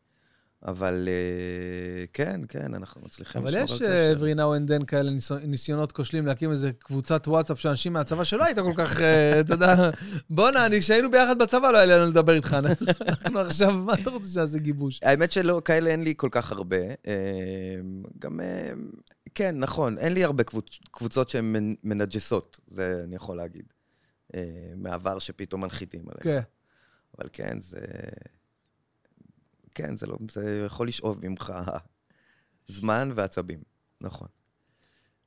[SPEAKER 2] אבל אה, כן, כן, אנחנו מצליחים
[SPEAKER 1] אבל
[SPEAKER 2] לשמור על אה?
[SPEAKER 1] יש אה,
[SPEAKER 2] קשר.
[SPEAKER 1] every now and then כאלה ניסו- ניסיונות כושלים להקים איזה קבוצת וואטסאפ של אנשים מהצבא שלא הייתה כל כך, אה, אתה יודע, בואנה, אני- כשהיינו ביחד בצבא לא היה לנו לדבר איתך. אנחנו עכשיו, מה אתה רוצה שנעשה גיבוש?
[SPEAKER 2] האמת שלא, כאלה אין לי כל כך הרבה. אמ, גם, אמ, כן, נכון, אין לי הרבה קבוצ- קבוצות שהן מנ- מנג'סות, זה אני יכול להגיד, אמ, מהעבר שפתאום מנחיתים עליהם.
[SPEAKER 1] כן.
[SPEAKER 2] אבל כן, זה... כן, זה לא... זה יכול לשאוב ממך זמן ועצבים, נכון.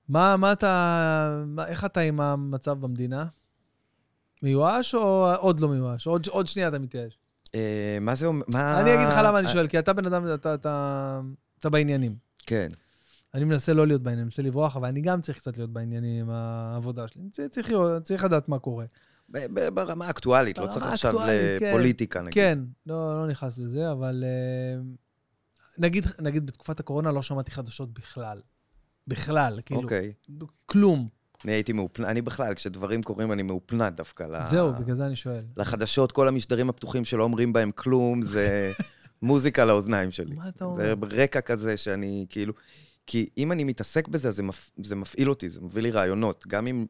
[SPEAKER 1] מה, מה אתה, מה, איך אתה עם המצב במדינה? מיואש או עוד לא מיואש? עוד, עוד שנייה אתה מתייאש.
[SPEAKER 2] אה, מה זה אומר? מה...
[SPEAKER 1] אני אגיד לך למה אני
[SPEAKER 2] אה,
[SPEAKER 1] שואל, כי אתה בן אדם, אתה, אתה, אתה בעניינים.
[SPEAKER 2] כן.
[SPEAKER 1] אני מנסה לא להיות בעניין, אני מנסה לברוח, אבל אני גם צריך קצת להיות בעניין עם העבודה שלי. אני צריך- צריך להיות- צריך לדעת מה קורה.
[SPEAKER 2] ב- ב- ברמה האקטואלית, לא
[SPEAKER 1] ברמה
[SPEAKER 2] צריך עכשיו
[SPEAKER 1] האקטואלית, כן.
[SPEAKER 2] לפוליטיקה, נגיד.
[SPEAKER 1] כן, לא, לא נכנס לזה, אבל אה, נגיד, נגיד בתקופת הקורונה לא שמעתי חדשות בכלל. בכלל, כאילו,
[SPEAKER 2] אוקיי.
[SPEAKER 1] כלום.
[SPEAKER 2] אני הייתי מאופנ... אני בכלל, כשדברים קורים, אני מאופנת דווקא ל...
[SPEAKER 1] זהו, בגלל זה אני שואל.
[SPEAKER 2] לחדשות, כל המשדרים הפתוחים שלא אומרים בהם כלום, זה מוזיקה לאוזניים שלי.
[SPEAKER 1] מה אתה אומר?
[SPEAKER 2] זה רקע כזה שאני כאילו... כי אם אני מתעסק בזה, אז זה, מפ... זה מפעיל אותי, זה מביא לי רעיונות. גם אם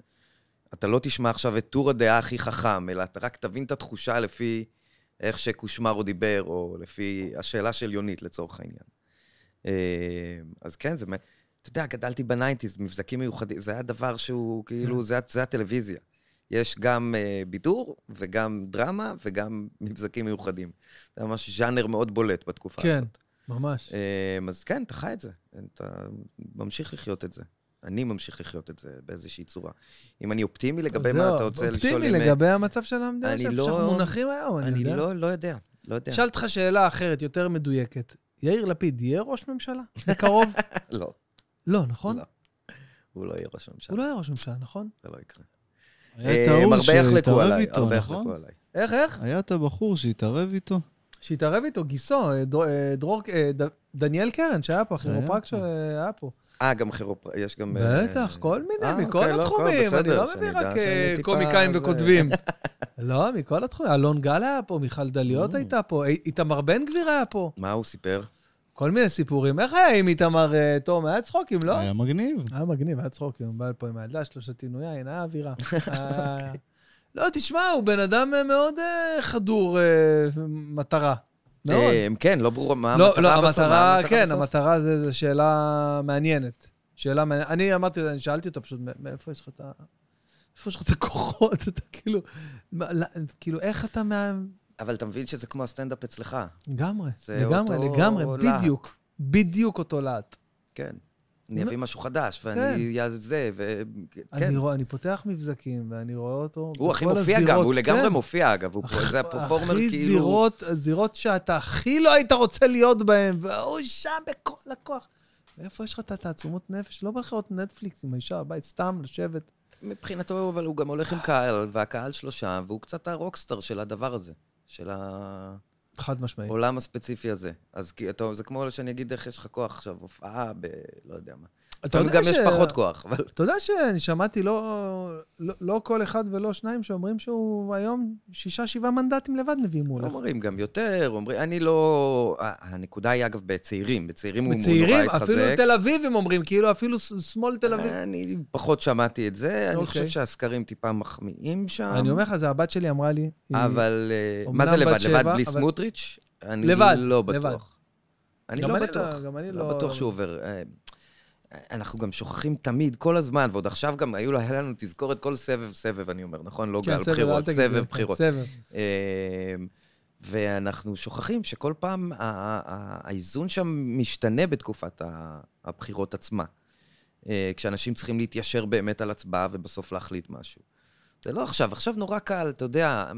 [SPEAKER 2] אתה לא תשמע עכשיו את טור הדעה הכי חכם, אלא אתה רק תבין את התחושה לפי איך שקושמרו דיבר, או לפי השאלה של יונית, לצורך העניין. אה, אז כן, זה... מ- אתה יודע, גדלתי בניינטיז, מבזקים מיוחדים, זה היה דבר שהוא כאילו, זה, ה- זה הטלוויזיה. יש גם אה, בידור, וגם דרמה, וגם מבזקים מיוחדים. זה ממש ז'אנר מאוד בולט בתקופה
[SPEAKER 1] כן.
[SPEAKER 2] הזאת.
[SPEAKER 1] ממש.
[SPEAKER 2] אמ, אז כן, אתה חי את זה. אתה ממשיך לחיות את זה. אני ממשיך לחיות את זה באיזושהי צורה. אם אני אופטימי לגבי מה
[SPEAKER 1] זהו,
[SPEAKER 2] אתה רוצה לשאול,
[SPEAKER 1] אופטימי
[SPEAKER 2] אם-
[SPEAKER 1] לגבי המצב של המדינה,
[SPEAKER 2] אני
[SPEAKER 1] שאנחנו
[SPEAKER 2] לא-
[SPEAKER 1] מונחים היום, אני
[SPEAKER 2] אני
[SPEAKER 1] יודע.
[SPEAKER 2] לא לא יודע, לא יודע.
[SPEAKER 1] אשאל אותך שאלה אחרת, יותר מדויקת. יאיר לפיד יהיה ראש ממשלה? בקרוב?
[SPEAKER 2] לא,
[SPEAKER 1] לא, נכון?
[SPEAKER 2] לא. הוא לא יהיה ראש
[SPEAKER 1] הוא
[SPEAKER 2] ממשלה,
[SPEAKER 1] לא אה, יהיה ראש ממשלה, נכון?
[SPEAKER 2] זה לא יקרה.
[SPEAKER 3] היה את
[SPEAKER 2] אמ,
[SPEAKER 3] ההוא
[SPEAKER 2] הרבה יחלקו
[SPEAKER 3] שהתערב
[SPEAKER 2] עליי,
[SPEAKER 3] איתו,
[SPEAKER 2] הרבה
[SPEAKER 3] נכון?
[SPEAKER 2] יחלקו עליי.
[SPEAKER 1] איך, איך?
[SPEAKER 3] היה את הבחור שהתערב איתו?
[SPEAKER 1] שהתערב איתו גיסו, אה, דרור- אה, דרור, אה, ד- דניאל קרן, שהיה פה,
[SPEAKER 3] שהיה
[SPEAKER 1] הכירופרק
[SPEAKER 3] פה.
[SPEAKER 1] שהיה פה.
[SPEAKER 2] אה, גם חירופר... יש גם... אה,
[SPEAKER 1] בטח, כל
[SPEAKER 2] אה,
[SPEAKER 1] מיני, מכל
[SPEAKER 2] אוקיי, לא, הכל
[SPEAKER 1] התחומים. אני
[SPEAKER 2] בסדר,
[SPEAKER 1] לא
[SPEAKER 2] שאני
[SPEAKER 1] מביא
[SPEAKER 2] אדע
[SPEAKER 1] רק
[SPEAKER 2] שאני
[SPEAKER 1] אה,
[SPEAKER 2] טיפה
[SPEAKER 1] קומיקאים
[SPEAKER 2] זה-
[SPEAKER 1] וכותבים. לא, מכל התחומים. אלון גל היה פה, מיכל דליות
[SPEAKER 3] Mm.
[SPEAKER 1] הייתה פה, אי- איתמר בן גביר היה פה.
[SPEAKER 2] מה הוא סיפר?
[SPEAKER 1] כל מיני סיפורים. איך היה עם איתמר אה, תום? היה צחוקים, לא?
[SPEAKER 3] היה מגניב.
[SPEAKER 1] היה מגניב, היה צחוקים. הוא בא לפה עם לא, הילדה שלו, שתינו יין, היה אווירה. היה- לא, תשמע, הוא בן אדם אה, מאוד אה, חדור אה, מטרה. מאוד.
[SPEAKER 2] אמ, כן, לא ברור מה המטרה
[SPEAKER 1] נכון. לא,
[SPEAKER 2] בסוף.
[SPEAKER 1] לא,
[SPEAKER 2] מה
[SPEAKER 1] המטרה, כן,
[SPEAKER 2] בסוף?
[SPEAKER 1] המטרה זה, זה שאלה מעניינת. שאלה מעניינת. אני אמרתי, אני שאלתי אותה פשוט, "מא- מאיפה יש לך את ה... איפה יש לך את הכוחות? אתה כאילו... מה, לא, כאילו, איך אתה מה...
[SPEAKER 2] אבל אתה מבין שזה כמו הסטנדאפ אצלך.
[SPEAKER 1] לגמרי,
[SPEAKER 2] זה
[SPEAKER 1] לגמרי,
[SPEAKER 2] אותו
[SPEAKER 1] לגמרי,
[SPEAKER 2] להט.
[SPEAKER 1] בדיוק. בדיוק אותו להט.
[SPEAKER 2] כן. אני אביא משהו חדש, ואני אעשה זה, וכן.
[SPEAKER 1] כן. אני רואה, אני פותח מבזקים, ואני רואה אותו
[SPEAKER 2] כן. הוא הכי
[SPEAKER 1] בכל
[SPEAKER 2] מופיע גם,
[SPEAKER 1] הזירות.
[SPEAKER 2] הוא לגמרי
[SPEAKER 1] כן.
[SPEAKER 2] מופיע, אגב. הוא פה- זה הפרפורמר
[SPEAKER 1] הכי
[SPEAKER 2] כאילו...
[SPEAKER 1] זירות, הזירות שאתה הכי לא היית רוצה להיות בהן, והוא שם בכל הכוח. איפה יש לך את התעצומות נפש? לא בא לך לראות נטפליקס עם האישה בבית, סתם לשבת.
[SPEAKER 2] מבחינתו, אבל הוא גם הולך עם קהל, והקהל שלו שם, והוא קצת הרוקסטאר של הדבר הזה, של העולם
[SPEAKER 1] חד משמעית.
[SPEAKER 2] הספציפי הזה. אז כי אתה- זה כמו שאני אגיד איך יש לך כוח עכשיו, הופעה ב... לא יודע מה.
[SPEAKER 1] אתה
[SPEAKER 2] לפעמים
[SPEAKER 1] יודע
[SPEAKER 2] גם יש
[SPEAKER 1] ש-
[SPEAKER 2] פחות כוח, אבל...
[SPEAKER 1] אתה יודע שאני שמעתי לא, לא, לא כל אחד ולא שניים שאומרים שהוא היום שישה, שבעה מנדטים לבד מביאים מולך.
[SPEAKER 2] לא אומרים גם יותר, אומרים... אני לא... ה- הנקודה היא, אגב, בצעירים. בצעירים הוא הוא נורא
[SPEAKER 1] צעירים,
[SPEAKER 2] התחזק.
[SPEAKER 1] אפילו תל אביבים אומרים, כאילו אפילו ש- שמאל תל אביב.
[SPEAKER 2] אני פחות שמעתי את זה, אני
[SPEAKER 1] אוקיי.
[SPEAKER 2] חושב שהסקרים טיפה מחמיאים שם.
[SPEAKER 1] אני אומר לך, זה הבת שלי אמרה לי, היא-
[SPEAKER 2] אה. אבל אה, מה
[SPEAKER 1] אומנם
[SPEAKER 2] זה
[SPEAKER 1] בת
[SPEAKER 2] לבד?
[SPEAKER 1] שבע,
[SPEAKER 2] לבד בלי
[SPEAKER 1] אבל-
[SPEAKER 2] סמוטריץ'? אני
[SPEAKER 1] לבד,
[SPEAKER 2] לא
[SPEAKER 1] לבד.
[SPEAKER 2] בטוח. אני
[SPEAKER 1] גם
[SPEAKER 2] לא
[SPEAKER 1] אני
[SPEAKER 2] בטוח.
[SPEAKER 1] לא- גם אני
[SPEAKER 2] לא
[SPEAKER 1] לא-
[SPEAKER 2] בטוח שהוא עובר. אה, אנחנו גם שוכחים תמיד, כל הזמן, ועוד עכשיו גם היו היה לנו תזכורת כל סבב, סבב, אני אומר, נכון? לא
[SPEAKER 1] כן,
[SPEAKER 2] גל
[SPEAKER 1] סבב, אל
[SPEAKER 2] בחירות,
[SPEAKER 1] תגיד לי,
[SPEAKER 2] סבב
[SPEAKER 1] כן,
[SPEAKER 2] בחירות.
[SPEAKER 1] סבב.
[SPEAKER 2] אה, ואנחנו שוכחים שכל פעם ה- ה- ה- האיזון שם משתנה בתקופת ה- הבחירות עצמה. אה, כשאנשים צריכים להתיישר באמת על הצבעה ובסוף להחליט משהו. זה לא עכשיו, עכשיו נורא קל, אתה יודע,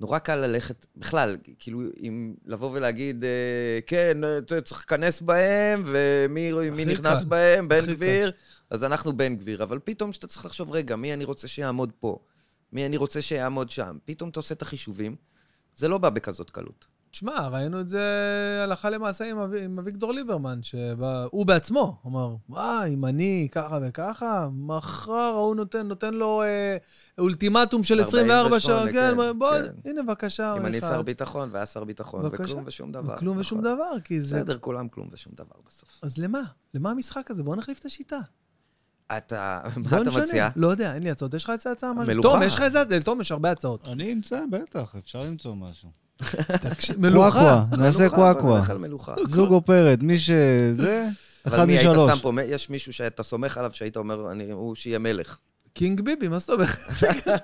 [SPEAKER 2] נורא קל ללכת, בכלל, כאילו, אם לבוא ולהגיד, אה, כן, אה, אתה צריך להיכנס בהם, ומי מי
[SPEAKER 1] הכי
[SPEAKER 2] נכנס
[SPEAKER 1] קל,
[SPEAKER 2] בהם, בן
[SPEAKER 1] הכי
[SPEAKER 2] גביר, אז אנחנו בן גביר. אבל פתאום כשאתה צריך לחשוב, רגע, מי אני רוצה שיעמוד פה? מי אני רוצה שיעמוד שם? פתאום אתה עושה את החישובים, זה לא בא בכזאת קלות.
[SPEAKER 1] תשמע, ראינו את זה הלכה למעשה עם, אב... עם אביגדור ליברמן, שהוא בעצמו אמר, מה, אם אני ככה וככה, מחר ההוא נותן, נותן לו אה, אולטימטום של 24 שעות,
[SPEAKER 2] 48,
[SPEAKER 1] כן,
[SPEAKER 2] כן,
[SPEAKER 1] בוא,
[SPEAKER 2] כן.
[SPEAKER 1] הנה, בבקשה.
[SPEAKER 2] אם
[SPEAKER 1] הנה
[SPEAKER 2] אני
[SPEAKER 1] לך.
[SPEAKER 2] שר ביטחון והיה שר ביטחון,
[SPEAKER 1] לא, בבקשה.
[SPEAKER 2] וכלום ושום דבר.
[SPEAKER 1] כלום ושום
[SPEAKER 2] נכון.
[SPEAKER 1] דבר, כי זה...
[SPEAKER 2] בסדר, כולם כלום ושום דבר בסוף.
[SPEAKER 1] אז למה? למה המשחק הזה? בואו נחליף את השיטה.
[SPEAKER 2] אתה, מה
[SPEAKER 1] בואו
[SPEAKER 2] אתה
[SPEAKER 1] נשנה.
[SPEAKER 2] מציע?
[SPEAKER 1] לא יודע, אין לי הצעות. יש לך הצעה? הצעה? משהו?
[SPEAKER 2] מלוכה.
[SPEAKER 1] תום, יש לך איזה... לתום יש הרבה הצעות.
[SPEAKER 3] אני אמצא, בטח, אפשר למצוא משהו.
[SPEAKER 1] תקשיב, מלוכה.
[SPEAKER 3] קוואקווה, נעשה
[SPEAKER 2] מלוכה, אבל
[SPEAKER 3] קוואקווה.
[SPEAKER 2] נלך על מלוכה.
[SPEAKER 3] זוג או פרד, מי שזה, אחד
[SPEAKER 2] אבל מי היית
[SPEAKER 3] משלוש.
[SPEAKER 2] שם פה, מ- יש מישהו שאתה סומך עליו שהיית אומר, "אני- הוא שיהיה מלך.
[SPEAKER 1] קינג ביבי, מה זאת אומרת?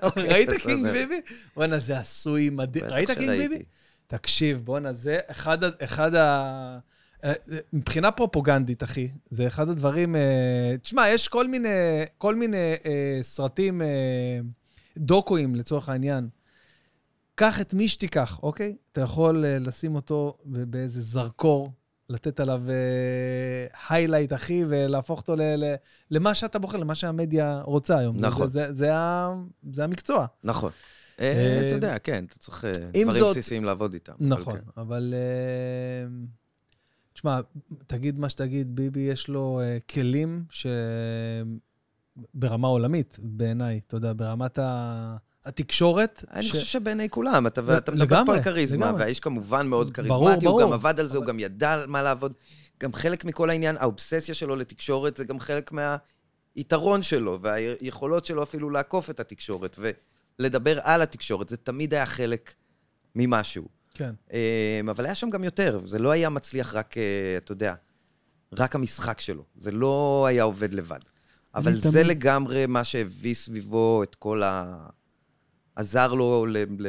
[SPEAKER 1] אוקיי, ראית
[SPEAKER 2] אוקיי, בסדר.
[SPEAKER 1] קינג ביבי? בואנה, זה עשוי מדהים.
[SPEAKER 2] בטח
[SPEAKER 1] ראית קינג
[SPEAKER 2] שראיתי.
[SPEAKER 1] ביבי? תקשיב, בואנה, זה אחד, ה- אחד ה... אה, מבחינה פרופוגנדית, אחי, זה אחד הדברים... אה, תשמע, יש כל מיני, כל מיני אה, סרטים אה, דוקואים, לצורך העניין. קח את מי שתיקח, אוקיי? אתה יכול אה, לשים אותו ב- באיזה זרקור, לתת עליו היילייט, אחי, ולהפוך אותו ל- ל- למה שאתה בוחר, למה שהמדיה רוצה היום. זה-
[SPEAKER 2] נכון.
[SPEAKER 1] זה- זה- זה ה- זה המקצוע.
[SPEAKER 2] נכון.
[SPEAKER 1] אה,
[SPEAKER 2] אה, אתה יודע, כן, אתה צריך אה,
[SPEAKER 1] עם
[SPEAKER 2] דברים
[SPEAKER 1] זאת-
[SPEAKER 2] בסיסיים לעבוד איתם. אבל
[SPEAKER 1] נכון,
[SPEAKER 2] כן.
[SPEAKER 1] אבל... אה, תשמע, תגיד מה שתגיד, ביבי יש לו אה, כלים ש... ברמה עולמית, בעיניי, אתה יודע, ברמת ה... התקשורת.
[SPEAKER 2] אני
[SPEAKER 1] ש-
[SPEAKER 2] חושב שבעיני כולם, אתה ואתה מדבר פה
[SPEAKER 1] לגמרי,
[SPEAKER 2] על כריזמה,
[SPEAKER 1] לגמרי.
[SPEAKER 2] והאיש כמובן מאוד
[SPEAKER 1] ברור,
[SPEAKER 2] כריזמטי, הוא
[SPEAKER 1] ברור.
[SPEAKER 2] גם עבד על זה, הוא גם ידע על מה לעבוד. גם חלק מכל העניין, האובססיה שלו לתקשורת, זה גם חלק מהיתרון שלו, והיכולות שלו אפילו לעקוף את התקשורת, ולדבר על התקשורת, זה תמיד היה חלק ממשהו.
[SPEAKER 1] כן.
[SPEAKER 2] אמ, אבל היה שם גם יותר, זה לא היה מצליח רק, אה, אתה יודע, רק המשחק שלו. זה לא היה עובד לבד. אבל
[SPEAKER 3] אני
[SPEAKER 2] זה
[SPEAKER 3] תמיד-
[SPEAKER 2] לגמרי מה שהביא סביבו את כל ה... עזר לו ל... ל...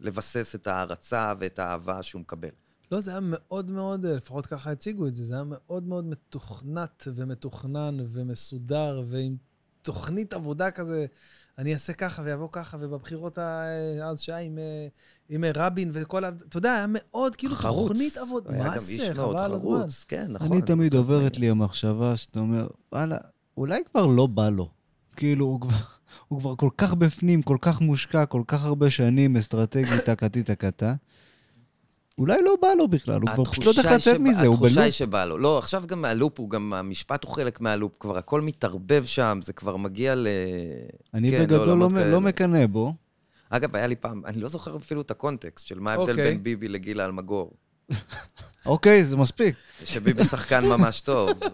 [SPEAKER 2] לבסס את ההערצה ואת האהבה שהוא מקבל.
[SPEAKER 1] לא, זה היה מאוד מאוד, אה, לפחות ככה הציגו את זה, זה היה מאוד מאוד מתוכנת ומתוכנן ומסודר, ועם תוכנית עבודה כזה, אני אעשה ככה ויבוא ככה, ובבחירות ה- אה, אז שהיה עם, אה, עם אה, רבין וכל ה... אתה יודע, היה מאוד כאילו
[SPEAKER 2] חרוץ.
[SPEAKER 1] תוכנית עבודה.
[SPEAKER 2] הוא היה
[SPEAKER 1] מה
[SPEAKER 2] גם איש
[SPEAKER 1] זה?
[SPEAKER 2] מאוד
[SPEAKER 1] חבל על הזמן.
[SPEAKER 2] חרוץ, כן, נכון.
[SPEAKER 3] אני תמיד עוברת לי המחשבה שאתה אומר, וואלה, אולי כבר לא בא לו. כאילו, הוא כבר, הוא כבר כל כך בפנים, כל כך מושקע, כל כך הרבה שנים, אסטרטגי, טקתי, טקתה. אולי לא בא לו בכלל, הוא כבר פשוט לא יודע איך
[SPEAKER 2] התחושה
[SPEAKER 3] לצאת
[SPEAKER 2] שבא-
[SPEAKER 3] מזה, הוא
[SPEAKER 2] התחושה היא
[SPEAKER 3] בלופ.
[SPEAKER 2] שבא לו. לא, עכשיו גם מהלופ, הוא גם, המשפט הוא חלק מהלופ, כבר הכל מתערבב שם, זה כבר מגיע ל...
[SPEAKER 3] אני
[SPEAKER 2] כן,
[SPEAKER 3] בגדול
[SPEAKER 2] לעולמות
[SPEAKER 3] לא מ-
[SPEAKER 2] כאלה.
[SPEAKER 3] לא מקנא בו.
[SPEAKER 2] אגב, היה לי פעם, אני לא זוכר אפילו את הקונטקסט של מה ההבדל
[SPEAKER 1] אוקיי.
[SPEAKER 2] בין ביבי לגילה אלמגור.
[SPEAKER 3] אוקיי, זה מספיק.
[SPEAKER 2] שביבי שחקן ממש טוב.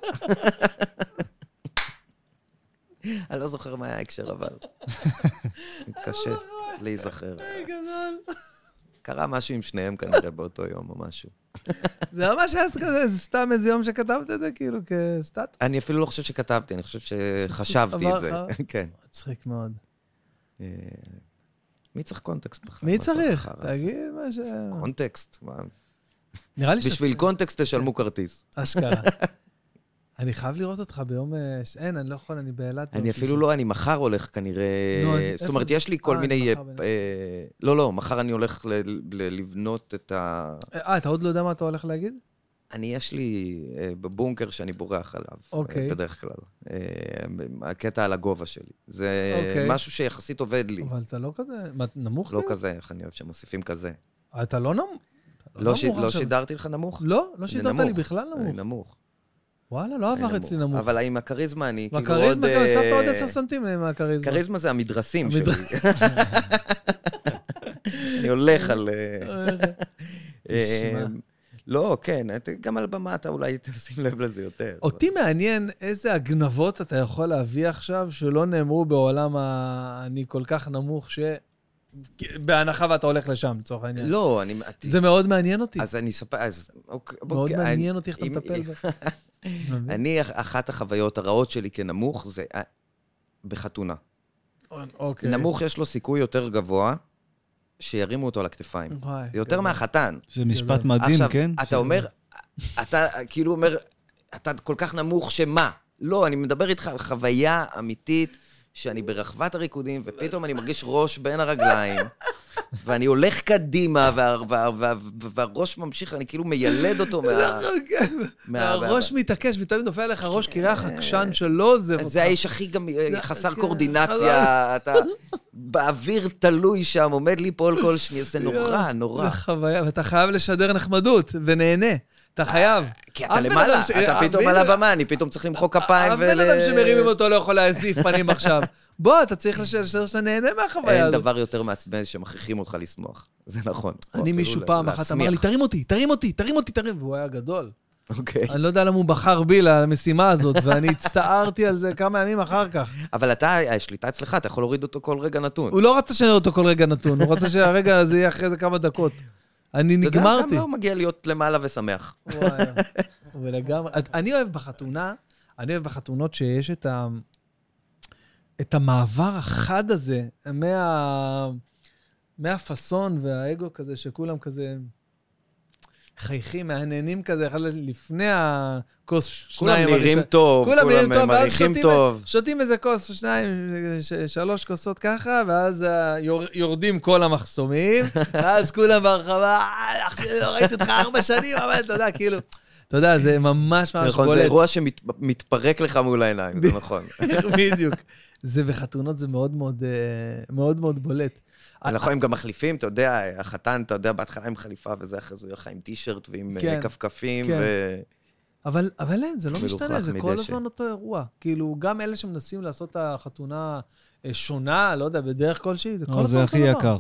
[SPEAKER 2] אני לא זוכר מה היה ההקשר, אבל... קשה להיזכר.
[SPEAKER 1] אה, גדול.
[SPEAKER 2] קרה משהו עם שניהם כנראה באותו יום או משהו.
[SPEAKER 1] זה ממש היה כזה, זה סתם איזה יום שכתבת את זה, כאילו, כסטטוס.
[SPEAKER 2] אני אפילו לא חושב שכתבתי, אני חושב שחשבתי
[SPEAKER 1] עבר
[SPEAKER 2] את זה.
[SPEAKER 1] לך.
[SPEAKER 2] כן.
[SPEAKER 1] מצחיק מאוד.
[SPEAKER 2] אה, מי צריך קונטקסט בכלל?
[SPEAKER 1] מי
[SPEAKER 2] מה זה
[SPEAKER 1] צריך?
[SPEAKER 2] החרא הזה?
[SPEAKER 1] תגיד מה ש...
[SPEAKER 2] קונטקסט? מה?
[SPEAKER 1] נראה לי ש...
[SPEAKER 2] בשביל קונטקסט תשלמו כרטיס.
[SPEAKER 1] אשכרה. אני חייב לראות אותך ביום... אה, ש- אין, אני לא יכול, אני באילת.
[SPEAKER 2] אני
[SPEAKER 1] ביום
[SPEAKER 2] אפילו
[SPEAKER 1] שישי.
[SPEAKER 2] לא, אני מחר הולך כנראה...
[SPEAKER 1] נו, אז
[SPEAKER 2] זאת
[SPEAKER 1] איפה
[SPEAKER 2] אומרת,
[SPEAKER 1] זה?
[SPEAKER 2] יש לי
[SPEAKER 1] אה,
[SPEAKER 2] כל
[SPEAKER 1] אני
[SPEAKER 2] מיני...
[SPEAKER 1] מחר
[SPEAKER 2] אה,
[SPEAKER 1] בלילה.
[SPEAKER 2] אה, לא, לא, מחר אני הולך ל- ל- לבנות את ה...
[SPEAKER 1] אה, אתה עוד לא יודע מה אתה הולך להגיד?
[SPEAKER 2] אני, יש לי אה, בבונקר שאני בורח עליו,
[SPEAKER 1] אוקיי.
[SPEAKER 2] אה, בדרך כלל. אה, הקטע על הגובה שלי. זה
[SPEAKER 1] אוקיי.
[SPEAKER 2] משהו שיחסית עובד לי.
[SPEAKER 1] אבל אתה לא כזה... מה, נמוך?
[SPEAKER 2] לא
[SPEAKER 1] כאילו?
[SPEAKER 2] כזה, איך אני אוהב שמוסיפים כזה.
[SPEAKER 1] אתה לא נמוך. אתה
[SPEAKER 2] לא ש-
[SPEAKER 1] נמוך
[SPEAKER 2] לא
[SPEAKER 1] עכשיו.
[SPEAKER 2] שידרתי לך נמוך?
[SPEAKER 1] לא, לא
[SPEAKER 2] אני
[SPEAKER 1] שידרת לי
[SPEAKER 2] נמוך.
[SPEAKER 1] בכלל
[SPEAKER 2] אני
[SPEAKER 1] נמוך.
[SPEAKER 2] נמוך.
[SPEAKER 1] וואלה, לא
[SPEAKER 2] אני
[SPEAKER 1] עבר אצלי נמוך.
[SPEAKER 2] אבל עם הכריזמה אני כאילו עוד...
[SPEAKER 1] והכריזמה, גם הוספת עוד
[SPEAKER 2] אה,
[SPEAKER 1] 10 סנטים מהכריזמה.
[SPEAKER 2] כריזמה זה המדרסים
[SPEAKER 1] המדר-
[SPEAKER 2] שלי. אני הולך על... אה,
[SPEAKER 1] תשמע.
[SPEAKER 2] אמ, לא, כן, את- גם על במה אתה אולי תשים לב לזה יותר.
[SPEAKER 1] אותי מעניין איזה הגנבות אתה יכול להביא עכשיו שלא נאמרו בעולם ה... אני כל כך נמוך ש... בהנחה ואתה הולך לשם, לצורך העניין.
[SPEAKER 2] לא, אני... את-
[SPEAKER 1] זה מאוד מעניין אותי.
[SPEAKER 2] אז אני אספר... אז... אוקיי,
[SPEAKER 1] מאוד
[SPEAKER 2] אוקיי,
[SPEAKER 1] מעניין
[SPEAKER 2] אני-
[SPEAKER 1] אותי איך אתה
[SPEAKER 2] אם-
[SPEAKER 1] מטפל בזה. אתה מבין?
[SPEAKER 2] אני, אח- אחת החוויות הרעות שלי כנמוך זה אה, בחתונה.
[SPEAKER 1] אוקיי.
[SPEAKER 2] נמוך יש לו סיכוי יותר גבוה שירימו אותו על הכתפיים.
[SPEAKER 1] וואי, כן.
[SPEAKER 2] יותר
[SPEAKER 1] גדול.
[SPEAKER 2] מהחתן.
[SPEAKER 3] זה
[SPEAKER 1] גדול.
[SPEAKER 3] משפט מדהים, כן?
[SPEAKER 2] עכשיו, אתה אומר, אתה כאילו אומר, אתה כל כך נמוך שמה? לא, אני מדבר איתך על חוויה אמיתית, שאני ברחבת הריקודים, ופתאום אני מרגיש ראש בין הרגליים, ואני הולך קדימה, וה- וה- וה- והראש ממשיך, אני כאילו מיילד אותו מה... מה-
[SPEAKER 1] אוקיי.
[SPEAKER 2] כן.
[SPEAKER 1] הראש מתעקש, ותמיד נופל עליך ראש, כי ריח עקשן שלא עוזב אותך.
[SPEAKER 2] זה האיש הכי גם אה, חסר
[SPEAKER 1] כן,
[SPEAKER 2] קורדינציה, אתה באוויר תלוי שם, עומד ליפול כל שנייה, זה נורא, נורא.
[SPEAKER 1] זה חוויה, ואתה חייב לשדר נחמדות, ונהנה. אתה חייב.
[SPEAKER 2] כי
[SPEAKER 1] אף
[SPEAKER 2] אתה
[SPEAKER 1] בן
[SPEAKER 2] למעלה,
[SPEAKER 1] אדם ש-
[SPEAKER 2] אתה
[SPEAKER 1] אה,
[SPEAKER 2] פתאום
[SPEAKER 1] בדיוק.
[SPEAKER 2] על הבמה, אני פתאום צריך למחוא כפיים
[SPEAKER 1] אף
[SPEAKER 2] ול...
[SPEAKER 1] בן אדם שמרימים אותו לא יכול להזיף פנים עכשיו. בוא, אתה צריך לש- לשדר שאתה נהנה מהחוויה
[SPEAKER 2] אין
[SPEAKER 1] הזאת.
[SPEAKER 2] דבר יותר מעצבן שמכריחים אותך לשמוח. זה נכון. או
[SPEAKER 1] אני
[SPEAKER 2] אפילו
[SPEAKER 1] מישהו
[SPEAKER 2] ל-
[SPEAKER 1] פעם אחת אמר לי,
[SPEAKER 2] להסמיך.
[SPEAKER 1] תרים אותי, תרים אותי, תרים אותי, תרים, והוא היה גדול.
[SPEAKER 2] אוקיי.
[SPEAKER 1] אני לא יודע למה הוא בחר בי למשימה הזאת, ואני הצטערתי על זה כמה ימים אחר כך.
[SPEAKER 2] אבל אתה, השליטה אצלך, אתה יכול להוריד אותו כל רגע נתון.
[SPEAKER 1] הוא לא רצה שאני אראה אותו כל רגע נתון, הוא רצה שהרגע הזה יהיה אחרי זה כמה דקות. אני
[SPEAKER 2] אתה יודע,
[SPEAKER 1] נגמרתי.
[SPEAKER 2] גם לא מגיע להיות למעלה ושמח.
[SPEAKER 1] וואי, ולגמרי. את- אני אוהב בחתונה, אני אוהב בחתונות שיש את ה... את המעבר החד הזה מה... מהפאסון והאגו כזה, שכולם כזה חייכים, מהנהנים כזה, אחד לפני הכוס שניים.
[SPEAKER 2] כולם נראים
[SPEAKER 1] הראשון.
[SPEAKER 2] טוב,
[SPEAKER 1] כולם נראים טוב,
[SPEAKER 2] כולם
[SPEAKER 1] ואז
[SPEAKER 2] מריחים
[SPEAKER 1] שותים-
[SPEAKER 2] טוב.
[SPEAKER 1] שותים איזה כוס או שניים, ש- שלוש כוסות ככה, ואז אה, יור, יורדים כל המחסומים, ואז כולם ברחבה, "אה, אחי, לא ראיתי אותך ארבע שנים, אבל אתה יודע, כאילו, אתה יודע, זה ממש ממש
[SPEAKER 2] נכון, זה
[SPEAKER 1] אה, בולט.
[SPEAKER 2] אירוע שמתפרק לך מול העיניים, זה נכון.
[SPEAKER 1] בדיוק. זה בחתונות זה מאוד מאוד, אה, מאוד מאוד בולט. אה.
[SPEAKER 2] נכון, הם גם מחליפים, אתה יודע, החתן, אתה יודע, בהתחלה עם חליפה וזה, אחרי זה הוא יהיה לך עם טישרט ועם אה,
[SPEAKER 1] כן,
[SPEAKER 2] כפכפים,
[SPEAKER 1] כן.
[SPEAKER 2] ו...
[SPEAKER 1] אבל, אבל אין, זה לא
[SPEAKER 2] מלוכלך
[SPEAKER 1] משתנה, זה כל
[SPEAKER 2] מדשא.
[SPEAKER 1] הזמן אותו אירוע. כאילו, גם אלה שמנסים לעשות את החתונה אה, שונה, לא יודע, בדרך כלשהי, זה כל הזמן
[SPEAKER 3] אבל
[SPEAKER 1] אותו
[SPEAKER 3] אה, זה הכי
[SPEAKER 1] דבר.
[SPEAKER 3] יקר.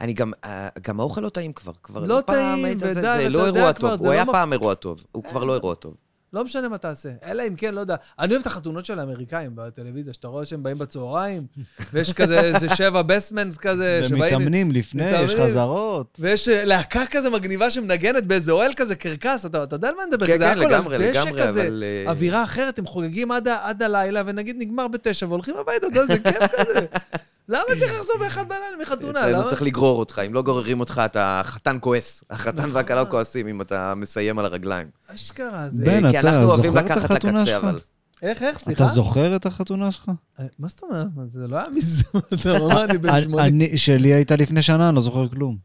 [SPEAKER 2] אני גם, אה, גם האוכל לא טעים כבר. כבר
[SPEAKER 1] לא
[SPEAKER 2] פעם
[SPEAKER 1] טעים,
[SPEAKER 2] היית זה-
[SPEAKER 1] ודי,
[SPEAKER 2] זה
[SPEAKER 1] ואתה
[SPEAKER 2] לא
[SPEAKER 1] יודע
[SPEAKER 2] אירוע
[SPEAKER 1] כבר, זה
[SPEAKER 2] טוב. הוא
[SPEAKER 1] לא
[SPEAKER 2] היה
[SPEAKER 1] מפ-
[SPEAKER 2] פעם אירוע טוב, הוא כבר לא אירוע טוב.
[SPEAKER 1] לא משנה מה תעשה, אלא אם כן, לא יודע. אני אוהב את החתונות של האמריקאים בטלוויזיה, שאתה רואה שהם באים בצהריים, ויש כזה איזה שבע בסטמנס כזה, אה, שבאים...
[SPEAKER 3] ומתאמנים לפני, יש
[SPEAKER 1] מתאמנים.
[SPEAKER 3] חזרות.
[SPEAKER 1] ויש אה, להקה כזה מגניבה שמנגנת באיזה אוהל כזה, קרקס, אתה, אתה יודע על מה אני מדבר?
[SPEAKER 2] כן,
[SPEAKER 1] זה
[SPEAKER 2] כן,
[SPEAKER 1] הכל על
[SPEAKER 2] לגמרי,
[SPEAKER 1] דשא
[SPEAKER 2] לגמרי,
[SPEAKER 1] כזה,
[SPEAKER 2] אבל, אה,
[SPEAKER 1] אווירה אחרת, הם חוגגים עד, ה- עד הלילה, ונגיד נגמר בתשע, והולכים הביתה, אתה יודע, זה כיף כזה. למה צריך לחזור באחד בלילה מחתונה?
[SPEAKER 2] אצלנו
[SPEAKER 1] למה?
[SPEAKER 2] צריך לגרור אותך, אם לא גוררים אותך, אתה החתן כועס.
[SPEAKER 1] נכון.
[SPEAKER 2] החתן והכלה כועסים אם אתה מסיים על הרגליים.
[SPEAKER 1] אשכרה, זה...
[SPEAKER 3] בן,
[SPEAKER 2] כי
[SPEAKER 3] כן, אתה
[SPEAKER 2] אנחנו אוהבים
[SPEAKER 3] זוכר את
[SPEAKER 2] לקחת
[SPEAKER 3] החתונה
[SPEAKER 2] לקצה,
[SPEAKER 3] שלך?
[SPEAKER 2] אבל...
[SPEAKER 1] איך, איך, סליחה?
[SPEAKER 3] אתה זוכר את החתונה שלך?
[SPEAKER 1] אה, מה זאת אומרת? מה, זה לא היה מזמן, אתה אומר, אני בן
[SPEAKER 3] אני-
[SPEAKER 1] שמונים.
[SPEAKER 3] אני- שלי הייתה לפני שנה, אני לא זוכר כלום.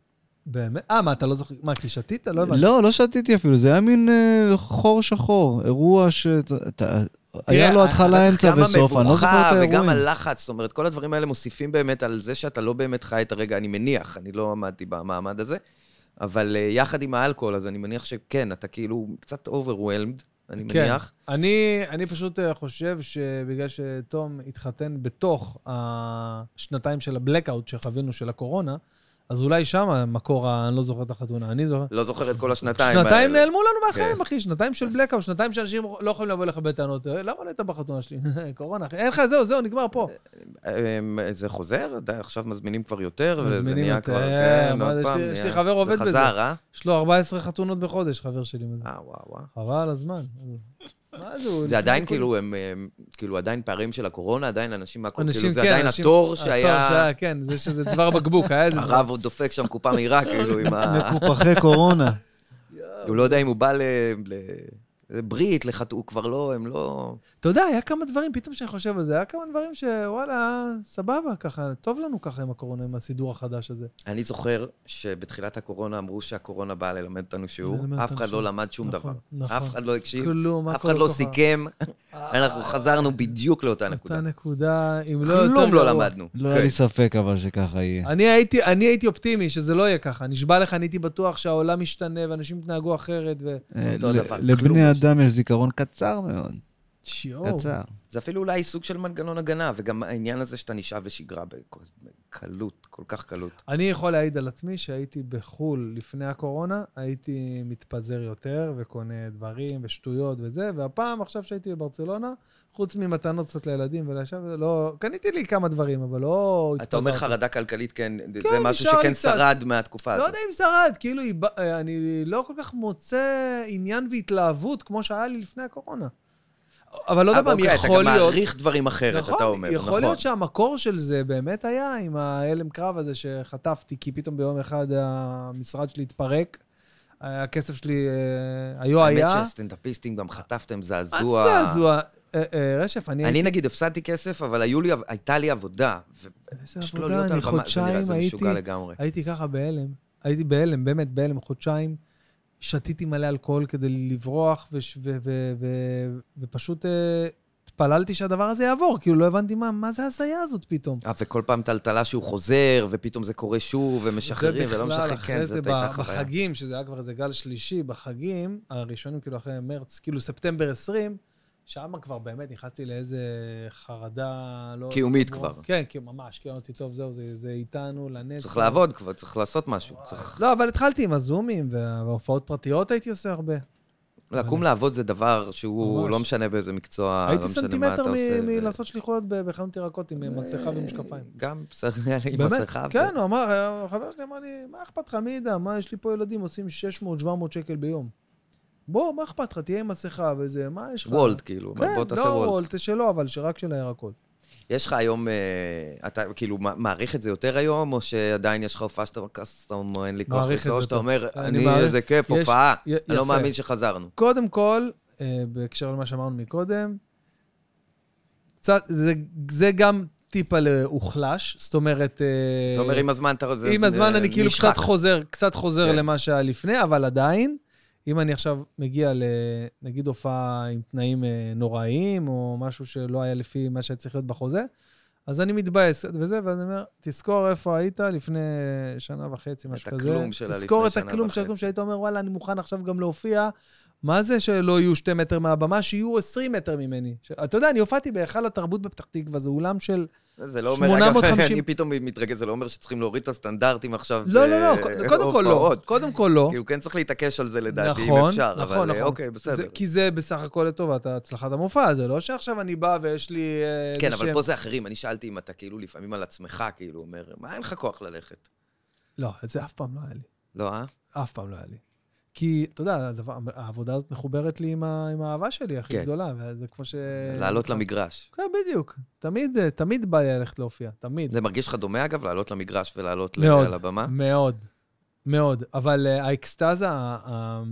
[SPEAKER 1] באמת? אה, מה, אתה לא זוכר? מה, כי שתית? לא הבנתי.
[SPEAKER 3] לא, לא שתיתי אפילו, זה היה מין אה, חור שחור, אירוע ש... היה לו התחלה, אמצע וסוף, אני לא זוכר את
[SPEAKER 2] אה, וגם
[SPEAKER 3] האירועים.
[SPEAKER 2] הלחץ, זאת אומרת, כל הדברים האלה מוסיפים באמת על זה שאתה לא באמת חי את הרגע, אני מניח, אני לא עמדתי במעמד הזה, אבל אה, יחד עם האלכוהול, אז אני מניח שכן, אתה כאילו קצת overwhelmed, אני
[SPEAKER 1] כן.
[SPEAKER 2] מניח.
[SPEAKER 1] אני, אני פשוט אה, חושב שבגלל שתום התחתן בתוך השנתיים של הבלקאוט שחווינו של הקורונה, אז אולי שם המקור, ה- אני לא זוכר את החתונה, אני זוכר.
[SPEAKER 2] לא זוכר את כל השנתיים האלה.
[SPEAKER 1] שנתיים נעלמו לנו מהחיים,
[SPEAKER 2] כן.
[SPEAKER 1] אחי, שנתיים של בלקאוט, שנתיים שאנשים לא יכולים לבוא אליך בטענות, "אה, למה לא היית בחתונה שלי? קורונה, אחי, אין לך, זהו, זהו, נגמר פה.
[SPEAKER 2] אה, אמ, זה חוזר, די, עכשיו מזמינים כבר יותר, וזה
[SPEAKER 1] מזמינים
[SPEAKER 2] נהיה
[SPEAKER 1] יותר, אה,
[SPEAKER 2] כבר, כן,
[SPEAKER 1] מה זה,
[SPEAKER 2] עוד
[SPEAKER 1] יש
[SPEAKER 2] פעם.
[SPEAKER 1] לי- יש לי
[SPEAKER 2] נהיה-
[SPEAKER 1] חבר עובד
[SPEAKER 2] זה
[SPEAKER 1] בזה.
[SPEAKER 2] חזר, אה?
[SPEAKER 1] יש לו 14 חתונות בחודש, חבר שלי. מזה.
[SPEAKER 2] אה, וואו, וואו.
[SPEAKER 1] חבל על הזמן. מה זה, הוא...
[SPEAKER 2] זה עדיין
[SPEAKER 1] לפני
[SPEAKER 2] כאילו, הם, הם- כאילו עדיין פערים של הקורונה, עדיין אנשים מהקורונה,
[SPEAKER 1] אנשים,
[SPEAKER 2] כאילו זה
[SPEAKER 1] כן,
[SPEAKER 2] עדיין
[SPEAKER 1] אנשים-
[SPEAKER 2] התור שהיה,
[SPEAKER 1] כן, זה שזה צוואר בקבוק, היה איזה...
[SPEAKER 2] הרב עוד דופק שם קופה מהירה, כאילו, עם
[SPEAKER 1] נכון.
[SPEAKER 2] ה...
[SPEAKER 3] מקופחי קורונה.
[SPEAKER 2] הוא לא יודע אם הוא בא ל... ל- לברית, לחת... הוא כבר לא, הם לא...
[SPEAKER 1] אתה יודע, היה כמה דברים, פתאום שאני חושב על זה, היה כמה דברים שוואלה, סבבה, ככה, טוב לנו ככה עם הקורונה, עם הסידור החדש הזה.
[SPEAKER 2] אני זוכר שבתחילת הקורונה אמרו שהקורונה באה ללמד אותנו שיעור,
[SPEAKER 1] ללמד
[SPEAKER 2] אף
[SPEAKER 1] אותנו
[SPEAKER 2] אחד
[SPEAKER 1] שיעור.
[SPEAKER 2] לא למד שום דבר.
[SPEAKER 1] נכון, נכון.
[SPEAKER 2] אף אחד לא הקשיב,
[SPEAKER 1] כלום,
[SPEAKER 2] אף
[SPEAKER 1] הכל
[SPEAKER 2] אחד לא
[SPEAKER 1] ככה. אה,
[SPEAKER 2] סיכם, אנחנו חזרנו בדיוק לאותה נקודה.
[SPEAKER 1] אותה נקודה, אם לא יותר
[SPEAKER 2] כלום לא
[SPEAKER 1] גרוע.
[SPEAKER 2] למדנו.
[SPEAKER 3] לא
[SPEAKER 2] כן.
[SPEAKER 3] היה לי ספק אבל שככה יהיה.
[SPEAKER 1] אני הייתי, אני הייתי אופטימי שזה לא יהיה ככה. נשבע לך, אני הייתי בטוח שהעולם משתנה ואנשים יתנהגו אחרת ו...
[SPEAKER 3] אה,
[SPEAKER 2] אותו
[SPEAKER 3] ל-
[SPEAKER 2] דבר, כלום לא
[SPEAKER 3] לבני
[SPEAKER 2] יש.
[SPEAKER 3] אדם יש זיכרון קצר מאוד.
[SPEAKER 1] שיואו.
[SPEAKER 3] קצר.
[SPEAKER 2] זה אפילו אולי סוג של מנגנון הגנה, וגם העניין הזה שאתה נשאב לשגרה בקלות, כל כך קלות.
[SPEAKER 1] אני יכול להעיד על עצמי שהייתי בחו"ל לפני הקורונה, הייתי מתפזר יותר וקונה דברים ושטויות וזה, והפעם, עכשיו שהייתי בברצלונה, חוץ ממתנות קצת לילדים ולשם, זה לא... קניתי לי כמה דברים, אבל לא
[SPEAKER 2] אתה אומר
[SPEAKER 1] התפזרתי.
[SPEAKER 2] חרדה כלכלית, כן,
[SPEAKER 1] כן,
[SPEAKER 2] זה משהו
[SPEAKER 1] נשאר לי
[SPEAKER 2] שכן
[SPEAKER 1] קצת.
[SPEAKER 2] שרד מהתקופה
[SPEAKER 1] לא
[SPEAKER 2] הזאת.
[SPEAKER 1] יודע אם שרד, כאילו, היא ב- אה, אני לא כל כך מוצא עניין והתלהבות כמו שהיה לי לפני הקורונה. אבל לא יודע
[SPEAKER 2] אבל
[SPEAKER 1] פעם,
[SPEAKER 2] אוקיי,
[SPEAKER 1] יכול
[SPEAKER 2] אתה גם
[SPEAKER 1] להיות...
[SPEAKER 2] מעריך דברים אחרת, אתה אומר, נכון.
[SPEAKER 1] יכול להיות שהמקור של זה באמת היה עם ההלם קרב הזה שחטפתי, כי פתאום ביום אחד המשרד שלי התפרק, הכסף שלי אה, היו היה.
[SPEAKER 2] האמת שהסטנדאפיסטים גם חטפתם
[SPEAKER 1] מה
[SPEAKER 2] זעזוע.
[SPEAKER 1] זה זעזוע? אה, אה, רשף, אני
[SPEAKER 2] אני
[SPEAKER 1] הייתי...
[SPEAKER 2] נגיד הפסדתי כסף, אבל היו לי- הייתה לי עבודה.
[SPEAKER 1] איזה
[SPEAKER 2] פשוט לא
[SPEAKER 1] עבודה,
[SPEAKER 2] להיות על
[SPEAKER 1] אני
[SPEAKER 2] במה, זה נראה
[SPEAKER 1] חודשיים
[SPEAKER 2] זה
[SPEAKER 1] הייתי...
[SPEAKER 2] משוגע לגמרי.
[SPEAKER 1] הייתי ככה בהלם. הייתי בהלם, באמת בהלם, חודשיים. שתיתי מלא אלכוהול כדי לברוח, וש- ו- ו- ו- ופשוט אה, התפללתי שהדבר הזה יעבור. כאילו, לא הבנתי מה, מה זה ההזיה הזאת פתאום.
[SPEAKER 2] אה, וכל פעם טלטלה שהוא חוזר, ופתאום זה קורה שוב, ומשחררים, ולא משחררים, כן,
[SPEAKER 1] אחרי זה ב-
[SPEAKER 2] זאת הייתה חוויה.
[SPEAKER 1] בחגים, שזה היה כבר איזה גל שלישי, בחגים, הראשונים כאילו אחרי מרץ, כאילו ספטמבר 20, שם כבר באמת נכנסתי לאיזה חרדה... לא...
[SPEAKER 2] קיומית
[SPEAKER 1] לא-
[SPEAKER 2] כבר.
[SPEAKER 1] כן, כן, ממש, כי אמרתי, טוב, זהו, זה, זה איתנו, לנצח.
[SPEAKER 2] צריך לעבוד כבר, צריך לעשות משהו. צריך...
[SPEAKER 1] לא, אבל התחלתי עם הזומים, וה- וההופעות פרטיות הייתי עושה הרבה.
[SPEAKER 2] אה, לקום לעבוד זה דבר שהוא
[SPEAKER 1] ממש.
[SPEAKER 2] לא משנה באיזה מקצוע,
[SPEAKER 1] הייתי
[SPEAKER 2] לא משנה מה אתה
[SPEAKER 1] סנטימטר
[SPEAKER 2] עושה.
[SPEAKER 1] מ-
[SPEAKER 2] זה-
[SPEAKER 1] מלעשות שליחויות ב- בחנות ירקות עם מסכה ועם משקפיים.
[SPEAKER 2] גם בסדר, היה לי עם
[SPEAKER 1] באמת?
[SPEAKER 2] מסכה. ו-
[SPEAKER 1] כן, הוא אמר, החבר שלי אמר לי, מה אכפת לך מעידה? מה, יש לי פה ילדים עושים 600-700 שקל ביום. בוא, מה אכפת לך? תהיה עם מסכה וזה, מה יש לך?
[SPEAKER 2] וולד, כאילו,
[SPEAKER 1] כן,
[SPEAKER 2] בוא תעשה
[SPEAKER 1] לא
[SPEAKER 2] וולד.
[SPEAKER 1] וולט, שלא, אבל שרק של הירקות.
[SPEAKER 2] יש לך היום, אה, אתה כאילו מע- מעריך את זה יותר היום, או שעדיין יש לך הופעה שאתה אומר, "קסטום, אין לי כוח
[SPEAKER 1] מעריך את
[SPEAKER 2] לנסוע, או
[SPEAKER 1] זה
[SPEAKER 2] שאתה
[SPEAKER 1] יותר.
[SPEAKER 2] אומר,
[SPEAKER 1] אני
[SPEAKER 2] אני,
[SPEAKER 1] מעריך-
[SPEAKER 2] איזה כיף,
[SPEAKER 1] יש-
[SPEAKER 2] הופעה.
[SPEAKER 1] י-
[SPEAKER 2] אני
[SPEAKER 1] יפה.
[SPEAKER 2] לא מאמין שחזרנו.
[SPEAKER 1] קודם כל, אה, בהקשר למה שאמרנו מקודם, קצת, זה- זה גם טיפה הוחלש, זאת אומרת... אה,
[SPEAKER 2] אתה אומר, עם הזמן אתה... זה-
[SPEAKER 1] עם
[SPEAKER 2] זה
[SPEAKER 1] הזמן אני כאילו
[SPEAKER 2] נשחק."
[SPEAKER 1] קצת חוזר, קצת חוזר
[SPEAKER 2] כן.
[SPEAKER 1] למה שהיה לפני, אבל עדיין אם אני עכשיו מגיע לנגיד הופעה עם תנאים אה, נוראיים, או משהו שלא היה לפי מה שהיה צריך להיות בחוזה, אז אני מתבאס וזה, ואז אני אומר, תזכור איפה היית לפני אה, שנה וחצי, משהו כזה.
[SPEAKER 2] הכלום שלה לפני
[SPEAKER 1] תזכור את
[SPEAKER 2] שנה
[SPEAKER 1] הכלום של הכלום
[SPEAKER 2] וחצי.
[SPEAKER 1] שהיית אומר, וואלה, אני מוכן עכשיו גם להופיע. מה זה שלא יהיו שתי מטר מהבמה? שיהיו 20 מטר ממני. ש... אתה יודע, אני הופעתי בהיכל התרבות בפתח תקווה, זה אולם של...
[SPEAKER 2] זה לא אומר,
[SPEAKER 1] 850.
[SPEAKER 2] אגב, אני פתאום מתרגז, זה לא אומר שצריכים להוריד את הסטנדרטים עכשיו.
[SPEAKER 1] לא, לא, לא,
[SPEAKER 2] ב-
[SPEAKER 1] קודם כל לא.
[SPEAKER 2] הופעות.
[SPEAKER 1] קודם כל לא.
[SPEAKER 2] כאילו, כן צריך להתעקש על זה לדעתי, אם
[SPEAKER 1] נכון,
[SPEAKER 2] אפשר.
[SPEAKER 1] נכון,
[SPEAKER 2] אבל, אה,
[SPEAKER 1] נכון.
[SPEAKER 2] אוקיי, בסדר.
[SPEAKER 1] זה, כי זה בסך הכל לטובת הצלחת המופע, זה לא שעכשיו אני בא ויש לי... אה,
[SPEAKER 2] כן,
[SPEAKER 1] איזשהם-
[SPEAKER 2] אבל פה זה אחרים. אני שאלתי אם אתה כאילו לפעמים על עצמך, כאילו, אומר, מה, אין לך כוח ללכת.
[SPEAKER 1] לא, זה אף פעם לא היה לי.
[SPEAKER 2] לא, אה?
[SPEAKER 1] אף פעם לא היה לי. כי, אתה יודע, הדבר, העבודה הזאת מחוברת לי עם, ה, עם האהבה שלי הכי
[SPEAKER 2] כן.
[SPEAKER 1] גדולה, וזה כמו ש...
[SPEAKER 2] לעלות למגרש.
[SPEAKER 1] כן, בדיוק. תמיד, אה, תמיד בא לי ללכת להופיע, תמיד.
[SPEAKER 2] זה מרגיש לך דומה, אגב, לעלות למגרש ולעלות ל-
[SPEAKER 1] מאוד.
[SPEAKER 2] על הבמה?
[SPEAKER 1] מאוד, מאוד. אבל אה, האקסטזה, ה- ה-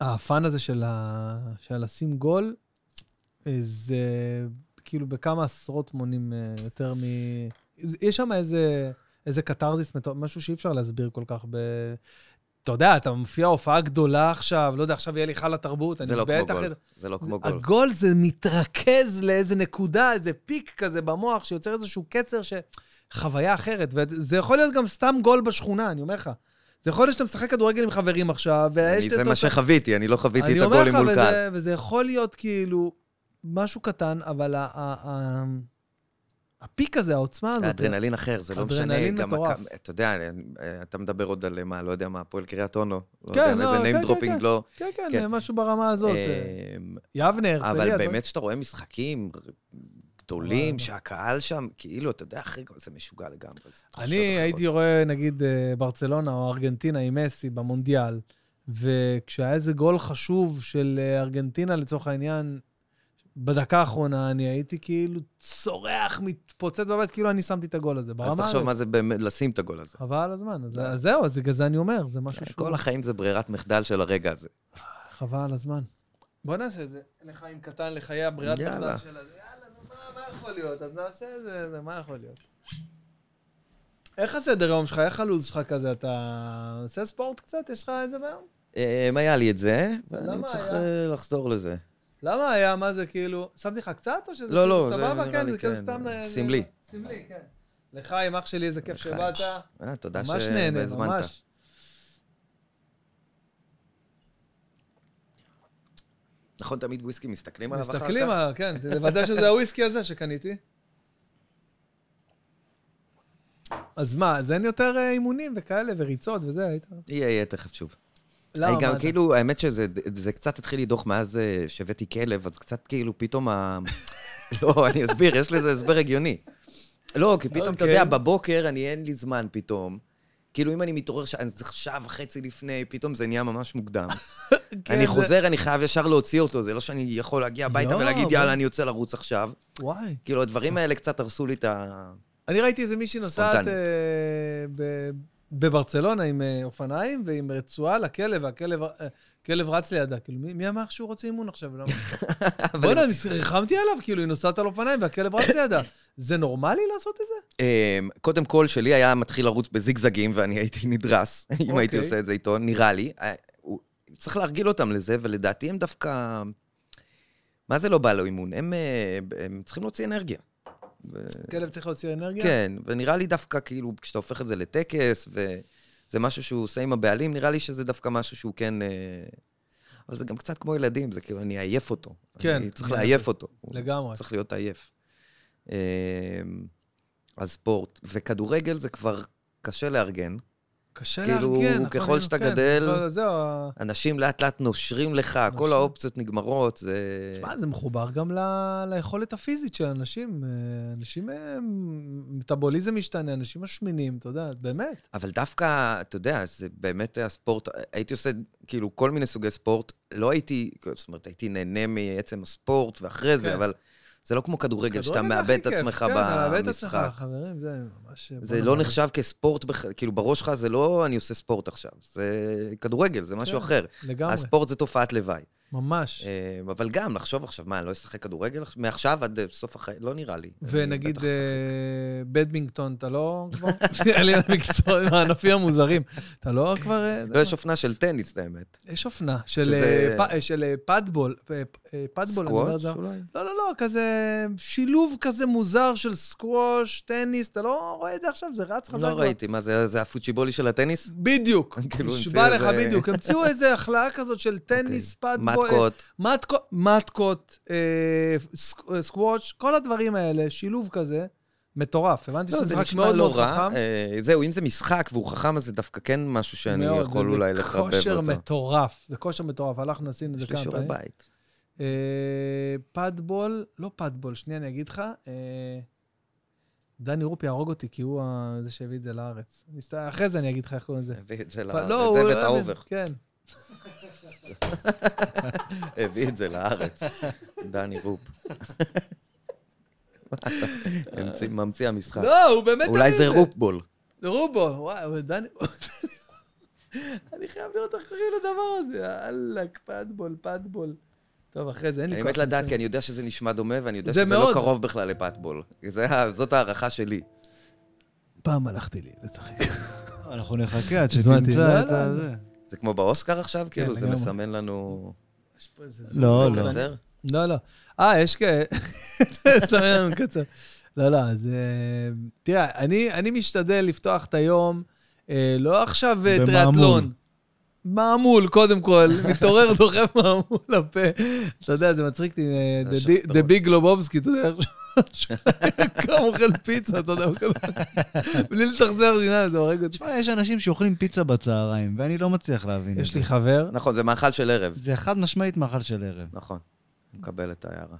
[SPEAKER 1] הפאן הזה של ה- של לשים גול, אה, זה כאילו בכמה עשרות מונים אה, יותר מ... זה- יש שם איזה, איזה קתרזיס, מטור- משהו שאי אפשר להסביר כל כך ב... אתה יודע, אתה מופיע הופעה גדולה עכשיו, לא יודע, עכשיו יהיה לי חל התרבות,
[SPEAKER 2] זה
[SPEAKER 1] אני
[SPEAKER 2] לא כמו
[SPEAKER 1] בטח...
[SPEAKER 2] גול. זה לא כמו גול.
[SPEAKER 1] הגול זה מתרכז לאיזה נקודה, איזה פיק כזה במוח, שיוצר איזשהו קצר ש... חוויה אחרת, וזה יכול להיות גם סתם גול בשכונה, אני אומר לך. זה יכול להיות שאתה משחק כדורגל עם חברים עכשיו, ויש...
[SPEAKER 2] אני-
[SPEAKER 1] את
[SPEAKER 2] זה מה
[SPEAKER 1] אותו-
[SPEAKER 2] שחוויתי, אני לא חוויתי
[SPEAKER 1] אני
[SPEAKER 2] את
[SPEAKER 1] אומר
[SPEAKER 2] הגולים
[SPEAKER 1] לך,
[SPEAKER 2] מול
[SPEAKER 1] וזה-
[SPEAKER 2] קהל.
[SPEAKER 1] וזה יכול להיות כאילו משהו קטן, אבל ה- ה- ה- הפיק הזה, העוצמה הזאת...
[SPEAKER 2] האדרנלין אחר, זה לא משנה.
[SPEAKER 1] אדרנלין
[SPEAKER 2] גם
[SPEAKER 1] מטורף.
[SPEAKER 2] הכ- אתה יודע, אה, אתה מדבר עוד על אה, מה, לא יודע מה, הפועל קריית אונו.
[SPEAKER 1] כן,
[SPEAKER 2] לא יודע,
[SPEAKER 1] לא,
[SPEAKER 2] איזה
[SPEAKER 1] כן,
[SPEAKER 2] name
[SPEAKER 1] כן,
[SPEAKER 2] dropping,
[SPEAKER 1] כן.
[SPEAKER 2] לא.
[SPEAKER 1] כן, כן,
[SPEAKER 2] כן.
[SPEAKER 1] משהו ברמה הזאת. זה-
[SPEAKER 2] אמ,
[SPEAKER 1] יבנר, אתה
[SPEAKER 2] אבל
[SPEAKER 1] יודע,
[SPEAKER 2] באמת כשאתה רואה משחקים גדולים, שהקהל שם, כאילו, אתה יודע, אחרי כל זה משוגע לגמרי. זה תחושות
[SPEAKER 1] אני
[SPEAKER 2] אחרות.
[SPEAKER 1] הייתי רואה, נגיד, אה, ברצלונה או ארגנטינה עם מסי במונדיאל, וכשהיה איזה גול חשוב של אה, ארגנטינה, לצורך העניין, בדקה האחרונה, אני הייתי כאילו צורח, מתפוצץ בבית, כאילו אני שמתי את הגול הזה. ברמה
[SPEAKER 2] אז תחשוב מה זה באמת לשים את הגול הזה.
[SPEAKER 1] חבל על הזמן. אז, אז זהו, אז בגלל זה אני אומר, זה משהו שהוא...
[SPEAKER 2] כל החיים זה ברירת מחדל של הרגע הזה.
[SPEAKER 1] חבל על הזמן. בוא נעשה את זה. לחיים קטן, לחיי הברירת
[SPEAKER 2] יאללה.
[SPEAKER 1] מחדל של הזה. יאללה, נו, מה, מה יכול להיות? אז נעשה את זה, זה, מה יכול להיות? איך הסדר יום שלך? איך הלו"ז שלך כזה? אתה עושה ספורט קצת? יש לך את זה ביום?
[SPEAKER 2] אמ, היה לי את זה, ואני
[SPEAKER 1] למה
[SPEAKER 2] צריך
[SPEAKER 1] היה?
[SPEAKER 2] אה, לחזור לזה. לא,
[SPEAKER 1] למה היה, מה זה כאילו? שמתי לך קצת או שזה
[SPEAKER 2] לא,
[SPEAKER 1] כאילו
[SPEAKER 2] לא, זה
[SPEAKER 1] סבבה?
[SPEAKER 2] נראה
[SPEAKER 1] כן,
[SPEAKER 2] לי
[SPEAKER 1] זה כזה
[SPEAKER 2] כן,
[SPEAKER 1] סתם...
[SPEAKER 2] זה
[SPEAKER 1] ל-
[SPEAKER 2] סמלי.
[SPEAKER 1] סמלי, כן. לחיים, אח שלי, איזה כיף
[SPEAKER 2] לחיים.
[SPEAKER 1] שבאת.
[SPEAKER 2] אה, תודה
[SPEAKER 1] ממש נהנה,
[SPEAKER 2] שהזמנת.
[SPEAKER 1] ממש.
[SPEAKER 2] נכון, תמיד וויסקי מסתכלים עליו אחר כך?
[SPEAKER 1] מסתכלים עליו, כן, זה לוודא שזה הוויסקי הזה שקניתי. אז מה, אז אין יותר אה, אימונים וכאלה, וריצות וזה, היית...
[SPEAKER 2] יהיה, יהיה, תכף שוב.
[SPEAKER 1] למה?
[SPEAKER 2] אני
[SPEAKER 1] לא, מה
[SPEAKER 2] גם
[SPEAKER 1] אתה-
[SPEAKER 2] כאילו, האמת שזה זה קצת התחיל לדוח מאז אה, שהבאתי כלב, אז קצת כאילו פתאום ה... לא, אני אסביר, יש לזה הסבר הגיוני. לא, כי פתאום, אתה
[SPEAKER 1] אוקיי.
[SPEAKER 2] יודע, בבוקר אני, אין לי זמן פתאום. כאילו, אם אני מתעורר, ש- אני צריך שעה וחצי לפני, פתאום זה נהיה ממש מוקדם.
[SPEAKER 1] כן,
[SPEAKER 2] אני
[SPEAKER 1] זה-
[SPEAKER 2] חוזר, אני חייב ישר להוציא אותו, זה לא שאני יכול להגיע הביתה
[SPEAKER 1] לא,
[SPEAKER 2] ולהגיד,
[SPEAKER 1] אבל-
[SPEAKER 2] יאללה, אני יוצא לרוץ עכשיו.
[SPEAKER 1] וואי.
[SPEAKER 2] כאילו, הדברים האלה קצת הרסו לי את ה...
[SPEAKER 1] אני ראיתי איזה מישהי נוסעת
[SPEAKER 2] ספונטנית.
[SPEAKER 1] אה, ב- בברצלונה עם אה, אופניים ועם רצועה לכלב, והכלב אה, כלב רץ לידה. כאילו, מי מי אמר שהוא רוצה אימון עכשיו? למה? בוא'נה, אני ריחמתי עליו, כאילו, היא נוסעת על אופניים והכלב רץ לידה. זה נורמלי לעשות את זה?
[SPEAKER 2] אמ, קודם כל, שלי היה מתחיל לרוץ בזיגזגים, ואני הייתי נדרס, אם הייתי
[SPEAKER 1] אוקיי.
[SPEAKER 2] עושה את זה איתו, נראה לי. אה, הוא- צריך להרגיל אותם לזה, ולדעתי הם דווקא... מה זה לא בא לו אימון? הם, אה, הם צריכים להוציא אנרגיה. ו...
[SPEAKER 1] כלב צריך להוציא אנרגיה?
[SPEAKER 2] כן, ונראה לי דווקא, כאילו, כשאתה הופך את זה לטקס, וזה משהו שהוא עושה עם הבעלים, נראה לי שזה דווקא משהו שהוא כן... אה, אבל זה גם קצת כמו ילדים, זה כאילו, אני אעייף אותו.
[SPEAKER 1] כן,
[SPEAKER 2] אני צריך
[SPEAKER 1] אני
[SPEAKER 2] לעייף אותו. הוא-
[SPEAKER 1] לגמרי.
[SPEAKER 2] צריך להיות עייף. אמ, אז ספורט. וכדורגל זה כבר קשה לארגן.
[SPEAKER 1] קשה
[SPEAKER 2] כאילו,
[SPEAKER 1] לארגן. נכון,
[SPEAKER 2] ככל
[SPEAKER 1] נכון,
[SPEAKER 2] שאתה
[SPEAKER 1] כן.
[SPEAKER 2] גדל-
[SPEAKER 1] אבל זהו, ה-
[SPEAKER 2] אנשים לאט לאט נושרים לך,
[SPEAKER 1] נושרים.
[SPEAKER 2] כל האופציות נגמרות, זה...
[SPEAKER 1] נכון. שמע, זה מחובר גם ל- ליכולת הפיזית של אנשים. אה, אנשים, אה, מטאבוליזם משתנה, אנשים משמינים, אתה יודע, באמת.
[SPEAKER 2] אבל דווקא, אתה יודע, זה באמת הספורט, הייתי עושה כאילו כל מיני סוגי ספורט, לא הייתי, זאת אומרת, הייתי נהנה מעצם הספורט ואחרי זה,
[SPEAKER 1] כן.
[SPEAKER 2] אבל זה לא כמו כדורגל, שאתה
[SPEAKER 1] כדורגל זה
[SPEAKER 2] מאבד
[SPEAKER 1] הכי
[SPEAKER 2] את
[SPEAKER 1] כיף,
[SPEAKER 2] עצמך
[SPEAKER 1] כן, אתה מאבד את עצמך,
[SPEAKER 2] במשחק.
[SPEAKER 1] חברים, זה ממש...
[SPEAKER 2] זה
[SPEAKER 1] בוא
[SPEAKER 2] לא
[SPEAKER 1] נאמר.
[SPEAKER 2] נחשב כספורט, בכלל, כאילו בראש שלך זה לא אני עושה ספורט עכשיו, זה כדורגל, זה משהו
[SPEAKER 1] כן.
[SPEAKER 2] אחר.
[SPEAKER 1] לגמרי.
[SPEAKER 2] הספורט זה תופעת לוואי.
[SPEAKER 1] ממש.
[SPEAKER 2] אה, אבל גם, לחשוב עכשיו, מה, אני לא אשחק כדורגל? עכש- מעכשיו עד אה, סוף החיים? לא נראה לי. אני
[SPEAKER 1] ונגיד,
[SPEAKER 2] בטח אשחק.
[SPEAKER 1] אה, בדמינגטון, אתה לא כבר... נראה לי על המקצוע, עם הענפים המוזרים. אתה לא כבר... אה,
[SPEAKER 2] לא, יש אופנה של טניס, האמת.
[SPEAKER 1] יש אופנה של,
[SPEAKER 2] שזה-
[SPEAKER 1] אה, פ- אה, של אה, פאדבול, אה, פ- אה, פאדבול, אני אומר את
[SPEAKER 2] סקוואץ'
[SPEAKER 1] זה.
[SPEAKER 2] אולי?
[SPEAKER 1] לא, לא, לא, כזה שילוב כזה מוזר של סקווש, טניס, אתה לא רואה את זה עכשיו, זה רץ חזק.
[SPEAKER 2] לא
[SPEAKER 1] מאוד.
[SPEAKER 2] ראיתי, מה זה, זה הפוצ'יבולי של הטניס?
[SPEAKER 1] בדיוק,
[SPEAKER 2] כאילו,
[SPEAKER 1] נשבע
[SPEAKER 2] המציאו
[SPEAKER 1] לך
[SPEAKER 2] איזה- אוקיי.
[SPEAKER 1] בדיוק. המציאו איזה החלאה כזאת של טניס, פאדבול, אה,
[SPEAKER 2] מתקות.
[SPEAKER 1] מתקו- מתקות, אה, סק- אה, סקווש, כל הדברים האלה, שילוב כזה, מטורף. הבנתי
[SPEAKER 2] לא,
[SPEAKER 1] שזה
[SPEAKER 2] זה
[SPEAKER 1] משחק
[SPEAKER 2] נשמע
[SPEAKER 1] מאוד מאוד
[SPEAKER 2] לא רע.
[SPEAKER 1] חכם.
[SPEAKER 2] אה, זהו, אם זה משחק והוא חכם, אז זה דווקא כן משהו שאני
[SPEAKER 1] מאוד,
[SPEAKER 2] יכול
[SPEAKER 1] זה
[SPEAKER 2] אולי לחבב אותו.
[SPEAKER 1] כושר מטורף, זה כושר מטורף. הלכנו, עשינו את זה
[SPEAKER 2] יש לי
[SPEAKER 1] כמה
[SPEAKER 2] שיעורי
[SPEAKER 1] פעמים.
[SPEAKER 2] בית.
[SPEAKER 1] אה, פאדבול, לא פאדבול, שנייה, אני אגיד לך. אה, דני רופ יהרוג אותי, כי הוא ה- זה שהביא את זה לארץ. מסת- אחרי זה אני אגיד לך איך קוראים לזה.
[SPEAKER 2] הביא את זה
[SPEAKER 1] פ-
[SPEAKER 2] לארץ,
[SPEAKER 1] לא,
[SPEAKER 2] כן, את זה
[SPEAKER 1] הוא-
[SPEAKER 2] ואת האובך.
[SPEAKER 1] כן.
[SPEAKER 2] הביא את זה לארץ. דני רופ. המציא- ממציא המשחק.
[SPEAKER 1] לא, הוא באמת...
[SPEAKER 2] כן. אולי
[SPEAKER 1] הביא
[SPEAKER 2] זה
[SPEAKER 1] את
[SPEAKER 2] רופבול.
[SPEAKER 1] רובו, וואי, אבל דני... אני חייב לראות איך קוראים לדבר הזה. וואלכ, פאדבול, פאדבול. טוב, אחרי זה, אין לי כוח.
[SPEAKER 2] האמת לדעת,
[SPEAKER 1] לנסוע.
[SPEAKER 2] כי אני יודע שזה נשמע דומה, ואני יודע
[SPEAKER 1] זה
[SPEAKER 2] שזה לא
[SPEAKER 1] מאוד.
[SPEAKER 2] קרוב בכלל לפטבול. זה ה- זאת ההערכה שלי.
[SPEAKER 1] פעם הלכתי לי לשחק.
[SPEAKER 3] אנחנו נחכה עד
[SPEAKER 1] הזמנתי.
[SPEAKER 3] שתמצא
[SPEAKER 1] לא,
[SPEAKER 3] את
[SPEAKER 1] לא,
[SPEAKER 3] הזה.
[SPEAKER 2] זה כמו באוסקר עכשיו? כאילו, זה
[SPEAKER 1] כן, לגמרי.
[SPEAKER 2] מסמן לנו...
[SPEAKER 1] יש פה איזה זוג
[SPEAKER 3] לא, לא.
[SPEAKER 1] קטן.
[SPEAKER 2] לקצר?
[SPEAKER 1] לא, לא. אה, יש כאלה... סתם היה לנו קצר. לא, לא, אז... אה, תראה, אני, אני משתדל לפתוח את היום, אה, לא עכשיו אה,
[SPEAKER 3] במעמול.
[SPEAKER 1] טריאטלון. מעמול, קודם כל. מתעורר, דוחף מעמול לפה. אתה יודע, זה מצחיק אותי, אה,
[SPEAKER 2] זה
[SPEAKER 1] The Big-
[SPEAKER 2] שחטאות.
[SPEAKER 1] The Big Globovsky, אתה יודע, קם אוכל פיצה, אתה יודע, הוא כזה, בלי לצחזר שיניים, זה הורג אותי.
[SPEAKER 3] תשמע, יש אנשים שאוכלים פיצה בצהריים, ואני לא מצליח להבין את
[SPEAKER 1] יש
[SPEAKER 3] זה.
[SPEAKER 1] לי חבר,
[SPEAKER 2] נכון, זה מאכל של ערב.
[SPEAKER 3] זה חד משמעית מאכל של ערב.
[SPEAKER 2] נכון. מקבל את ההערה.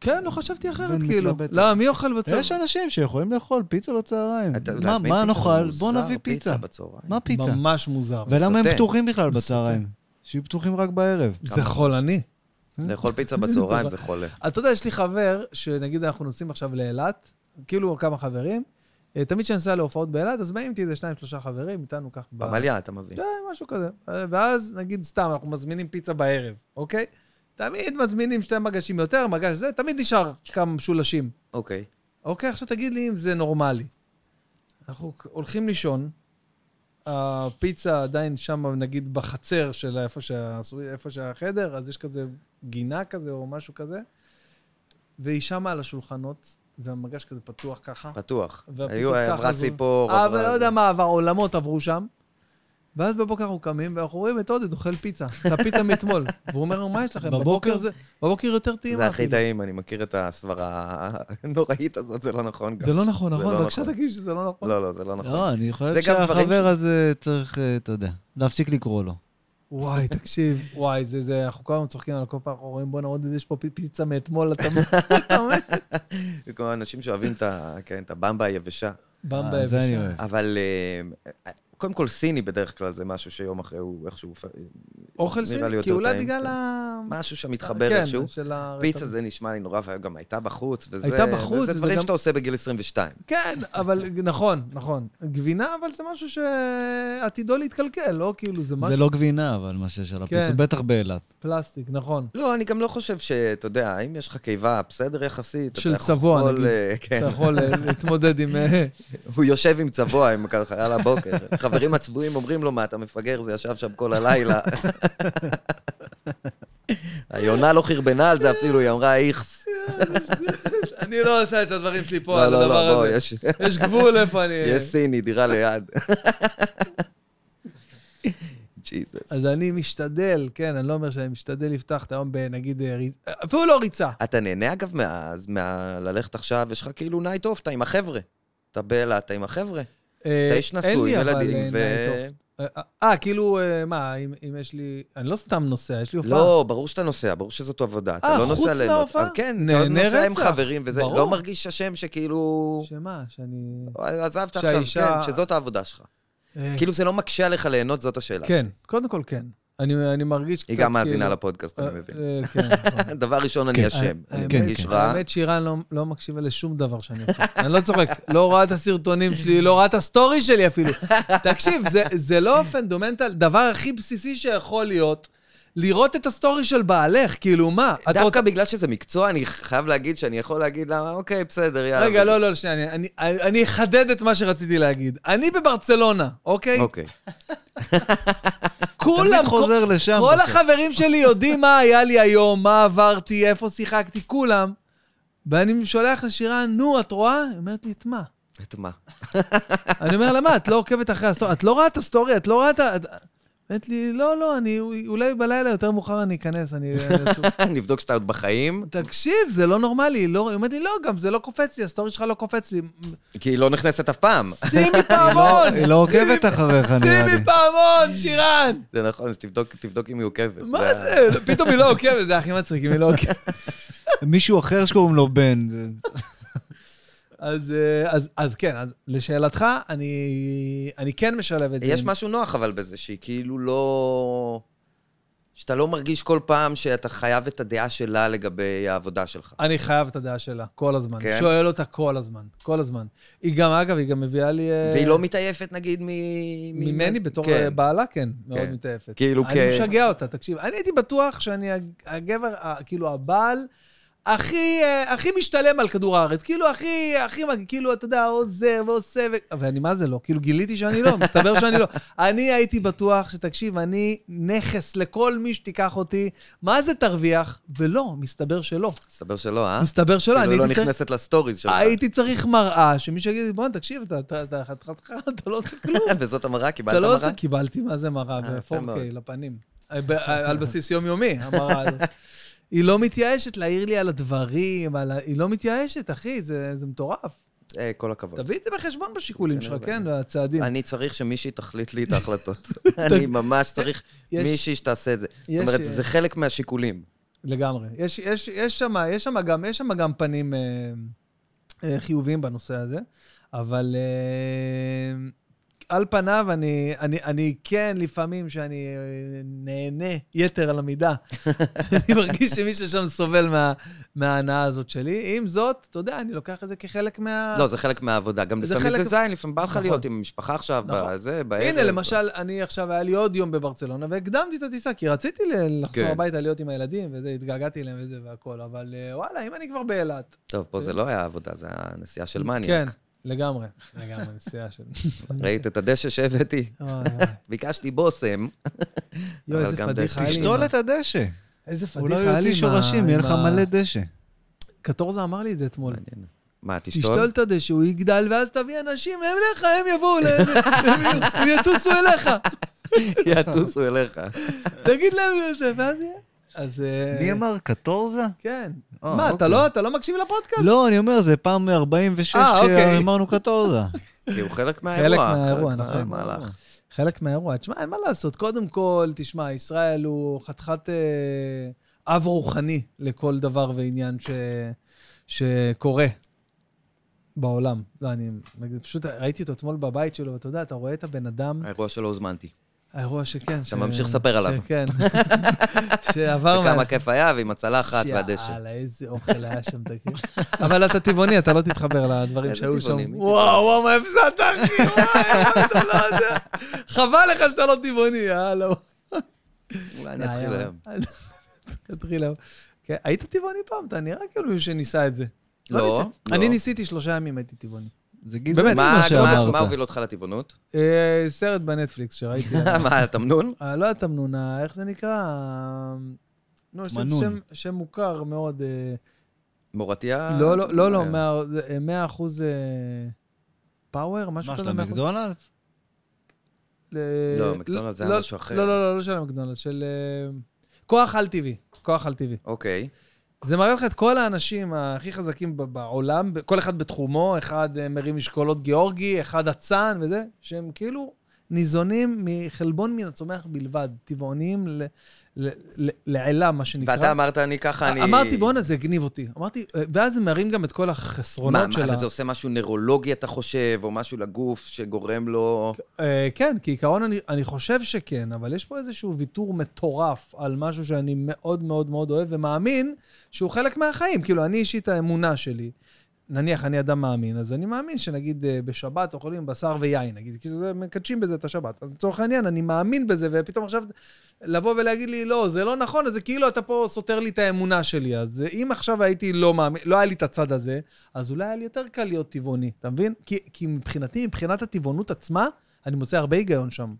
[SPEAKER 1] כן, לא חשבתי אחרת,
[SPEAKER 3] בן
[SPEAKER 1] כאילו.
[SPEAKER 3] מתלבט.
[SPEAKER 1] לא, מי אוכל בצום?
[SPEAKER 3] יש אנשים שיכולים לאכול פיצה בצהריים.
[SPEAKER 2] אתה-
[SPEAKER 3] מה-
[SPEAKER 2] להזמין
[SPEAKER 3] מה
[SPEAKER 2] פיצה
[SPEAKER 3] נאכל?
[SPEAKER 2] זה
[SPEAKER 3] בוא
[SPEAKER 2] מוזר,
[SPEAKER 3] נביא פיצה.
[SPEAKER 2] פיצה בצהריים.
[SPEAKER 3] מה פיצה?
[SPEAKER 1] ממש מוזר.
[SPEAKER 3] ולמה הם
[SPEAKER 2] סוטה.
[SPEAKER 3] פתוחים בכלל
[SPEAKER 1] סוטה.
[SPEAKER 3] בצהריים? שיהיו פתוחים רק בערב.
[SPEAKER 1] זה חולני.
[SPEAKER 2] לאכול פיצה בצהריים זה חולה.
[SPEAKER 1] אתה יודע, יש לי חבר, שנגיד אנחנו נוסעים עכשיו לאילת, כאילו כמה חברים, אה, תמיד כשאני נוסע להופעות באילת, אז באים איתי איזה שניים, שלושה חברים, איתנו כך ב...
[SPEAKER 2] במליאה אתה מבין.
[SPEAKER 1] כן, משהו כזה. אה, ואז נגיד סתם, אנחנו מזמינים פיצה בערב, אוקיי? תמיד מזמינים שתי מגשים יותר, מגש זה, תמיד נשאר כמה משולשים.
[SPEAKER 2] אוקיי.
[SPEAKER 1] אוקיי, עכשיו תגיד לי אם זה נורמלי. אנחנו הולכים לישון, הפיצה עדיין שם, נגיד, בחצר של איפה, שעשו, איפה שהחדר, אז יש כזה גינה כזה או משהו כזה, והיא שמה על השולחנות, והמגש כזה פתוח ככה.
[SPEAKER 2] פתוח.
[SPEAKER 1] והפיצות
[SPEAKER 2] היו,
[SPEAKER 1] ככה
[SPEAKER 2] עברה
[SPEAKER 1] זו-
[SPEAKER 2] ציפור,
[SPEAKER 1] אה,
[SPEAKER 2] עברה-
[SPEAKER 1] אבל לא יודע מה עבר, עולמות עברו שם. ואז בבוקר אנחנו קמים, ואנחנו רואים את עודד אוכל פיצה, את הפיצה מאתמול. והוא אומר לנו, מה יש לכם?
[SPEAKER 3] בבוקר?
[SPEAKER 1] בבוקר זה, בבוקר יותר טעימה. כאילו."
[SPEAKER 2] זה הכי
[SPEAKER 1] אפילו."
[SPEAKER 2] טעים, אני מכיר את הסברה הנוראית הזאת, זה לא נכון גם.
[SPEAKER 1] זה לא נכון,
[SPEAKER 2] זה
[SPEAKER 1] נכון?
[SPEAKER 2] לא
[SPEAKER 1] בבקשה
[SPEAKER 2] נכון.
[SPEAKER 1] תגיד שזה לא נכון.
[SPEAKER 2] לא, לא, זה לא נכון.
[SPEAKER 3] לא, אני חושב
[SPEAKER 2] זה גם דברים
[SPEAKER 3] שהחבר
[SPEAKER 2] ש-
[SPEAKER 3] הזה צריך, אה, אתה יודע, להפסיק לקרוא לו.
[SPEAKER 1] וואי, תקשיב, וואי, זה, זה, אנחנו כל הזמן צוחקים על כל פעם, אנחנו רואים, בואנה, עוד יש פה פי- פיצה מאתמול, אתה מ- אתה אומר?
[SPEAKER 2] זה כמו אנשים שאוהבים את ה- כן, את הבמבה היבשה.
[SPEAKER 1] במבה
[SPEAKER 3] אה, זה אני
[SPEAKER 1] יבשה.
[SPEAKER 3] אוהב.
[SPEAKER 2] אבל אה, קודם כל סיני בדרך כלל זה משהו שיום אחרי הוא איכשהו...
[SPEAKER 1] אוכל
[SPEAKER 2] נראה לי
[SPEAKER 1] סיני,
[SPEAKER 2] יותר
[SPEAKER 1] כי אולי
[SPEAKER 2] טעים,
[SPEAKER 1] בגלל
[SPEAKER 2] כן.
[SPEAKER 1] ה...
[SPEAKER 2] משהו שמתחבר
[SPEAKER 1] כן,
[SPEAKER 2] איכשהו.
[SPEAKER 1] של ה-
[SPEAKER 2] פיצה זה נשמע לי נורא, וגם הייתה בחוץ, וזה...
[SPEAKER 1] הייתה בחוץ,
[SPEAKER 2] וזה
[SPEAKER 1] וזה
[SPEAKER 2] דברים
[SPEAKER 1] גם-
[SPEAKER 2] שאתה עושה בגיל 22.
[SPEAKER 1] כן, אבל נכון, נכון. גבינה, אבל זה משהו שעתידו להתקלקל, לא כאילו, זה
[SPEAKER 3] זה
[SPEAKER 1] משהו
[SPEAKER 3] לא גבינה, אבל מה שיש על הפיצה,
[SPEAKER 1] כן.
[SPEAKER 3] בטח באילת.
[SPEAKER 1] פלסטיק, נכון.
[SPEAKER 2] לא, אני גם לא חושב שאתה יודע, אם יש לך קיבה בסדר יחסית,
[SPEAKER 1] של
[SPEAKER 2] אתה
[SPEAKER 1] צבוע,
[SPEAKER 2] יכול,
[SPEAKER 1] נגיד.
[SPEAKER 2] אה, כן,
[SPEAKER 1] אתה יכול אה, להתמודד עם... אה,
[SPEAKER 2] הוא יושב עם צבוע, עם ככה, על הבוקר. חברים הצבועים אומרים לו, מה, אתה מפגר, זה ישב שם כל הלילה. היונה לא חרבנה על זה אפילו, היא אמרה איכס.
[SPEAKER 1] אני לא עושה את הדברים שלי פה
[SPEAKER 2] לא,
[SPEAKER 1] על
[SPEAKER 2] לא, לא,
[SPEAKER 1] הדבר
[SPEAKER 2] בוא,
[SPEAKER 1] הזה.
[SPEAKER 2] יש-
[SPEAKER 1] יש גבול איפה אני...
[SPEAKER 2] יש סיני, דירה ליד. ג'יזוס.
[SPEAKER 1] אז אני משתדל, כן, אני לא אומר שאני משתדל לפתוח את היום בנגיד, אה, ריצ- אפילו לא ריצה.
[SPEAKER 2] אתה נהנה, אגב, מה- מה- ללכת עכשיו, יש לך כאילו נייט אוף, אתה עם החבר'ה. אתה באילת, אתה עם החבר'ה.
[SPEAKER 1] אה,
[SPEAKER 2] אתה איש
[SPEAKER 1] אין
[SPEAKER 2] נשוי,
[SPEAKER 1] לי
[SPEAKER 2] עם
[SPEAKER 1] אבל,
[SPEAKER 2] ילדים,
[SPEAKER 1] אה,
[SPEAKER 2] ו...
[SPEAKER 1] night off. אה, אה, כאילו, אה, מה, אם אם יש לי... אני לא סתם נוסע, יש לי הופעה.
[SPEAKER 2] לא, ברור שאתה נוסע, ברור שזאת עבודה. אתה
[SPEAKER 1] אה,
[SPEAKER 2] לא
[SPEAKER 1] חוץ
[SPEAKER 2] נוסע ליהנות.
[SPEAKER 1] מההופעה?
[SPEAKER 2] אבל כן, אתה
[SPEAKER 1] נהנה
[SPEAKER 2] נוסע עם
[SPEAKER 1] רצח.
[SPEAKER 2] חברים וזה.
[SPEAKER 1] ברור.
[SPEAKER 2] לא מרגיש אשם שכאילו...
[SPEAKER 1] שמה, שאני...
[SPEAKER 2] עזבת עכשיו,
[SPEAKER 1] שהאישה-
[SPEAKER 2] כן, שזאת העבודה שלך.
[SPEAKER 1] אה,
[SPEAKER 2] כאילו זה לא מקשה עליך ליהנות, זאת השאלה.
[SPEAKER 1] כן, קודם כל כן. אני אני מרגיש קצת
[SPEAKER 2] היא
[SPEAKER 1] כאילו...
[SPEAKER 2] גם מאזינה לפודקאסט, אני
[SPEAKER 1] אה,
[SPEAKER 2] מבין.
[SPEAKER 1] אה, כן, נכון.
[SPEAKER 2] דבר ראשון,
[SPEAKER 3] כן.
[SPEAKER 2] אני אשם. אני
[SPEAKER 1] האמת-
[SPEAKER 3] כן,
[SPEAKER 2] מרגיש
[SPEAKER 3] כן.
[SPEAKER 2] רע.
[SPEAKER 1] האמת שאיראן לא- לא מקשיבה לשום דבר שאני עושה. אני לא צוחק, לא רואה את הסרטונים שלי, לא רואה את הסטורי שלי אפילו. תקשיב, זה- זה לא פנדומנטל, דבר הכי בסיסי שיכול להיות. לראות את הסטורי של בעלך, כאילו, מה? את
[SPEAKER 2] אה, דווקא
[SPEAKER 1] רוצה-
[SPEAKER 2] בגלל שזה מקצוע, אני חייב להגיד שאני יכול להגיד לה, אוקיי, בסדר, יאללה.
[SPEAKER 1] רגע, לא, לא, שנייה, אני- אני- אני אחדד את מה שרציתי להגיד. אני בברצלונה, אוקיי?
[SPEAKER 2] אוקיי.
[SPEAKER 1] כולם,
[SPEAKER 3] תמיד חוזר לשם.
[SPEAKER 1] כל
[SPEAKER 3] בסוף.
[SPEAKER 1] החברים שלי יודעים מה היה לי היום, מה עברתי, איפה שיחקתי, כולם. ואני שולח לשירה, נו, את רואה? היא אומרת לי, את מה?
[SPEAKER 2] את מה?
[SPEAKER 1] אני אומר לה, מה, את לא עוקבת אחרי הסטורי? את לא רואה את הסטורי? את לא רואה את ה... את- אומרת לי, לא, לא, אני אולי בלילה יותר מאוחר אני אכנס, אני... אני עסוק."
[SPEAKER 2] נבדוק שאתה עוד בחיים,
[SPEAKER 1] תקשיב, זה לא נורמלי. לא... היא אומרת לי, לא, גם זה לא קופץ לי, הסטורי שלך לא קופץ לי.
[SPEAKER 2] כי היא לא נכנסת אף פעם.
[SPEAKER 1] שימי
[SPEAKER 3] לא,
[SPEAKER 1] פעמון!
[SPEAKER 3] היא לא עוקבת אחריך, נראה לי.
[SPEAKER 1] שימי פעמון, שירן!
[SPEAKER 2] זה נכון, אז תבדוק תבדוק אם היא עוקבת.
[SPEAKER 3] אה.
[SPEAKER 1] מה זה? פתאום היא לא עוקבת, זה הכי מצחיק, אם היא לא עוקבת.
[SPEAKER 3] מישהו אחר שקוראים לו בן. זה-
[SPEAKER 1] אז, אה, אז, אז כן, אז לשאלתך, אני, אני כן משלב את זה.
[SPEAKER 2] יש
[SPEAKER 1] עם-
[SPEAKER 2] משהו נוח אבל בזה, שהיא כאילו לא... שאתה לא מרגיש כל פעם שאתה חייב את הדעה שלה לגבי העבודה שלך.
[SPEAKER 1] אני חייב את הדעה שלה, כל הזמן.
[SPEAKER 2] כן?
[SPEAKER 1] כן. שואל אותה כל הזמן, כל הזמן. היא גם, אגב, היא גם מביאה לי... אה,
[SPEAKER 2] והיא לא מתעייפת, נגיד, מ...
[SPEAKER 1] ממני בתור
[SPEAKER 2] כן.
[SPEAKER 1] אה, בעלה, כן, מאוד
[SPEAKER 2] כן.
[SPEAKER 1] מתעייפת.
[SPEAKER 2] כאילו,
[SPEAKER 1] אני
[SPEAKER 2] כן.
[SPEAKER 1] משגע אותה, תקשיב. אני הייתי בטוח שאני הג- הגבר, ה- כאילו, הבעל הכי, אה, הכי משתלם על כדור הארץ. כאילו, הכי, הכי, מג- כאילו, אתה יודע, עוזר ועושה, ו... ואני מה זה לא? כאילו, גיליתי שאני לא, מסתבר שאני לא. אני הייתי בטוח שתקשיב, אני נכס לכל מי שתיקח אותי, מה זה תרוויח? ולא, מסתבר שלא.
[SPEAKER 2] מסתבר שלא, אה?
[SPEAKER 1] מסתבר שלא, אני
[SPEAKER 2] כאילו לא
[SPEAKER 1] הייתי צריך...
[SPEAKER 2] נכנסת לסטוריז שלך.
[SPEAKER 1] הייתי צריך מראה שמישהו יגיד לי, בוא, תקשיב, אתה- אתה אתה- אתה- אתה- אתה לא עושה כלום.
[SPEAKER 2] וזאת המראה, קיבלת
[SPEAKER 1] אתה לא
[SPEAKER 2] מראה?
[SPEAKER 1] עושה, קיבלתי מה זה מראה
[SPEAKER 2] אה, יפה מאוד.
[SPEAKER 1] ב-4K לפנים. אה, ב- אה, על בסיס יומיומי, המראה הזאת. היא לא מתייאשת להעיר לי על הדברים, על ה- היא לא מתייאשת, אחי, זה זה מטורף.
[SPEAKER 2] אה, כל הכבוד.
[SPEAKER 1] תביא את זה בחשבון בשיקולים
[SPEAKER 2] כנראה
[SPEAKER 1] שלך,
[SPEAKER 2] בעיה.
[SPEAKER 1] כן, והצעדים.
[SPEAKER 2] אני צריך שמישהי תחליט לי את ההחלטות. אני ממש צריך
[SPEAKER 1] יש-
[SPEAKER 2] מישהי שתעשה את זה. זאת
[SPEAKER 1] יש- אה,
[SPEAKER 2] אומרת, זה חלק מהשיקולים.
[SPEAKER 1] לגמרי. יש- יש יש שם יש שם גם, יש שם גם פנים אה, אה, חיוביים בנושא הזה, אבל אה, על פניו, אני, אני, אני כן, לפעמים שאני אה, נהנה יתר על המידה, אני מרגיש שמישהו שם סובל מה, מההנאה הזאת שלי. עם זאת, אתה יודע, אני לוקח את זה כחלק מה...
[SPEAKER 2] לא, זה חלק מהעבודה. גם
[SPEAKER 1] זה
[SPEAKER 2] לפעמים
[SPEAKER 1] חלק-
[SPEAKER 2] זה זין, לפעמים בא לך
[SPEAKER 1] נכון.
[SPEAKER 2] להיות עם המשפחה עכשיו,
[SPEAKER 1] נכון.
[SPEAKER 2] בזה, בערב.
[SPEAKER 1] הנה, למשל, אני עכשיו, היה לי עוד יום בברצלונה, והקדמתי את הטיסה, כי רציתי ל- לחזור
[SPEAKER 2] כן.
[SPEAKER 1] הביתה להיות עם הילדים, וזה, התגעגעתי אליהם וזה והכול, אבל אה, וואלה, אם אני כבר באילת...
[SPEAKER 2] טוב, פה זה לא היה עבודה, זה היה נסיעה של מניאק.
[SPEAKER 1] כן, לגמרי, לגמרי, נסיעה של...
[SPEAKER 2] ראית את הדשא שהבאתי?
[SPEAKER 1] אוי, אוי.
[SPEAKER 2] ביקשתי בושם.
[SPEAKER 1] יואו,
[SPEAKER 2] אבל
[SPEAKER 1] איזה
[SPEAKER 2] גם
[SPEAKER 1] פדיחה היה לי. עם
[SPEAKER 3] תשתול
[SPEAKER 1] ה-
[SPEAKER 3] את הדשא.
[SPEAKER 1] איזה
[SPEAKER 3] הוא
[SPEAKER 1] פדיחה
[SPEAKER 3] לא
[SPEAKER 1] היה לי.
[SPEAKER 3] יוציא
[SPEAKER 1] עם ה-
[SPEAKER 3] שורשים, יהיה
[SPEAKER 1] עם
[SPEAKER 3] לך
[SPEAKER 1] ה- אה.
[SPEAKER 3] מלא דשא.
[SPEAKER 1] קטורזה אמר לי את זה אתמול.
[SPEAKER 2] מעניין. מה,
[SPEAKER 1] תשתול
[SPEAKER 2] תשתול?
[SPEAKER 1] את הדשא, הוא יגדל, ואז תביא אנשים להם לך, הם יבואו, להם, הם- הם יטוסו אליך.
[SPEAKER 2] יטוסו אליך.
[SPEAKER 1] תגיד להם את זה, ואז יהיה. אז... אה,
[SPEAKER 3] מי אמר? קטורזה?
[SPEAKER 1] כן.
[SPEAKER 3] אה,
[SPEAKER 1] מה, אתה
[SPEAKER 3] אוקיי.
[SPEAKER 1] לא- אתה לא מקשיב לפודקאסט?
[SPEAKER 3] לא, אני אומר, זה פעם מ-46
[SPEAKER 1] אה, אוקיי.
[SPEAKER 3] כשאמרנו קטורזה.
[SPEAKER 2] כי הוא חלק מהאירוע.
[SPEAKER 1] חלק מהאירוע, נכון.
[SPEAKER 2] מהמהלך.
[SPEAKER 1] חלק מהאירוע. תשמע, אין מה לעשות. קודם כל, תשמע, ישראל הוא חתיכת אה, אב רוחני לכל דבר ועניין ש- שקורה בעולם. לא, אני פשוט ראיתי אותו אתמול בבית שלו, ואתה יודע, אתה רואה את הבן אדם...
[SPEAKER 2] האירוע שלא הוזמנתי.
[SPEAKER 1] האירוע שכן.
[SPEAKER 2] אה, אתה ממשיך לספר עליו.
[SPEAKER 1] כן. שעבר
[SPEAKER 2] וכמה כיף היה, ועם הצלחת והדשא.
[SPEAKER 1] לא יאללה, איזה אוכל היה שם, תגיד. אבל אתה טבעוני, אתה לא תתחבר לדברים
[SPEAKER 2] איזה
[SPEAKER 1] שהיו שם.
[SPEAKER 2] טבעוני, מי
[SPEAKER 1] וואו, וואו, מה הפסדת, אחי? וואי, אתה לא יודע. חבל לך שאתה לא טבעוני, יאללה.
[SPEAKER 2] אולי אני אתחיל היום.
[SPEAKER 1] תתחיל היום. כן, היית טבעוני פעם? אתה נראה כאילו מישהו שניסה את זה.
[SPEAKER 2] לא,
[SPEAKER 1] ניסה.
[SPEAKER 2] לא.
[SPEAKER 1] אני ניסיתי שלושה ימים, הייתי טבעוני.
[SPEAKER 3] זה גזעני
[SPEAKER 1] באמת,
[SPEAKER 3] מה
[SPEAKER 2] מה- מה מה
[SPEAKER 3] שאמרת.
[SPEAKER 2] הוביל אותך לטבעונות?
[SPEAKER 1] אה, סרט בנטפליקס שראיתי.
[SPEAKER 2] מה, תמנון?
[SPEAKER 1] אה, לא התמנונה, איך זה נקרא? אה, נו, יש לזה
[SPEAKER 3] מנון.
[SPEAKER 1] שם, שם מוכר מאוד. אה,
[SPEAKER 2] מורתיה?
[SPEAKER 1] לא, לא, לא, לא,
[SPEAKER 2] אה,
[SPEAKER 1] מה- זה, אה, 100 אחוז אה, פאוור, משהו
[SPEAKER 3] מה,
[SPEAKER 1] כזה.
[SPEAKER 3] של
[SPEAKER 1] 100%?
[SPEAKER 3] המקדונלדס?
[SPEAKER 1] ל-
[SPEAKER 2] לא, מקדונלדס זה
[SPEAKER 1] לא-
[SPEAKER 2] היה משהו אחר.
[SPEAKER 1] לא, לא, לא, לא של המקדונלדס, של אה, כוח על-טבעי. כוח על-טבעי.
[SPEAKER 2] אוקיי.
[SPEAKER 1] זה מראה לך את כל האנשים הכי חזקים ב- בעולם, ב- כל אחד בתחומו, אחד אה, מרים משקולות גיאורגי, אחד אצן וזה, שהם כאילו ניזונים מחלבון מן הצומח בלבד, טבעוניים ל- ל- ל- לעילה, מה שנקרא.
[SPEAKER 2] ואתה אמרת, אני ככה, אני...
[SPEAKER 1] אמרתי, בואנה, זה הגניב אותי. אמרתי, אה, ואז הם מראים גם את כל
[SPEAKER 2] מה,
[SPEAKER 1] החסרונות
[SPEAKER 2] מה,
[SPEAKER 1] שלה.
[SPEAKER 2] אבל זה עושה משהו נוירולוגי, אתה חושב, או משהו לגוף שגורם לו...
[SPEAKER 1] אה, כן, כעיקרון אני, אני חושב שכן, אבל יש פה איזשהו ויתור מטורף על משהו שאני מאוד מאוד מאוד אוהב ומאמין שהוא חלק מהחיים. כאילו, אני אישית, האמונה שלי נניח אני אדם מאמין, אז אני מאמין שנגיד אה, בשבת אוכלים בשר ויין, נגיד, כאילו זה, מקדשים בזה את השבת. אז לצורך העניין, אני מאמין בזה, ופתאום עכשיו לבוא ולהגיד לי, לא, זה לא נכון, אז זה כאילו אתה פה סותר לי את האמונה שלי. אז אה, אם עכשיו הייתי לא מאמין, לא היה לי את הצד הזה, אז אולי היה לי יותר קל להיות טבעוני, אתה מבין? כי, כי מבחינתי, מבחינת הטבעונות עצמה, אני מוצא הרבה היגיון שם.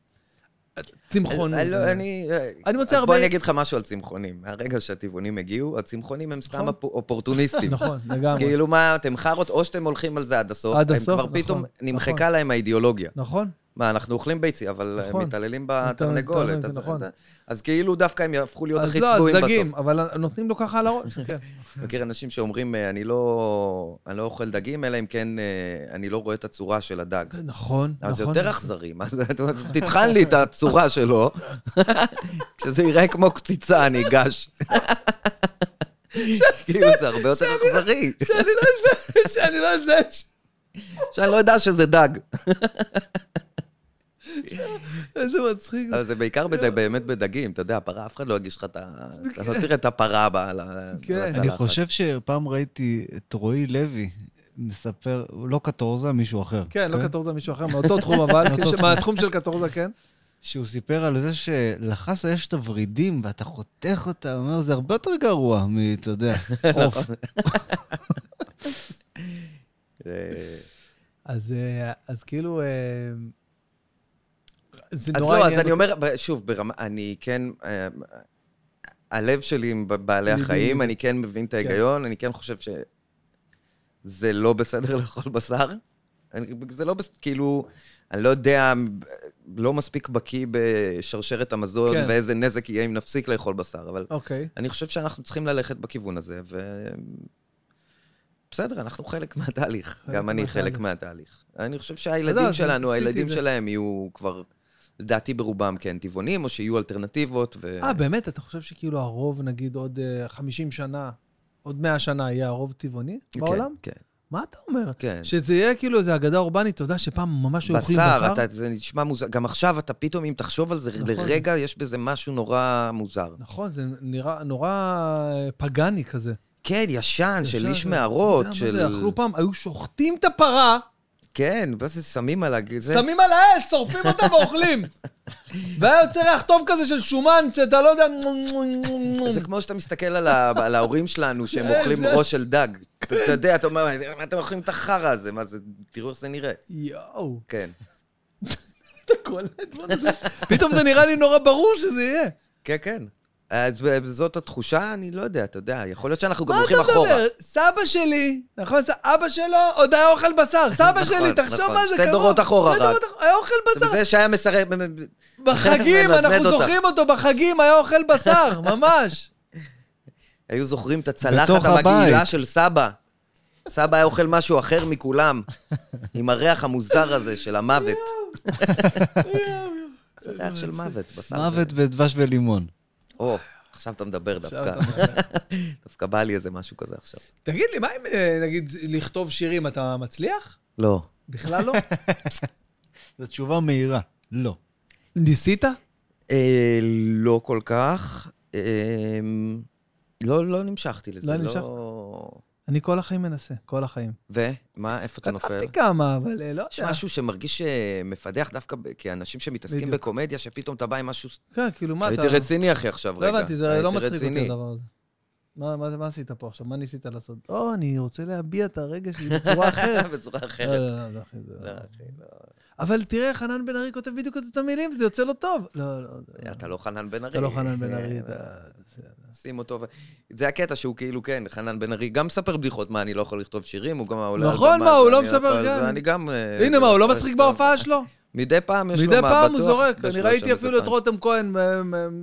[SPEAKER 1] צמחונות.
[SPEAKER 2] אני, לא- אני,
[SPEAKER 1] כן. אני מוצא
[SPEAKER 2] אז בוא
[SPEAKER 1] הרבה...
[SPEAKER 2] אני אגיד לך משהו על צמחונים. מהרגע שהטבעונים הגיעו, הצמחונים הם סתם
[SPEAKER 1] נכון.
[SPEAKER 2] אופ- אופורטוניסטים.
[SPEAKER 1] נכון, לגמרי.
[SPEAKER 2] כאילו מה, אתם חארות, או שאתם הולכים על זה עד הסוף.
[SPEAKER 1] עד
[SPEAKER 2] הם
[SPEAKER 1] הסוף,
[SPEAKER 2] כבר פתאום
[SPEAKER 1] נכון,
[SPEAKER 2] נמחקה
[SPEAKER 1] נכון.
[SPEAKER 2] להם האידיאולוגיה.
[SPEAKER 1] נכון.
[SPEAKER 2] מה, אנחנו אוכלים ביצי, אבל אה,
[SPEAKER 1] נכון.
[SPEAKER 2] מתעללים
[SPEAKER 1] מתעללים,
[SPEAKER 2] בתרנגולת. אז-
[SPEAKER 1] נכון.
[SPEAKER 2] אז כאילו דווקא הם יהפכו להיות
[SPEAKER 1] אז
[SPEAKER 2] הכי
[SPEAKER 1] לא,
[SPEAKER 2] צבועים
[SPEAKER 1] אז
[SPEAKER 2] בסוף.
[SPEAKER 1] דגים, אבל נותנים לו ככה על הראש. כן.
[SPEAKER 2] מכיר אנשים שאומרים, אה, אני לא אני לא אוכל דגים, אלא אם כן אה, אני לא רואה את הצורה של הדג.
[SPEAKER 1] נכון, נכון.
[SPEAKER 2] אבל זה יותר אכזרי, מה זה? את אומרת, תטחן לי את הצורה שלו, כשזה ייראה כמו קציצה, אני אגש. כאילו, זה הרבה יותר אכזרי,
[SPEAKER 1] שאני לא אזהה, שאני לא אזהה, ש-
[SPEAKER 2] שאני לא אדע שזה דג.
[SPEAKER 1] איזה מצחיק. זה.
[SPEAKER 2] אבל זה בעיקר בד- באמת בדגים, אתה יודע, הפרה, אף אחד לא יגיש לך את ה... אתה לא תראה את הפרה ב- על ה-
[SPEAKER 1] כן.
[SPEAKER 2] על
[SPEAKER 3] אני
[SPEAKER 2] הצלחת.
[SPEAKER 3] חושב שפעם ראיתי את רועי לוי מספר, לא קטורזה, מישהו אחר.
[SPEAKER 1] כן, לא קטורזה מישהו אחר, מאותו תחום אבל,
[SPEAKER 3] מאותו
[SPEAKER 1] כן, ש-
[SPEAKER 3] תחום.
[SPEAKER 1] מהתחום של קטורזה, כן.
[SPEAKER 3] שהוא סיפר על זה שלחסה יש את הוורידים ואתה חותך אותם, הוא אומר, זה הרבה יותר גרוע מ... אתה יודע, עוף.
[SPEAKER 2] אה,
[SPEAKER 1] אז אה, אז כאילו, אה, זה
[SPEAKER 2] אז
[SPEAKER 1] נורא
[SPEAKER 2] לא, אז
[SPEAKER 1] עניין.
[SPEAKER 2] אני
[SPEAKER 1] אותי.
[SPEAKER 2] אומר, ב- שוב, ברמה, אני כן... אה, הלב שלי עם בבעלי
[SPEAKER 1] אני
[SPEAKER 2] החיים,
[SPEAKER 1] מבין.
[SPEAKER 2] אני כן מבין את ההיגיון, אני כן חושב שזה לא בסדר לאכול בשר. אני, זה לא, בס- כאילו, אני לא יודע, לא מספיק בקיא בשרשרת המזון
[SPEAKER 1] כן.
[SPEAKER 2] ואיזה נזק יהיה אם נפסיק לאכול בשר, אבל
[SPEAKER 1] אוקיי.
[SPEAKER 2] אני חושב שאנחנו צריכים ללכת בכיוון הזה, ו... בסדר, אנחנו חלק מהתהליך.
[SPEAKER 1] חלק
[SPEAKER 2] גם אני חלק
[SPEAKER 1] מהתהליך.
[SPEAKER 2] מהתהליך. אני חושב
[SPEAKER 1] לא,
[SPEAKER 2] שהילדים
[SPEAKER 1] אז
[SPEAKER 2] שלנו,
[SPEAKER 1] עשיתי
[SPEAKER 2] הילדים
[SPEAKER 1] את זה.
[SPEAKER 2] שלהם יהיו כבר, לדעתי ברובם כן טבעונים, או שיהיו אלטרנטיבות, ו...
[SPEAKER 1] אה, באמת? אתה חושב שכאילו הרוב, נגיד עוד אה, 50 שנה, עוד 100 שנה, יהיה הרוב טבעוני
[SPEAKER 2] כן,
[SPEAKER 1] בעולם?
[SPEAKER 2] כן,
[SPEAKER 1] מה אתה אומר?
[SPEAKER 2] כן.
[SPEAKER 1] שזה יהיה כאילו איזו אגדה אורבנית, אתה יודע שפעם ממש היו אוכלים
[SPEAKER 2] בשר,
[SPEAKER 1] בשר?
[SPEAKER 2] אתה, זה נשמע מוזר. גם עכשיו, אתה פתאום, אם תחשוב על זה
[SPEAKER 1] נכון.
[SPEAKER 2] לרגע, יש בזה משהו נורא מוזר.
[SPEAKER 1] נכון, זה נראה נורא אה, פגאני כזה.
[SPEAKER 2] כן, ישן, של
[SPEAKER 1] ישר,
[SPEAKER 2] איש
[SPEAKER 1] זה-
[SPEAKER 2] מערות,
[SPEAKER 1] אתה יודע מה
[SPEAKER 2] של...
[SPEAKER 1] זה, אכלו פעם, היו שוחטים את הפרה,
[SPEAKER 2] כן, ואז שמים על הג... זה-
[SPEAKER 1] שמים על האש, שורפים אותה ואוכלים. והיה יוצא ריח טוב כזה של שומן, שאתה לא יודע...
[SPEAKER 2] זה כמו שאתה מסתכל על, ה... על ההורים שלנו שהם
[SPEAKER 1] זה-
[SPEAKER 2] אוכלים
[SPEAKER 1] זה-
[SPEAKER 2] ראש של דג. אתה אתה יודע, אתה אומר, מה אתם אוכלים את החרא הזה? מה זה, תראו איך זה נראה.
[SPEAKER 1] יואו,
[SPEAKER 2] כן.
[SPEAKER 1] אתה קולט, מה זה? פתאום זה נראה לי נורא ברור שזה יהיה.
[SPEAKER 2] כן, כן. אז ב- זאת התחושה? אני לא יודע, אתה יודע, יכול להיות שאנחנו גם
[SPEAKER 1] מה אתה
[SPEAKER 2] הולכים אחורה.
[SPEAKER 1] מדבר? סבא שלי, נכון? ס- אבא שלו עוד היה אוכל בשר. סבא
[SPEAKER 2] נכון,
[SPEAKER 1] שלי, תחשוב
[SPEAKER 2] נכון.
[SPEAKER 1] מה זה
[SPEAKER 2] שתי
[SPEAKER 1] קרוב.
[SPEAKER 2] דורות אחורה
[SPEAKER 1] שתי
[SPEAKER 2] רק.
[SPEAKER 1] דורות אחורה, היה אוכל
[SPEAKER 2] זה
[SPEAKER 1] בשר.
[SPEAKER 2] זה שהיה מסרב...
[SPEAKER 1] בחגים,
[SPEAKER 2] מלמד
[SPEAKER 1] אנחנו
[SPEAKER 2] אותך.
[SPEAKER 1] זוכרים אותו, בחגים היה אוכל בשר, ממש.
[SPEAKER 2] היו זוכרים את הצלחת
[SPEAKER 3] בתוך
[SPEAKER 2] המגעילה
[SPEAKER 3] הבית.
[SPEAKER 2] של סבא. סבא היה אוכל משהו אחר מכולם, עם הריח המוזר הזה של המוות. זה ריח של מוות, בשר.
[SPEAKER 3] מוות בדבש ולימון.
[SPEAKER 2] או, עכשיו אתה מדבר דווקא.
[SPEAKER 1] עכשיו אתה-
[SPEAKER 2] דווקא בא לי איזה משהו כזה עכשיו.
[SPEAKER 1] תגיד לי, מה אם, אה, נגיד, לכתוב שירים, אתה מצליח?
[SPEAKER 2] לא.
[SPEAKER 1] בכלל לא?
[SPEAKER 3] זו תשובה מהירה. לא.
[SPEAKER 1] ניסית?
[SPEAKER 2] אה, לא כל כך. אה, לא, לא נמשכתי לזה.
[SPEAKER 1] לא
[SPEAKER 2] לא
[SPEAKER 1] נמשכת? אה,
[SPEAKER 2] נמשכת?
[SPEAKER 1] אני כל החיים מנסה, כל החיים.
[SPEAKER 2] ומה, איפה אתה נופל?
[SPEAKER 1] כתבתי כמה, אבל אה, לא
[SPEAKER 2] יש
[SPEAKER 1] יודע.
[SPEAKER 2] משהו שמרגיש אה, מפדח דווקא ב- כאנשים שמתעסקים
[SPEAKER 1] בדיוק.
[SPEAKER 2] בקומדיה, שפתאום אתה בא עם משהו...
[SPEAKER 1] כן, כאילו, מה אתה...
[SPEAKER 2] הייתי רציני אחי עכשיו,
[SPEAKER 1] לא
[SPEAKER 2] רגע.
[SPEAKER 1] הבנתי, זה לא
[SPEAKER 2] הייתי
[SPEAKER 1] מצחיק אותי
[SPEAKER 2] רציני.
[SPEAKER 1] הדבר הזה. מה- מה מה עשית פה עכשיו? מה ניסית לעשות? או, אני רוצה להביע את הרגע שלי בצורה אחרת.
[SPEAKER 2] בצורה
[SPEAKER 1] לא,
[SPEAKER 2] אחרת.
[SPEAKER 1] לא, לא, זה אחי, זה
[SPEAKER 2] לא,
[SPEAKER 1] לא.
[SPEAKER 2] אחי,
[SPEAKER 1] אבל תראה, חנן בן ארי כותב בדיוק את המילים, זה יוצא לו טוב. לא, לא, זה
[SPEAKER 2] לא. אתה לא חנן בן ארי.
[SPEAKER 1] אתה לא חנן בן ארי.
[SPEAKER 2] אה,
[SPEAKER 1] אתה-
[SPEAKER 2] שים אותו. ו- זה הקטע שהוא כאילו, כן, חנן בן ארי גם מספר בדיחות, מה, אני לא יכול לכתוב שירים, הוא גם העולה... על
[SPEAKER 1] נכון,
[SPEAKER 2] במה,
[SPEAKER 1] מה, הוא
[SPEAKER 2] אז
[SPEAKER 1] לא
[SPEAKER 2] אני
[SPEAKER 1] מספר,
[SPEAKER 2] יכול-
[SPEAKER 1] כן.
[SPEAKER 2] זה אני גם... אה,
[SPEAKER 1] הנה מה, הוא לא
[SPEAKER 2] יכול
[SPEAKER 1] מצחיק
[SPEAKER 2] לכתוב.
[SPEAKER 1] בהופעה שלו?
[SPEAKER 2] מדי פעם יש לו מה,
[SPEAKER 1] מדי פעם הוא
[SPEAKER 2] בטוח,
[SPEAKER 1] זורק.
[SPEAKER 2] יש
[SPEAKER 1] אני
[SPEAKER 2] לו שם
[SPEAKER 1] ראיתי
[SPEAKER 2] איזה
[SPEAKER 1] אפילו את
[SPEAKER 2] פעם.
[SPEAKER 1] רותם כהן אה, אה,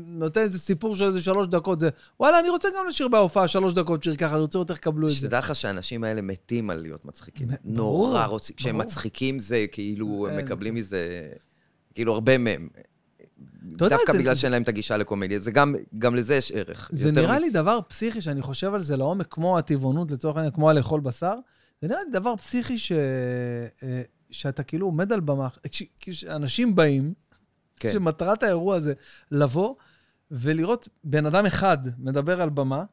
[SPEAKER 1] נותן איזה סיפור של איזה שלוש דקות. זה, וואלה, אני רוצה גם לשיר בהופעה שלוש דקות שיר ככה, אני רוצה לראות איך קבלו את זה.
[SPEAKER 2] שתדע לך שהאנשים האלה מתים על להיות מצחיקים.
[SPEAKER 1] מ-
[SPEAKER 2] נורא
[SPEAKER 1] ברור, כן.
[SPEAKER 2] רוצים. כשהם
[SPEAKER 1] ברור.
[SPEAKER 2] מצחיקים זה כאילו, הם
[SPEAKER 1] אין.
[SPEAKER 2] מקבלים מזה, כאילו הרבה מהם.
[SPEAKER 1] אתה יודע,
[SPEAKER 2] דווקא
[SPEAKER 1] זה-
[SPEAKER 2] בגלל שאין להם את הגישה לקומדיה, זה גם, גם לזה יש ערך.
[SPEAKER 1] זה
[SPEAKER 2] יותר
[SPEAKER 1] נראה
[SPEAKER 2] מ-
[SPEAKER 1] לי דבר פסיכי שאני חושב על זה לעומק, כמו הטבעונות לצורך העניין, כמו הלאכול בשר. זה נראה לי דבר פסיכי ש... אה, שאתה כאילו עומד על במה, כש- כשאנשים באים,
[SPEAKER 2] כן.
[SPEAKER 1] שמטרת האירוע הזה לבוא ולראות בן אדם אחד מדבר על במה,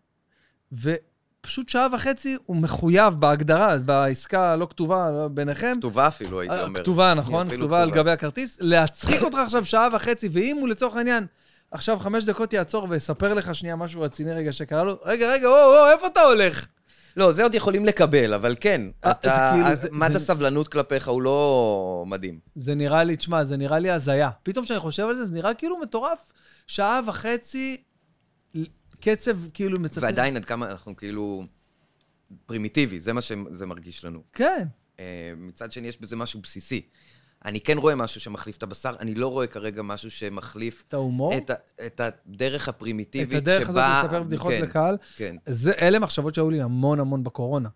[SPEAKER 1] ו... פשוט שעה וחצי הוא מחויב בהגדרה, בעסקה הלא כתובה ביניכם.
[SPEAKER 2] כתובה אפילו, הייתי
[SPEAKER 1] אה,
[SPEAKER 2] אומר.
[SPEAKER 1] כתובה, נכון?
[SPEAKER 2] אפילו
[SPEAKER 1] כתובה על
[SPEAKER 2] כתובה.
[SPEAKER 1] גבי הכרטיס. להצחיק אותך עכשיו שעה וחצי, ואם הוא לצורך העניין עכשיו חמש דקות יעצור ויספר לך שנייה משהו רציני רגע שקרה לו, רגע, רגע, וואו, וואו, איפה אתה הולך?
[SPEAKER 2] לא, זה עוד יכולים לקבל, אבל כן.
[SPEAKER 1] אה,
[SPEAKER 2] אתה,
[SPEAKER 1] זה כאילו,
[SPEAKER 2] אז
[SPEAKER 1] זה-
[SPEAKER 2] מד
[SPEAKER 1] זה-
[SPEAKER 2] הסבלנות כלפיך הוא לא מדהים.
[SPEAKER 1] זה נראה לי, תשמע, זה נראה לי הזיה. פתאום כשאני חושב על זה, זה נראה כאילו מטורף. שעה וחצי, קצב כאילו מצפה.
[SPEAKER 2] ועדיין עד כמה אנחנו כאילו פרימיטיבי, זה מה שזה מרגיש לנו.
[SPEAKER 1] כן.
[SPEAKER 2] אה, מצד שני, יש בזה משהו בסיסי. אני כן רואה משהו שמחליף את הבשר, אני לא רואה כרגע משהו שמחליף
[SPEAKER 1] את ההומור,
[SPEAKER 2] את, ה- את הדרך
[SPEAKER 1] את
[SPEAKER 2] הפרימיטיבית שבה...
[SPEAKER 1] הדרך הזאת לספר בדיחות
[SPEAKER 2] כן,
[SPEAKER 1] לקהל.
[SPEAKER 2] כן.
[SPEAKER 1] זה, אלה מחשבות שהיו לי המון המון בקורונה.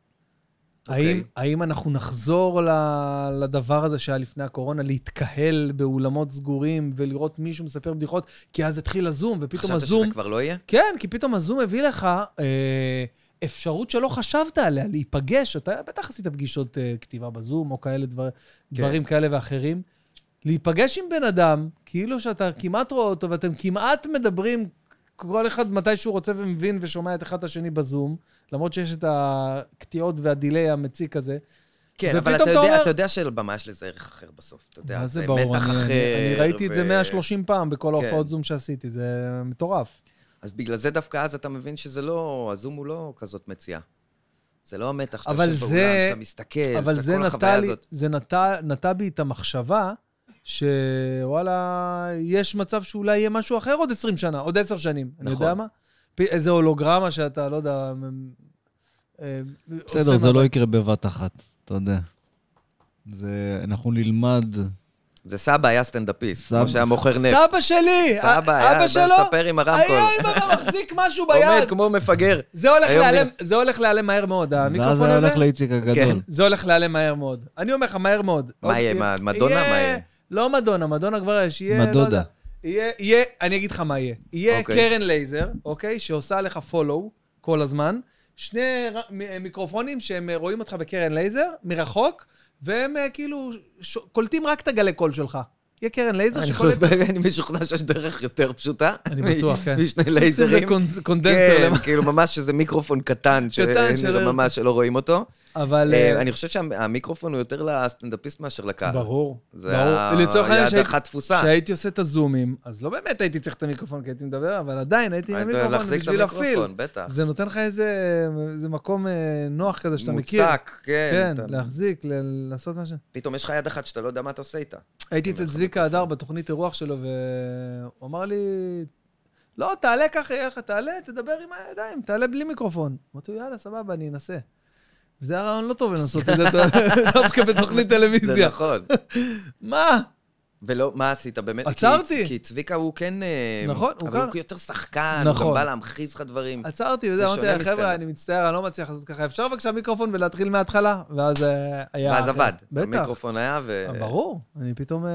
[SPEAKER 2] אוקיי.
[SPEAKER 1] האם, האם אנחנו נחזור ל- לדבר הזה שהיה לפני הקורונה, להתקהל באולמות סגורים ולראות מישהו מספר בדיחות? כי אז התחיל הזום, ופתאום
[SPEAKER 2] חשבת
[SPEAKER 1] הזום...
[SPEAKER 2] שזה כבר לא יהיה?
[SPEAKER 1] כן, כי פתאום הזום הביא לך אה, אפשרות שלא חשבת עליה, להיפגש. אתה בטח עשית פגישות אה, כתיבה בזום, או כאלה דבר,
[SPEAKER 2] כן.
[SPEAKER 1] דברים כאלה ואחרים. להיפגש עם בן אדם, כאילו שאתה כמעט רואה אותו, ואתם כמעט מדברים, כל אחד מתי שהוא רוצה ומבין ושומע את אחד את השני בזום, למרות שיש את הקטיעות והדיליי המציק הזה.
[SPEAKER 2] כן,
[SPEAKER 1] ופתאום
[SPEAKER 2] אבל אתה
[SPEAKER 1] אתה
[SPEAKER 2] יודע,
[SPEAKER 1] אומר-
[SPEAKER 2] אתה יודע שלבמה יש לזה ערך אחר בסוף. אתה יודע,
[SPEAKER 1] מה זה ברור?
[SPEAKER 2] מתח
[SPEAKER 1] אני,
[SPEAKER 2] אחר.
[SPEAKER 1] אני, אני ראיתי את זה
[SPEAKER 2] ו-
[SPEAKER 1] 130 פעם בכל ההופעות
[SPEAKER 2] כן.
[SPEAKER 1] זום שעשיתי, זה מטורף.
[SPEAKER 2] אז בגלל זה דווקא אז אתה מבין שזה לא, הזום הוא לא כזאת מציאה. זה לא המתח שאתה
[SPEAKER 1] אבל זה-
[SPEAKER 2] יושב באולם, שאתה מסתכל,
[SPEAKER 1] אבל
[SPEAKER 2] שאתה
[SPEAKER 1] זה
[SPEAKER 2] אה, כל
[SPEAKER 1] נטע
[SPEAKER 2] החוויה
[SPEAKER 1] לי,
[SPEAKER 2] הזאת.
[SPEAKER 1] זה נטע, נטע בי את המחשבה שוואלה, יש מצב שאולי יהיה משהו אחר עוד 20 שנה, עוד 10 שנים. נכון. אני יודע
[SPEAKER 2] נכון.
[SPEAKER 1] מה? פ- איזה הולוגרמה שאתה, לא יודע... מ- אה,
[SPEAKER 3] בסדר,
[SPEAKER 1] עושה
[SPEAKER 3] זה לא
[SPEAKER 1] מבט.
[SPEAKER 3] יקרה בבת אחת, אתה יודע. זה, אנחנו נלמד,
[SPEAKER 2] זה סבא היה סטנדאפיסט,
[SPEAKER 3] סבא.
[SPEAKER 2] כמו שהיה מוכר נפט.
[SPEAKER 1] סבא שלי!
[SPEAKER 2] סבא היה
[SPEAKER 1] אבא שלו
[SPEAKER 2] מספר עם
[SPEAKER 1] היה
[SPEAKER 2] הרמקול.
[SPEAKER 1] עם הרמקול, מחזיק משהו
[SPEAKER 2] עומד
[SPEAKER 1] ביד.
[SPEAKER 2] כמו מפגר.
[SPEAKER 1] זה הולך
[SPEAKER 2] היום
[SPEAKER 1] להיעלם- זה הולך להיעלם מהר מאוד,
[SPEAKER 3] ואז
[SPEAKER 1] המיקרופון
[SPEAKER 3] היה הולך
[SPEAKER 1] הזה. כן.
[SPEAKER 3] לאיציק הגדול.
[SPEAKER 1] זה הולך להיעלם מהר מאוד. אני אומר לך, מהר מאוד.
[SPEAKER 2] מה יהיה, מה, מדונה, מה יהיה?
[SPEAKER 1] לא מדונה, מדונה כבר יש, יהיה... לא
[SPEAKER 3] מדודה.
[SPEAKER 1] יודע. יהיה, יהיה, אני אגיד לך מה יהיה. יהיה
[SPEAKER 2] אוקיי.
[SPEAKER 1] קרן לייזר, אוקיי? שעושה לך follow כל הזמן. שני ר- מ- מיקרופונים שהם אה, רואים אותך בקרן לייזר, מרחוק, והם אה, כאילו ש... קולטים רק את הגלי קול שלך. יהיה קרן לייזר
[SPEAKER 2] אני
[SPEAKER 1] שקולט...
[SPEAKER 2] חושב- אני משוכנע שיש דרך יותר פשוטה.
[SPEAKER 1] אני בטוח,
[SPEAKER 2] מ-
[SPEAKER 1] כן.
[SPEAKER 2] משני
[SPEAKER 1] זה
[SPEAKER 2] לייזרים.
[SPEAKER 1] קונד- קונדנסר
[SPEAKER 2] כן,
[SPEAKER 1] למטה.
[SPEAKER 2] כאילו ממש איזה מיקרופון קטן,
[SPEAKER 1] קטן שלא-
[SPEAKER 2] שנראה ממש שלא רואים אותו.
[SPEAKER 1] אבל...
[SPEAKER 2] אה,
[SPEAKER 1] אה,
[SPEAKER 2] אני חושב שהמיקרופון הוא יותר לסטנדאפיסט מאשר לקהל.
[SPEAKER 1] ברור,
[SPEAKER 2] זה
[SPEAKER 1] ברור.
[SPEAKER 2] ה-
[SPEAKER 1] לצורך העניין,
[SPEAKER 2] יד
[SPEAKER 1] שהייתי-
[SPEAKER 2] אחת תפוסה.
[SPEAKER 1] כשהייתי עושה את הזומים, אז לא באמת הייתי צריך את המיקרופון כי הייתי מדבר, אבל עדיין הייתי עם
[SPEAKER 2] היית
[SPEAKER 1] המיקרופון
[SPEAKER 2] להחזיק את
[SPEAKER 1] בשביל להפעיל.
[SPEAKER 2] המיקרופון, בטח.
[SPEAKER 1] זה נותן לך איזה איזה מקום אה, נוח כזה שאתה מכיר.
[SPEAKER 2] מוצק, כן.
[SPEAKER 1] כן,
[SPEAKER 2] אתה-
[SPEAKER 1] להחזיק, ל- לעשות מה ש...
[SPEAKER 2] פתאום יש לך יד אחת שאתה לא יודע מה אתה עושה איתה.
[SPEAKER 1] הייתי אצל
[SPEAKER 2] לך
[SPEAKER 1] צביקה הדר בתוכנית אירוח שלו, והוא אמר לי, לא, תעלה ככה, יהיה לך, תעלה, תדבר עם הידיים, תעלה בלי מיקרופון. אמרתי לו, יאללה, סבבה, אני אנסה. זה היה רעיון לא טוב לנסות את זה דווקא בתוכנית
[SPEAKER 2] זה
[SPEAKER 1] טלוויזיה.
[SPEAKER 2] נכון.
[SPEAKER 1] מה?
[SPEAKER 2] ולא, מה עשית באמת?
[SPEAKER 1] עצרתי.
[SPEAKER 2] כי- כי צביקה הוא כן... אה,
[SPEAKER 1] נכון, הוא
[SPEAKER 2] אבל
[SPEAKER 1] כאן.
[SPEAKER 2] הוא יותר שחקן, הוא גם
[SPEAKER 1] נכון.
[SPEAKER 2] בא להמחיז לך דברים.
[SPEAKER 1] עצרתי
[SPEAKER 2] זה
[SPEAKER 1] וזה, אמרתי
[SPEAKER 2] שונה
[SPEAKER 1] להם, חבר'ה,
[SPEAKER 2] מסטנדאפ."
[SPEAKER 1] אני מצטער, אני לא מצליח לעשות ככה. אפשר בבקשה מיקרופון ולהתחיל מההתחלה? ואז אה, היה...
[SPEAKER 2] ואז
[SPEAKER 1] אחר.
[SPEAKER 2] עבד.
[SPEAKER 1] בטח.
[SPEAKER 2] המיקרופון היה, ו...
[SPEAKER 1] אה, ברור, אני פתאום אה,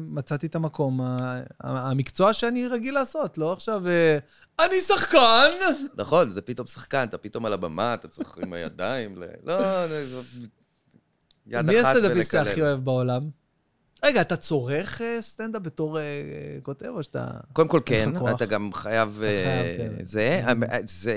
[SPEAKER 1] מצאתי את המקום, ה- ה- המקצוע שאני רגיל לעשות, לא עכשיו, אה, אני שחקן!
[SPEAKER 2] נכון, זה פתאום שחקן, אתה פתאום על הבמה, אתה צריך עם הידיים, ל- לא, זה... זה- יד אחת
[SPEAKER 1] מי הסטנדאפיסט
[SPEAKER 2] ולקלל.
[SPEAKER 1] שהכי אוהב בעולם? רגע, אתה צורך אה, סטנדאפ בתור אה, אה, כותב, או שאתה...
[SPEAKER 2] קודם כל
[SPEAKER 1] אין
[SPEAKER 2] כן,
[SPEAKER 1] לך כוח.
[SPEAKER 2] אתה גם חייב...
[SPEAKER 1] נכון. חייב,
[SPEAKER 2] אה,
[SPEAKER 1] כן.
[SPEAKER 2] זה, אה, זה,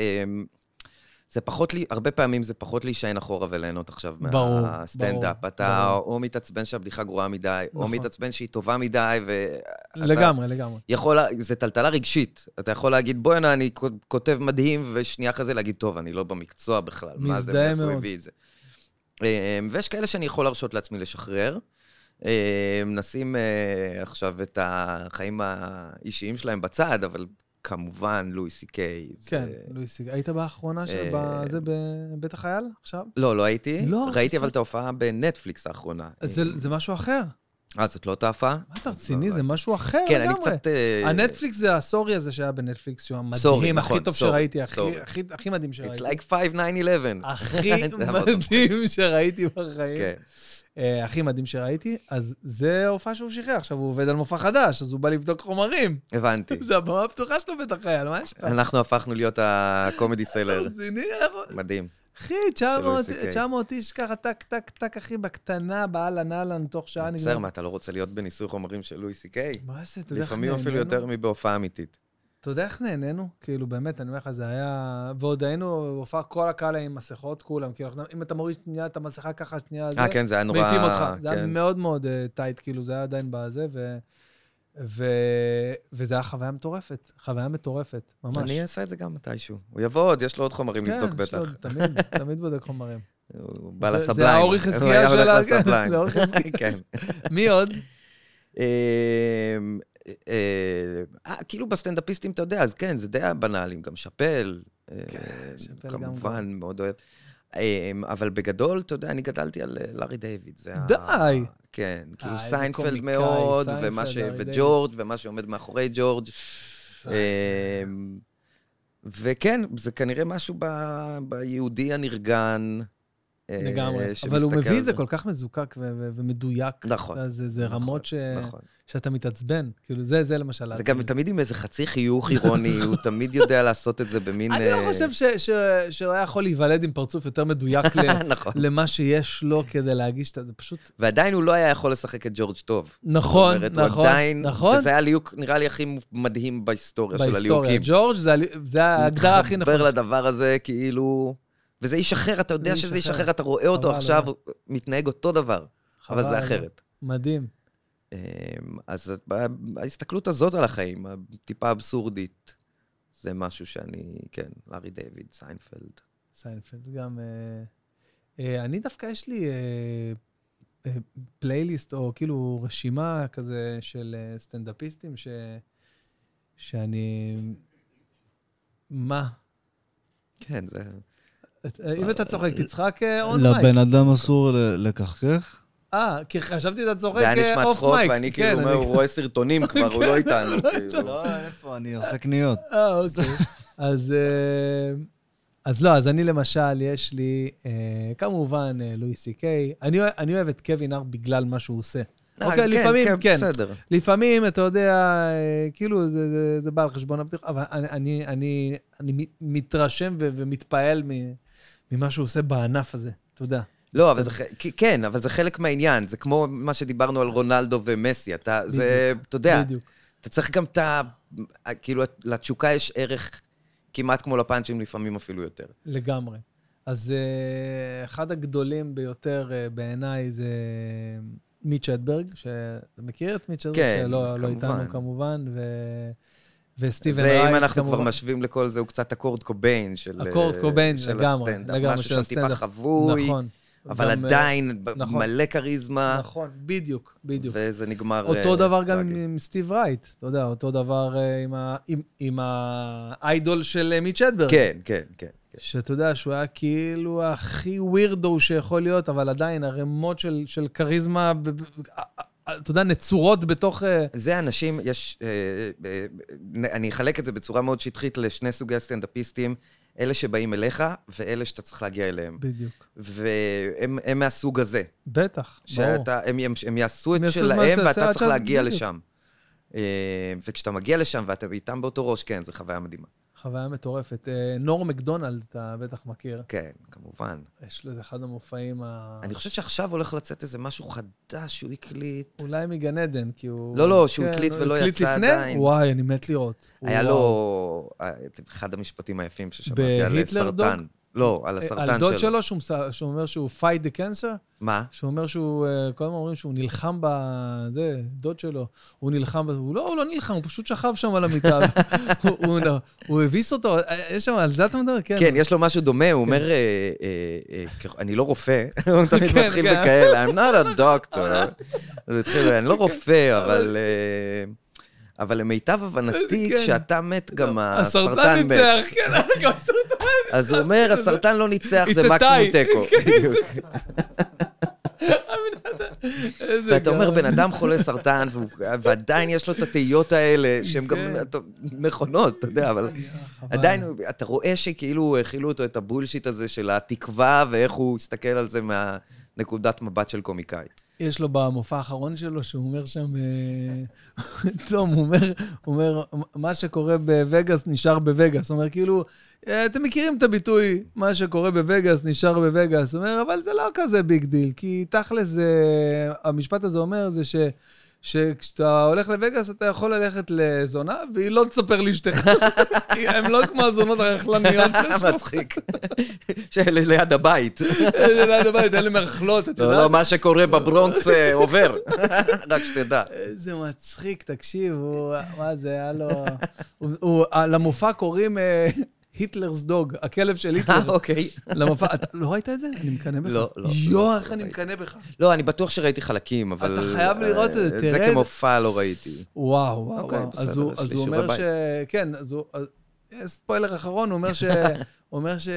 [SPEAKER 2] זה פחות לי, הרבה פעמים זה פחות להישען אחורה וליהנות עכשיו
[SPEAKER 1] ברור,
[SPEAKER 2] מהסטנדאפ.
[SPEAKER 1] ברור,
[SPEAKER 2] אתה
[SPEAKER 1] ברור.
[SPEAKER 2] או מתעצבן שהבדיחה גרועה מדי, או
[SPEAKER 1] נכון.
[SPEAKER 2] מתעצבן שהיא טובה מדי, ואתה
[SPEAKER 1] לגמרי, לגמרי.
[SPEAKER 2] יכול, לה- זה טלטלה רגשית. אתה יכול להגיד, בואנה, אני כ- כותב מדהים, ושנייה אחרי זה להגיד, טוב, אני לא במקצוע בכלל, מה זה,
[SPEAKER 1] מזדהה
[SPEAKER 2] מאיפה הוא
[SPEAKER 1] מאוד.
[SPEAKER 2] הביא את זה. אה, ויש כאלה שאני יכול להרשות לעצמי לשחרר. אה, נשים אה, עכשיו את החיים האישיים שלהם בצד, אבל כמובן, לואי סי קיי. זה-
[SPEAKER 1] כן, לואיס, היית באחרונה של
[SPEAKER 2] אה,
[SPEAKER 1] זה בבית החייל עכשיו?
[SPEAKER 2] לא, לא הייתי.
[SPEAKER 1] לא,
[SPEAKER 2] ראיתי אבל
[SPEAKER 1] פספסתי.
[SPEAKER 2] את ההופעה בנטפליקס האחרונה.
[SPEAKER 1] זה-
[SPEAKER 2] אה,
[SPEAKER 1] זה משהו אחר.
[SPEAKER 2] אה, זאת לא אותה הופעה?
[SPEAKER 1] מה אתה
[SPEAKER 2] אז לא,
[SPEAKER 1] רציני?
[SPEAKER 2] לא
[SPEAKER 1] זה משהו אחר
[SPEAKER 2] כן,
[SPEAKER 1] לגמרי.
[SPEAKER 2] אני קצת... אה,
[SPEAKER 1] הנטפליקס זה הסורי הזה שהיה בנטפליקס, שהוא
[SPEAKER 2] סורי,
[SPEAKER 1] המדהים,
[SPEAKER 2] נכון,
[SPEAKER 1] הכי טוב
[SPEAKER 2] סורי,
[SPEAKER 1] שראיתי, הכי-
[SPEAKER 2] סורי.
[SPEAKER 1] הכי- הכי מדהים
[SPEAKER 2] It's
[SPEAKER 1] שראיתי.
[SPEAKER 2] like 5-9-11.
[SPEAKER 1] הכי
[SPEAKER 2] זה היה מאוד
[SPEAKER 1] מדהים שראיתי בחיים.
[SPEAKER 2] כן.
[SPEAKER 1] אה, הכי מדהים שראיתי, אז זה הופעה שהוא שחרר. עכשיו הוא עובד על מופע חדש, אז הוא בא לבדוק חומרים.
[SPEAKER 2] הבנתי.
[SPEAKER 1] זה הבמה הפתוחה שלו בטח היה, מה יש לך?
[SPEAKER 2] אנחנו הפכנו להיות הקומדי סיילר.
[SPEAKER 1] רציני, אנחנו-
[SPEAKER 2] מדהים.
[SPEAKER 1] אחי, 900
[SPEAKER 2] של לואי סי קיי.
[SPEAKER 1] 900 איש ככה, טק, טק, טק, אחי, בקטנה, באהלן אהלן, תוך שעה נגמר.
[SPEAKER 2] בסדר, מה, אתה לא רוצה להיות בניסוי חומרים של לואי סי קיי?
[SPEAKER 1] מה זה, אתה יודע איך
[SPEAKER 2] לפעמים אפילו
[SPEAKER 1] נהנינו?
[SPEAKER 2] יותר מבהופעה אמיתית.
[SPEAKER 1] אתה יודע איך נהנינו? כאילו, באמת, אני אומר לך, זה היה... ועוד היינו, הופעה כל הקהל היה עם מסכות, כולם. כאילו, אנחנו- אם אתה מוריד שנייה את המסכה ככה, שנייה זה...
[SPEAKER 2] אה, כן, זה היה נורא...
[SPEAKER 1] מעיפים אותך. זה היה
[SPEAKER 2] כן.
[SPEAKER 1] מאוד מאוד אה, טייט, כאילו, זה היה עדיין בזה, ו... ו... וזה היה חוויה מטורפת. חוויה מטורפת, ממש.
[SPEAKER 2] אני אעשה את זה גם מתישהו. הוא יבוא עוד, יש לו עוד חומרים
[SPEAKER 1] כן,
[SPEAKER 2] לבדוק
[SPEAKER 1] יש לו-
[SPEAKER 2] בטח.
[SPEAKER 1] תמיד, תמיד בודק חומרים.
[SPEAKER 2] הוא בא
[SPEAKER 1] זה- זה
[SPEAKER 2] לסבליים.
[SPEAKER 1] האורי
[SPEAKER 2] הוא
[SPEAKER 1] חזקיה
[SPEAKER 2] היה הולך
[SPEAKER 1] של ה-
[SPEAKER 2] לסבליים.
[SPEAKER 1] זה האורי חזקיה.
[SPEAKER 2] כן.
[SPEAKER 1] מי עוד?
[SPEAKER 2] אמ, אה, אה, כאילו בסטנדאפיסטים, אתה יודע, אז כן, זה די היה בנאלי, גם שאפל, אה,
[SPEAKER 1] כן, שאפל גם
[SPEAKER 2] כמובן, מאוד אוהב. אמ, אבל בגדול, אתה יודע, אני גדלתי על אה, לארי דיוויד. זה ה-
[SPEAKER 1] די! אה,
[SPEAKER 2] כן, כאילו
[SPEAKER 1] איזה
[SPEAKER 2] סיינפלד
[SPEAKER 1] קומיקאי,
[SPEAKER 2] מאוד,
[SPEAKER 1] סיינפלד,
[SPEAKER 2] ומה ש-
[SPEAKER 1] לארי דיוויד.
[SPEAKER 2] וג'ורג', ומה שעומד מאחורי ג'ורג'. אמ, וכן, זה כנראה משהו ב- ביהודי הנרגן. אה,
[SPEAKER 1] לגמרי. אבל הוא
[SPEAKER 2] שמסתכל
[SPEAKER 1] מביא
[SPEAKER 2] על
[SPEAKER 1] את זה כל כך מזוקק ו- ו- ומדויק.
[SPEAKER 2] נכון,
[SPEAKER 1] אז אה, זה- זה
[SPEAKER 2] נכון,
[SPEAKER 1] רמות ש-
[SPEAKER 2] נכון.
[SPEAKER 1] שאתה מתעצבן. כאילו, זה, זה למשל.
[SPEAKER 2] זה גם תמיד עם איזה חצי חיוך אירוני, הוא תמיד יודע לעשות את זה במין...
[SPEAKER 1] אני
[SPEAKER 2] אה,
[SPEAKER 1] לא חושב ש- ש- שהוא היה יכול להיוולד עם פרצוף יותר מדויק ל-
[SPEAKER 2] נכון.
[SPEAKER 1] למה שיש לו כדי להגיש את זה. זה פשוט...
[SPEAKER 2] ועדיין הוא לא היה יכול לשחק את ג'ורג' טוב.
[SPEAKER 1] נכון,
[SPEAKER 2] זאת אומרת, הוא
[SPEAKER 1] נכון,
[SPEAKER 2] עדיין...
[SPEAKER 1] נכון.
[SPEAKER 2] וזה היה ליהוק, נראה לי, הכי מדהים בהיסטוריה של
[SPEAKER 1] בהיסטוריה.
[SPEAKER 2] הליהוקים.
[SPEAKER 1] ג'ורג', זה ה- זה ההגדרה הכי
[SPEAKER 2] הוא
[SPEAKER 1] נכונה.
[SPEAKER 2] מתחבר לדבר הזה, כאילו... וזה איש אחר, אתה
[SPEAKER 1] זה
[SPEAKER 2] יודע
[SPEAKER 1] איש
[SPEAKER 2] שזה איש
[SPEAKER 1] אחר.
[SPEAKER 2] אחר, אתה רואה אותו
[SPEAKER 1] חבל,
[SPEAKER 2] עכשיו,
[SPEAKER 1] אבל.
[SPEAKER 2] הוא מתנהג אותו דבר, אבל
[SPEAKER 1] חבל. אה.
[SPEAKER 2] זה אחרת.
[SPEAKER 1] מדהים.
[SPEAKER 2] אמ, אז ה- ההסתכלות הזאת על החיים, הטיפה אבסורדית, זה משהו שאני, כן, לארי דיוויד, סיינפלד.
[SPEAKER 1] סיינפלד גם... אה, אה, אני דווקא, יש לי אה, אה, פלייליסט, או כאילו רשימה כזה של אה, סטנדאפיסטים, ש, שאני... מה?
[SPEAKER 2] כן, זה...
[SPEAKER 1] את- אה, אם אתה צוחק, תצחק אה,
[SPEAKER 2] אה,
[SPEAKER 1] און מייק.
[SPEAKER 3] לבן אדם אסור ל- לקחכך?
[SPEAKER 1] אה, כי חשבתי שאתה צוחק
[SPEAKER 2] זה היה נשמע
[SPEAKER 1] אוף
[SPEAKER 2] צחוק,
[SPEAKER 1] מייק.
[SPEAKER 2] ואני
[SPEAKER 1] כן,
[SPEAKER 2] כאילו אומר,
[SPEAKER 1] אני-
[SPEAKER 2] הוא רואה סרטונים כבר, הוא לא איתנו, כאילו.
[SPEAKER 3] לא, איפה, אני עושה קניות.
[SPEAKER 1] אה, אוקיי. אז, אה, אז לא, אז אני למשל, יש לי, אה, כמובן, אה, לואי סי קיי. אני אוה- אני אוהב את קווין ארט בגלל מה שהוא עושה.
[SPEAKER 2] אה,
[SPEAKER 1] אוקיי, לפעמים, כן.
[SPEAKER 2] בסדר.
[SPEAKER 1] לפעמים, אתה יודע, אה, כאילו, זה, זה, זה בא על חשבון הבדיחה, אבל אני, אני, אני, אני מ- מתרשם ו- ומתפעל מ- ממה שהוא עושה בענף הזה, אתה יודע.
[SPEAKER 2] לא, אבל זה, ח- כי- כן, אבל זה חלק מהעניין, זה כמו מה שדיברנו על רונלדו ומסי, אתה, זה, אתה יודע,
[SPEAKER 1] בדיוק.
[SPEAKER 2] אתה צריך גם את ה... כאילו, לתשוקה יש ערך כמעט כמו לפאנצ'ים, לפעמים אפילו יותר.
[SPEAKER 1] לגמרי. אז אה, אחד הגדולים ביותר אה, בעיניי זה מיץ' אדברג, שאתה מכיר את מיץ' אדברג?
[SPEAKER 2] כן,
[SPEAKER 1] שלא לא איתנו
[SPEAKER 2] כמובן.
[SPEAKER 1] כמובן, ו... וסטיבן רייט,
[SPEAKER 2] זה,
[SPEAKER 1] כמובן.
[SPEAKER 2] אם אנחנו כבר משווים לכל זה, הוא קצת אקורד קוביין של אה,
[SPEAKER 1] אקורד קוביין,
[SPEAKER 2] של
[SPEAKER 1] לגמרי,
[SPEAKER 2] הסטנדאפ.
[SPEAKER 1] לגמרי, של
[SPEAKER 2] משהו שם טיפה
[SPEAKER 1] הסטנדאפ.
[SPEAKER 2] חבוי,
[SPEAKER 1] נכון.
[SPEAKER 2] אבל
[SPEAKER 1] גם, אה,
[SPEAKER 2] עדיין ב-
[SPEAKER 1] נכון.
[SPEAKER 2] מלא כריזמה,
[SPEAKER 1] נכון, בדיוק, בדיוק.
[SPEAKER 2] וזה נגמר...
[SPEAKER 1] אותו
[SPEAKER 2] אה,
[SPEAKER 1] דבר גם
[SPEAKER 2] טרגי.
[SPEAKER 1] עם- עם סטיב רייט, אתה יודע, אותו דבר אה, עם ה- עם- עם האיידול של אה, מיץ' אדברג.
[SPEAKER 2] כן, כן, כן. כן.
[SPEAKER 1] שאתה יודע שהוא היה כאילו הכי ווירדו שיכול להיות, אבל עדיין ערימות של, של כריזמה, ב- ב- א- א- אתה יודע, נצורות בתוך... אה,
[SPEAKER 2] זה אנשים, יש... אה, אה, אה, אני אחלק את זה בצורה מאוד שטחית לשני סוגי הסטנדאפיסטים, אלה שבאים אליך ואלה שאתה צריך להגיע אליהם.
[SPEAKER 1] בדיוק.
[SPEAKER 2] והם הם מהסוג הזה.
[SPEAKER 1] בטח, ברור.
[SPEAKER 2] שאתה, הם, הם, הם יעשו את
[SPEAKER 1] הם יעשו את מה
[SPEAKER 2] שלהם,
[SPEAKER 1] שאתה-
[SPEAKER 2] ואתה
[SPEAKER 1] אתה-
[SPEAKER 2] צריך להגיע
[SPEAKER 1] בדיוק.
[SPEAKER 2] לשם. אה, וכשאתה מגיע לשם ואתה איתם באותו ראש, כן, זו חוויה מדהימה.
[SPEAKER 1] חוויה מטורפת. אה, נור מקדונלד, אתה בטח מכיר.
[SPEAKER 2] כן, כמובן.
[SPEAKER 1] יש לו את אחד המופעים ה...
[SPEAKER 2] אני חושב שעכשיו הולך לצאת איזה משהו חדש שהוא הקליט.
[SPEAKER 1] אולי מגן עדן, כי הוא... כן,
[SPEAKER 2] לא, לא, שהוא הקליט
[SPEAKER 1] הוא
[SPEAKER 2] ולא יצא
[SPEAKER 1] הקליט
[SPEAKER 2] עדיין.
[SPEAKER 1] לפני? וואי, אני מת לראות.
[SPEAKER 2] היה
[SPEAKER 1] וואו.
[SPEAKER 2] לו אה, אחד המשפטים היפים ששמעתי על
[SPEAKER 1] בהיטלר דוג?
[SPEAKER 2] סרטן. לא, על
[SPEAKER 1] אה,
[SPEAKER 2] הסרטן
[SPEAKER 1] על דוד
[SPEAKER 2] שלו.
[SPEAKER 1] שלו, שהוא מס- שהוא אומר שהוא fight the cancer?
[SPEAKER 2] מה?
[SPEAKER 1] שהוא אומר שהוא, אה, כל הזמן אומרים שהוא נלחם ב... זה, דוד שלו, הוא נלחם, ב- הוא לא, הוא לא נלחם, הוא פשוט שכב שם על המיטה. הוא- הוא- הוא הביס אותו, אה, יש שם, על זה אתה מדבר? כן.
[SPEAKER 2] כן, יש לו משהו דומה, הוא אומר, אה, אה, אה, כ- אני לא רופא, הוא תמיד
[SPEAKER 1] כן,
[SPEAKER 2] מתחיל
[SPEAKER 1] כן.
[SPEAKER 2] בכאלה, I'm not a doctor. אז הוא התחיל, אני לא רופא, אבל... אה, אבל למיטב הבנתי,
[SPEAKER 1] כן.
[SPEAKER 2] כשאתה מת, גם
[SPEAKER 1] הסרטן
[SPEAKER 2] הסרטן מת.
[SPEAKER 1] ניצח, כן, גם הסרטן.
[SPEAKER 2] אז הוא אומר, הסרטן לא ניצח,
[SPEAKER 1] It's
[SPEAKER 2] זה
[SPEAKER 1] a
[SPEAKER 2] מקסימום
[SPEAKER 1] tie. כן,
[SPEAKER 2] תיקו. בדיוק.
[SPEAKER 1] איזה
[SPEAKER 2] ואתה אומר,
[SPEAKER 1] גאון.
[SPEAKER 2] בן אדם חולה סרטן, והוא- ועדיין יש לו את התהיות האלה, שהן גם
[SPEAKER 1] כן.
[SPEAKER 2] אתה- נכונות, אתה יודע, אבל...
[SPEAKER 1] חבל.
[SPEAKER 2] עדיין, הוא- אתה רואה שכאילו האכילו אותו את הבולשיט הזה של התקווה, ואיך הוא הסתכל על זה מהנקודת מבט של קומיקאי.
[SPEAKER 1] יש לו במופע האחרון שלו, שהוא אומר שם, אה, תום, הוא אומר, הוא אומר, מה שקורה בווגאס נשאר בווגאס. הוא אומר, כאילו, אה, אתם מכירים את הביטוי, מה שקורה בווגאס נשאר בווגאס. הוא אומר, אבל זה לא כזה ביג דיל, כי תכל'ס, אה, המשפט הזה אומר זה ש... שכשאתה הולך לווגאס, אתה יכול ללכת לזונה, והיא לא תספר לאשתך. כי הם לא כמו הזונות הרכלניות שלך.
[SPEAKER 2] מצחיק. שאלה ליד הבית.
[SPEAKER 1] אלה ליד הבית, אלה מרכלות, את
[SPEAKER 2] לא, לא,
[SPEAKER 1] יודעת?
[SPEAKER 2] מה שקורה בברונקס אה, עובר. רק שתדע.
[SPEAKER 1] איזה מצחיק, תקשיב, הוא, מה זה, היה לו... הוא, הוא, למופע קוראים אה, היטלר's dog, הכלב של
[SPEAKER 2] אה,
[SPEAKER 1] היטלר.
[SPEAKER 2] אוקיי.
[SPEAKER 1] למופע, אתה לא ראית את זה? אני מקנא בך.
[SPEAKER 2] לא, לא,
[SPEAKER 1] יואו,
[SPEAKER 2] לא,
[SPEAKER 1] איך
[SPEAKER 2] לא
[SPEAKER 1] אני
[SPEAKER 2] ראיתי.
[SPEAKER 1] מקנא בך.
[SPEAKER 2] לא, אני בטוח שראיתי חלקים, אבל...
[SPEAKER 1] אתה חייב לראות את זה,
[SPEAKER 2] אה,
[SPEAKER 1] תראה
[SPEAKER 2] זה
[SPEAKER 1] את זה.
[SPEAKER 2] כמופע לא ראיתי.
[SPEAKER 1] וואו, וואו,
[SPEAKER 2] אוקיי,
[SPEAKER 1] וואו. אז
[SPEAKER 2] בסדר,
[SPEAKER 1] הוא-
[SPEAKER 2] יש
[SPEAKER 1] אז
[SPEAKER 2] לי
[SPEAKER 1] הוא
[SPEAKER 2] שיעורי
[SPEAKER 1] אומר ש...
[SPEAKER 2] בית.
[SPEAKER 1] כן, אז הוא... אז- אה, ספוילר אחרון, הוא אומר ש... הוא אומר ש...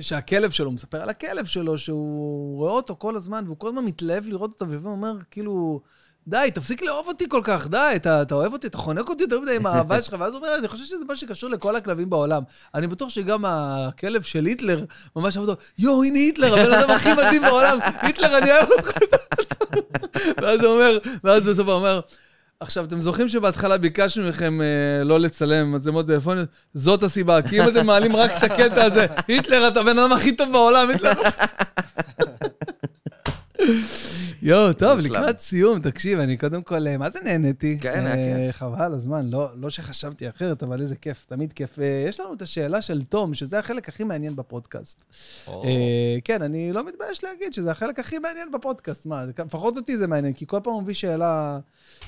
[SPEAKER 1] שהכלב שלו, הוא מספר על הכלב שלו, שהוא רואה אותו כל הזמן, והוא כל הזמן מתלהב לראות אותו, והוא אומר, כאילו, די, תפסיק לאהוב אותי כל כך, די, אתה, אתה אוהב אותי, אתה חונק אותי יותר מדי עם האהבה שלך, ואז הוא אומר, אני חושב שזה מה שקשור לכל הכלבים בעולם. אני בטוח שגם הכלב של היטלר ממש אהב אותו, יואו, הנה היטלר, הבן אדם הכי מדהים בעולם, היטלר, אני אוהב אותך. ואז הוא אומר, ואז בסוף הוא אומר, עכשיו, אתם זוכרים שבהתחלה ביקשנו מכם אה, לא לצלם מצלמות טלפוניות? זאת הסיבה, כי אם אתם מעלים רק את הקטע הזה, היטלר, אתה הבן אדם הכי טוב בעולם, היטלר. יואו, טוב,
[SPEAKER 2] מושלם.
[SPEAKER 1] לקראת סיום, תקשיב, אני קודם כל, אה, מה זה נהניתי?
[SPEAKER 2] כן, היה
[SPEAKER 1] אה,
[SPEAKER 2] כיף.
[SPEAKER 1] חבל הזמן, לא, לא שחשבתי אחרת, אבל איזה כיף, תמיד כיף. אה, יש לנו את השאלה של תום, שזה החלק הכי מעניין בפודקאסט. אה, כן, אני לא מתבייש להגיד שזה החלק הכי מעניין בפודקאסט. מה, זה- לפחות אותי זה מעניין, כי כל פעם הוא מביא שאלה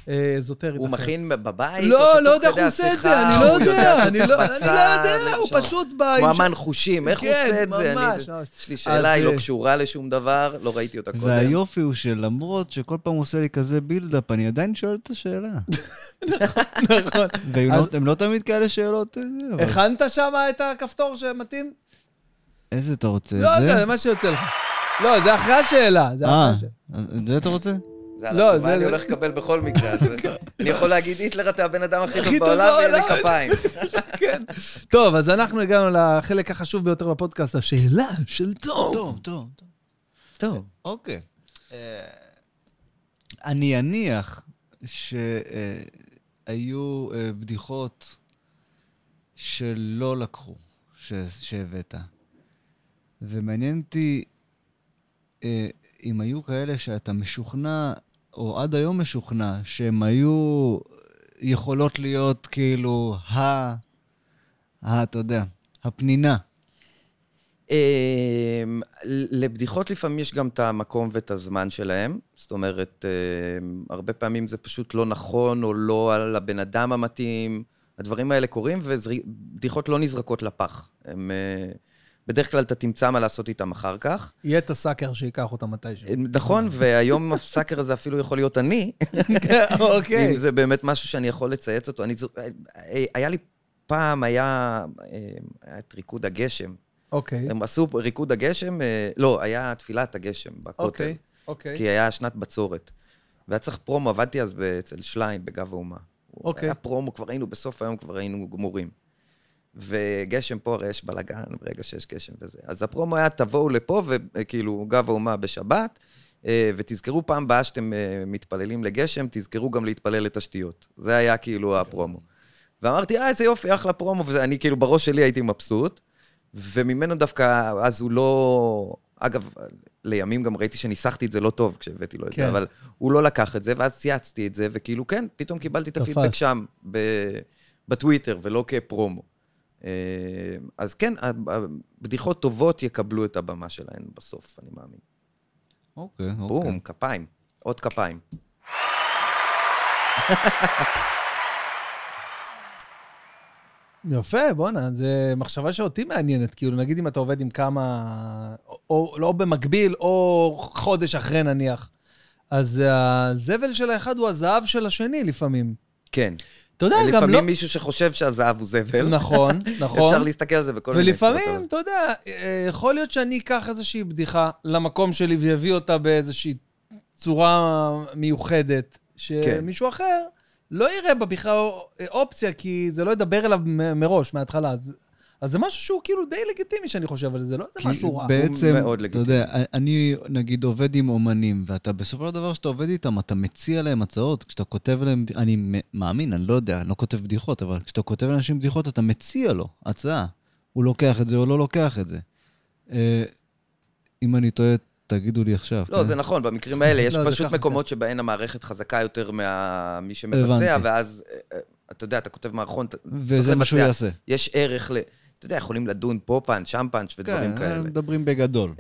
[SPEAKER 1] אה, אזוטרית.
[SPEAKER 2] הוא
[SPEAKER 1] אחרת.
[SPEAKER 2] מכין בבית? או
[SPEAKER 1] לא,
[SPEAKER 2] שתוך
[SPEAKER 1] לא יודע איך
[SPEAKER 2] כדי
[SPEAKER 1] הוא עושה את זה,
[SPEAKER 2] השיחה
[SPEAKER 1] אני לא
[SPEAKER 2] הוא
[SPEAKER 1] יודע,
[SPEAKER 2] שהוא
[SPEAKER 1] אני
[SPEAKER 2] צריך
[SPEAKER 1] לא אני לא יודע,
[SPEAKER 2] בצד,
[SPEAKER 1] הוא
[SPEAKER 2] שם.
[SPEAKER 1] פשוט בא...
[SPEAKER 2] כמו
[SPEAKER 1] עם ש-
[SPEAKER 2] אמן חושים, איך הוא עושה את זה?
[SPEAKER 1] כן, ממש,
[SPEAKER 2] אני-
[SPEAKER 1] ממש.
[SPEAKER 2] יש לי
[SPEAKER 1] אז,
[SPEAKER 2] שאלה, היא לא
[SPEAKER 1] אה,
[SPEAKER 2] קשורה לשום דבר, לא ראיתי אותה קודם.
[SPEAKER 3] והיופי הוא שלמרות שכל פעם הוא עושה לי כזה בילדאפ, אני עדיין שואל את השאלה.
[SPEAKER 1] נכון.
[SPEAKER 3] והן
[SPEAKER 1] אז-
[SPEAKER 3] לא- הן לא תמיד כאלה שאלות... אה, זה, אבל-
[SPEAKER 1] הכנת שם את הכפתור שמתאים?
[SPEAKER 3] איזה אתה רוצה? את
[SPEAKER 1] לא
[SPEAKER 3] זה?
[SPEAKER 1] יודע, זה מה שיוצא לך. לא, זה אחרי השאלה. זה אחרי
[SPEAKER 3] אה,
[SPEAKER 1] השאלה.
[SPEAKER 3] אז את זה אתה רוצה?
[SPEAKER 2] זה על
[SPEAKER 1] לא,
[SPEAKER 2] התשובה
[SPEAKER 1] זה-
[SPEAKER 2] אני
[SPEAKER 1] זה-
[SPEAKER 2] הולך לקבל בכל מקרה. אז אני יכול להגיד, היטלר, אתה הבן אדם הכי
[SPEAKER 1] הכי
[SPEAKER 2] טוב
[SPEAKER 1] טוב
[SPEAKER 2] בעולם, ואין לי
[SPEAKER 1] בעולם.
[SPEAKER 2] כפיים.
[SPEAKER 1] כן. טוב, אז אנחנו הגענו לחלק החשוב ביותר בפודקאסט, השאלה של תום.
[SPEAKER 3] טוב, טוב.
[SPEAKER 2] טוב.
[SPEAKER 3] אוקיי. אני אניח שהיו אה, בדיחות שלא לקחו, ש- שהבאת. ומעניין אותי אה, אם היו כאלה שאתה משוכנע, או עד היום משוכנע, שהן היו יכולות להיות כאילו ה... ה... אתה יודע, הפנינה.
[SPEAKER 2] אמ, לבדיחות לפעמים יש גם את המקום ואת הזמן שלהם. זאת אומרת, אמ, הרבה פעמים זה פשוט לא נכון, או לא על הבן אדם המתאים. הדברים האלה קורים, ובדיחות לא נזרקות לפח. הם, אה, בדרך כלל אתה תמצא מה לעשות איתם אחר כך.
[SPEAKER 1] יהיה את הסאקר שייקח אותה מתישהו.
[SPEAKER 2] נכון, והיום הסאקר הזה אפילו יכול להיות אני,
[SPEAKER 1] אוקיי.
[SPEAKER 2] אם זה באמת משהו שאני יכול לצייץ אותו. אני, זו- היה לי פעם, היה, אה, היה את ריקוד הגשם.
[SPEAKER 1] אוקיי.
[SPEAKER 2] הם עשו ריקוד הגשם, אה, לא, היה תפילת הגשם בכותל,
[SPEAKER 1] אוקיי. אוקיי.
[SPEAKER 2] כי היה שנת בצורת. והיה צריך פרומו, עבדתי אז אצל שליין בגב האומה.
[SPEAKER 1] אוקיי.
[SPEAKER 2] היה פרומו, כבר היינו, בסוף היום כבר היינו גמורים. וגשם פה, הרי יש בלאגן, ברגע שיש גשם וזה. אז הפרומו היה, תבואו לפה, וכאילו, גב האומה בשבת, אה, ותזכרו פעם הבאה שאתם אה, מתפללים לגשם, תזכרו גם להתפלל לתשתיות. זה היה כאילו הפרומו. ואמרתי, אה, איזה יופי, אחלה פרומו, ואני כאילו, בראש שלי הייתי מבסוט, וממנו דווקא, אז הוא לא... אגב, לימים גם ראיתי שניסחתי את זה לא טוב כשהבאתי לו את
[SPEAKER 1] כן.
[SPEAKER 2] זה, אבל הוא לא לקח את זה, ואז צייצתי את זה, וכאילו, כן, פתאום קיבלתי את
[SPEAKER 1] תפס.
[SPEAKER 2] הפידבק שם, ב... בטוויטר, ולא כפרומו. אה, אז כן, ה- ה- בדיחות טובות יקבלו את הבמה שלהן בסוף, אני מאמין.
[SPEAKER 3] אוקיי, אוקיי.
[SPEAKER 2] בום, כפיים. עוד כפיים.
[SPEAKER 1] יפה, בואנה, זו מחשבה שאותי מעניינת. כאילו, נגיד אם אתה עובד עם כמה... או- או לא במקביל, או חודש אחרי נניח. אז הזבל של האחד הוא הזהב של השני לפעמים.
[SPEAKER 2] כן.
[SPEAKER 1] אתה יודע, גם לא...
[SPEAKER 2] לפעמים מישהו שחושב שהזהב הוא זבל,
[SPEAKER 1] נכון, נכון.
[SPEAKER 2] אפשר להסתכל על זה בכל מיני צורות.
[SPEAKER 1] ולפעמים, אתה יודע, אה, יכול להיות שאני אקח איזושהי בדיחה למקום שלי ויביא אותה באיזושהי צורה מיוחדת,
[SPEAKER 2] כן.
[SPEAKER 1] שמישהו אחר לא יראה בה בכלל אופציה, כי זה לא ידבר אליו מ- מראש, מההתחלה. אז- אז זה משהו שהוא כאילו די לגיטימי שאני חושב על זה, זה לא איזה
[SPEAKER 3] כי
[SPEAKER 1] משהו רע.
[SPEAKER 3] בעצם,
[SPEAKER 2] הוא מאוד
[SPEAKER 3] אתה
[SPEAKER 2] לגיטימי.
[SPEAKER 3] יודע, אני נגיד עובד עם אומנים, ואתה בסופו של דבר שאתה עובד איתם, אתה מציע להם הצעות, כשאתה כותב להם, אני מ- מאמין, אני לא יודע, אני לא כותב בדיחות, אבל כשאתה כותב לאנשים בדיחות, אתה מציע לו הצעה. הוא לוקח את זה או לא לוקח את זה. אה, אם אני טועה, תגידו לי עכשיו.
[SPEAKER 2] לא,
[SPEAKER 3] כן?
[SPEAKER 2] זה נכון, במקרים האלה יש
[SPEAKER 1] לא, זה
[SPEAKER 2] פשוט
[SPEAKER 1] ככה,
[SPEAKER 2] מקומות שבהם המערכת חזקה יותר ממי שמבצע,
[SPEAKER 3] הבנתי.
[SPEAKER 2] ואז, אה, אה, אתה יודע, אתה כותב מערכון, אתה צריך
[SPEAKER 3] כן? וזה מה שהוא
[SPEAKER 2] לבצע.
[SPEAKER 3] יעשה.
[SPEAKER 2] יש ערך ל... אתה יודע, יכולים לדון פה פאנץ', שם פאנץ' ודברים
[SPEAKER 3] כן,
[SPEAKER 2] כאלה.
[SPEAKER 3] מדברים בגדול.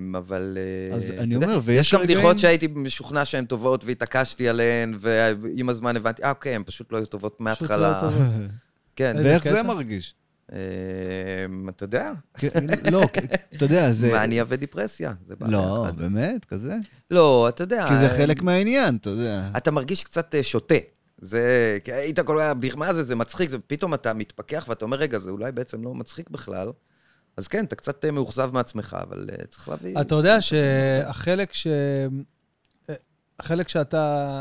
[SPEAKER 2] אמ, אבל... אה,
[SPEAKER 3] אז
[SPEAKER 2] אתה
[SPEAKER 3] אני
[SPEAKER 2] יודע,
[SPEAKER 3] אומר,
[SPEAKER 2] יש
[SPEAKER 3] ויש
[SPEAKER 2] גם
[SPEAKER 3] רגעים-
[SPEAKER 2] בדיחות שהייתי משוכנע שהן טובות והתעקשתי עליהן, ועם הזמן הבנתי, אה, אוקיי, הן פשוט לא היו טובות
[SPEAKER 1] פשוט לא
[SPEAKER 2] מההתחלה.
[SPEAKER 1] טובות.
[SPEAKER 2] כן,
[SPEAKER 1] איזה
[SPEAKER 3] ואיך
[SPEAKER 1] קטע?
[SPEAKER 3] זה מרגיש?
[SPEAKER 2] אמ, אתה יודע,
[SPEAKER 3] כן, לא, כי- אתה יודע, זה...
[SPEAKER 2] מניה ודיפרסיה. זה בעיה
[SPEAKER 3] לא,
[SPEAKER 2] אחת.
[SPEAKER 3] באמת? כזה?
[SPEAKER 2] לא, אתה יודע.
[SPEAKER 3] כי
[SPEAKER 2] אה,
[SPEAKER 3] זה חלק מהעניין, אתה יודע.
[SPEAKER 2] אתה מרגיש קצת אה, שותה. זה, כי היית כל כך, "בדיח, מה זה, זה מצחיק, זה, פתאום אתה מתפכח ואתה אומר, רגע, זה אולי בעצם לא מצחיק בכלל. אז כן, אתה קצת אה, מאוכזב מעצמך, אבל אה, צריך להביא...
[SPEAKER 1] אתה יודע שהחלק ש... החלק שאתה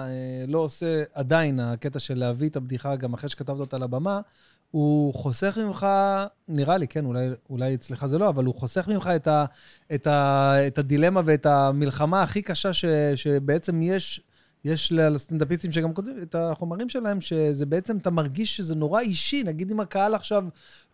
[SPEAKER 1] אה, לא עושה עדיין, הקטע של להביא את הבדיחה, גם אחרי שכתבת אותה על הבמה, הוא חוסך ממך, נראה לי, כן, אולי, אולי אצלך זה לא, אבל הוא חוסך ממך את, ה, את, ה, את הדילמה ואת המלחמה הכי קשה ש, שבעצם יש, יש לסטנדאפיסטים שגם כותבים את החומרים שלהם, שזה בעצם, אתה מרגיש שזה נורא אישי. נגיד אם הקהל עכשיו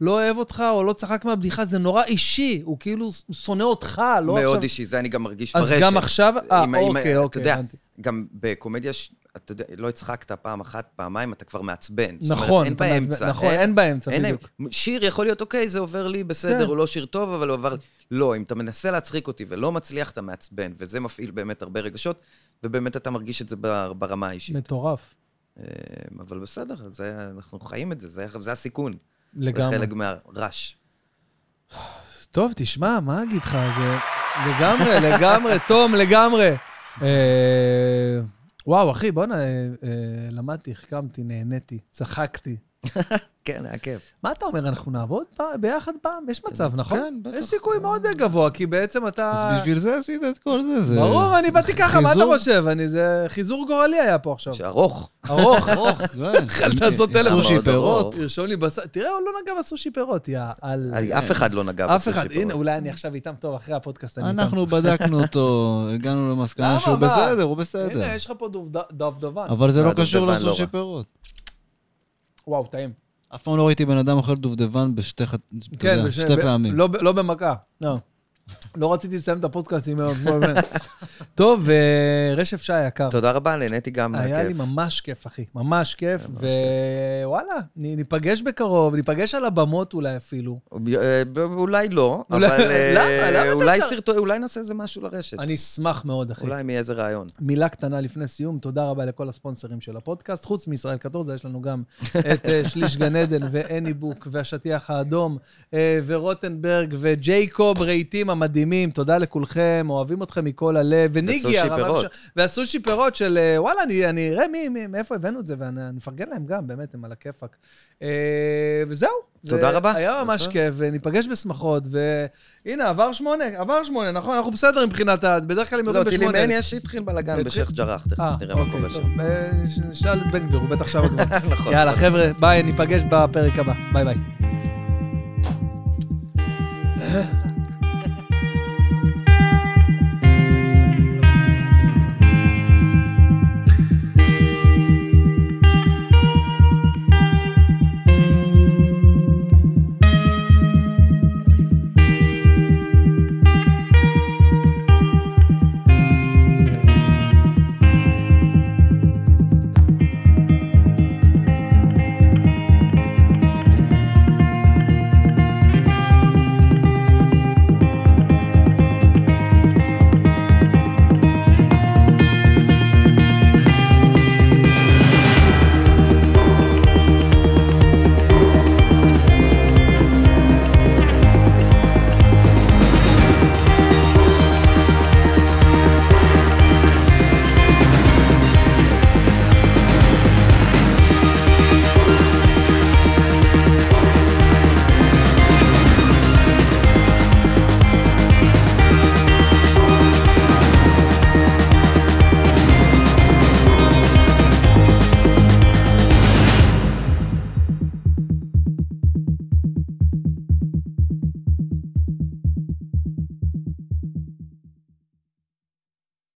[SPEAKER 1] לא אוהב אותך או לא צחק מהבדיחה, זה נורא אישי. הוא כאילו, הוא שונא אותך, לא
[SPEAKER 2] מאוד
[SPEAKER 1] עכשיו...
[SPEAKER 2] אישי, זה אני גם מרגיש
[SPEAKER 1] אז
[SPEAKER 2] ברשת.
[SPEAKER 1] גם עכשיו? אה,
[SPEAKER 2] עם ה- עם ה-
[SPEAKER 1] אוקיי, אוקיי,
[SPEAKER 2] אתה יודע,
[SPEAKER 1] הבנתי.
[SPEAKER 2] גם בקומדיה, ש- אתה יודע, לא הצחקת פעם אחת, פעמיים, אתה כבר מעצבן. זאת אומרת,
[SPEAKER 1] נכון,
[SPEAKER 2] אין
[SPEAKER 1] אתה מעצבן-
[SPEAKER 2] באמצע.
[SPEAKER 1] נכון, אין באמצע,
[SPEAKER 2] אין-
[SPEAKER 1] בדיוק.
[SPEAKER 2] שיר יכול להיות, אוקיי, זה עובר לי בסדר,
[SPEAKER 1] כן.
[SPEAKER 2] הוא לא שיר טוב, אבל הוא עבר... לא, אם אתה מנסה להצחיק אותי ולא מצליח, אתה מעצבן, וזה מפעיל באמת הרבה רגשות, ובאמת אתה מרגיש את זה בר- ברמה האישית.
[SPEAKER 1] מטורף,
[SPEAKER 2] אה, אבל בסדר, זה- אנחנו חיים את זה, זה- זה הסיכון. זה
[SPEAKER 1] לגמרי.
[SPEAKER 2] חלק מהרעש.
[SPEAKER 1] טוב, תשמע, מה אגיד לך? זה לגמרי, לגמרי, תום, לגמרי. אה, וואו, אחי, בואנה, אה, אה, למדתי, החכמתי, נהניתי, צחקתי.
[SPEAKER 2] כן, היה כיף.
[SPEAKER 1] מה אתה אומר, אנחנו נעבוד פעם- ביחד פעם? יש מצב, נכון?
[SPEAKER 2] כן, בטח.
[SPEAKER 1] יש סיכוי מאוד גבוה, כי בעצם אתה...
[SPEAKER 3] אז בשביל זה עשית את כל זה, זה...
[SPEAKER 1] אה, ברור, אני באתי ככה, מה אתה
[SPEAKER 3] חיזור?
[SPEAKER 1] חושב? אני, זה חיזור גורלי היה פה עכשיו.
[SPEAKER 2] שארוך.
[SPEAKER 1] ארוך, ארוך.
[SPEAKER 3] אכלת
[SPEAKER 1] לעשות טלפון.
[SPEAKER 3] לא, סושי
[SPEAKER 2] מאוד
[SPEAKER 3] פירות.
[SPEAKER 2] ארוך.
[SPEAKER 1] תרשום לי בשר, תראה, הוא לא נגע בסושי פירות, יא אללה.
[SPEAKER 2] אף אחד לא נגע
[SPEAKER 1] אף
[SPEAKER 2] בסושי
[SPEAKER 1] אחד,
[SPEAKER 2] פירות.
[SPEAKER 1] הנה, אולי אני עכשיו איתם טוב, אחרי הפודקאסט אני איתם.
[SPEAKER 3] אנחנו בדקנו אותו, הגענו למסקנה
[SPEAKER 1] למה?
[SPEAKER 3] שהוא
[SPEAKER 1] מה?
[SPEAKER 3] בסדר, הוא
[SPEAKER 1] הנה,
[SPEAKER 3] בסדר.
[SPEAKER 1] יש לך פה דובד- דובדבן.
[SPEAKER 3] אבל זה לא
[SPEAKER 2] הדובדבן
[SPEAKER 3] קשור
[SPEAKER 2] לא
[SPEAKER 3] לסושי
[SPEAKER 2] רע.
[SPEAKER 3] פירות.
[SPEAKER 1] וואו, טעים.
[SPEAKER 3] אף פעם לא ראיתי בן אדם אוכל דובדבן בשתי ח- אתה יודע,
[SPEAKER 1] בש-
[SPEAKER 3] שתי
[SPEAKER 1] כן, ב-
[SPEAKER 3] פעמים.
[SPEAKER 1] לא ב- לא במכה, לא. לא רציתי לסיים את הפודקאסט עם... טוב, אה, רשף שי היקר.
[SPEAKER 2] תודה רבה, נהניתי גם
[SPEAKER 1] היה לי
[SPEAKER 2] מהכיף.
[SPEAKER 1] ממש כיף, אחי. ממש כיף,
[SPEAKER 2] ממש
[SPEAKER 1] ווואלה, ניפגש בקרוב, ניפגש על הבמות אולי אפילו.
[SPEAKER 2] אה, ב- אולי לא, אבל
[SPEAKER 1] אולי-
[SPEAKER 2] אה,
[SPEAKER 1] למה? למה אתה
[SPEAKER 2] אולי
[SPEAKER 1] שר?
[SPEAKER 2] סרטו- אולי נעשה איזה משהו לרשת.
[SPEAKER 1] אני אשמח מאוד, אחי.
[SPEAKER 2] אולי מאיזה רעיון.
[SPEAKER 1] מילה קטנה לפני סיום, תודה רבה לכל הספונסרים של הפודקאסט. חוץ מישראל קטורזה, יש לנו גם את אה, שליש גן עדן ואניבוק והשטיח האדום אה, ורוטנברג וג'ייקוב, רהיטים המדהימים. תודה לכולכם, אוהבים אתכם מכל הלב. וניגי,
[SPEAKER 2] וסושי
[SPEAKER 1] הרב
[SPEAKER 2] פירות.
[SPEAKER 1] אבשר- והסושי פירות של אה, וואלה, אני- אני אראה מי, מי- מאיפה הבאנו את זה, ונפרגן להם גם, באמת, הם על הכיפאק. אה, וזהו.
[SPEAKER 2] תודה
[SPEAKER 1] זה
[SPEAKER 2] רבה.
[SPEAKER 1] היה ממש
[SPEAKER 2] יפה.
[SPEAKER 1] כיף, וניפגש בשמחות, והנה, עבר שמונה, עבר שמונה, נכון? אנחנו בסדר מבחינת ה... בדרך כלל הם
[SPEAKER 2] לא,
[SPEAKER 1] יורדים בשמונה.
[SPEAKER 2] טילימן יש התחיל בלאגן
[SPEAKER 1] התחיל-
[SPEAKER 2] בשייח' ג'ראח, תכף
[SPEAKER 1] אה,
[SPEAKER 2] נראה מה
[SPEAKER 1] אוקיי,
[SPEAKER 2] קורה
[SPEAKER 1] טוב.
[SPEAKER 2] שם.
[SPEAKER 1] אה, ש- שאל את בן גביר, הוא בטח שם כבר.
[SPEAKER 2] נכון.
[SPEAKER 1] יאללה, חבר'ה, ביי, ניפגש בפרק הבא. ביי ביי.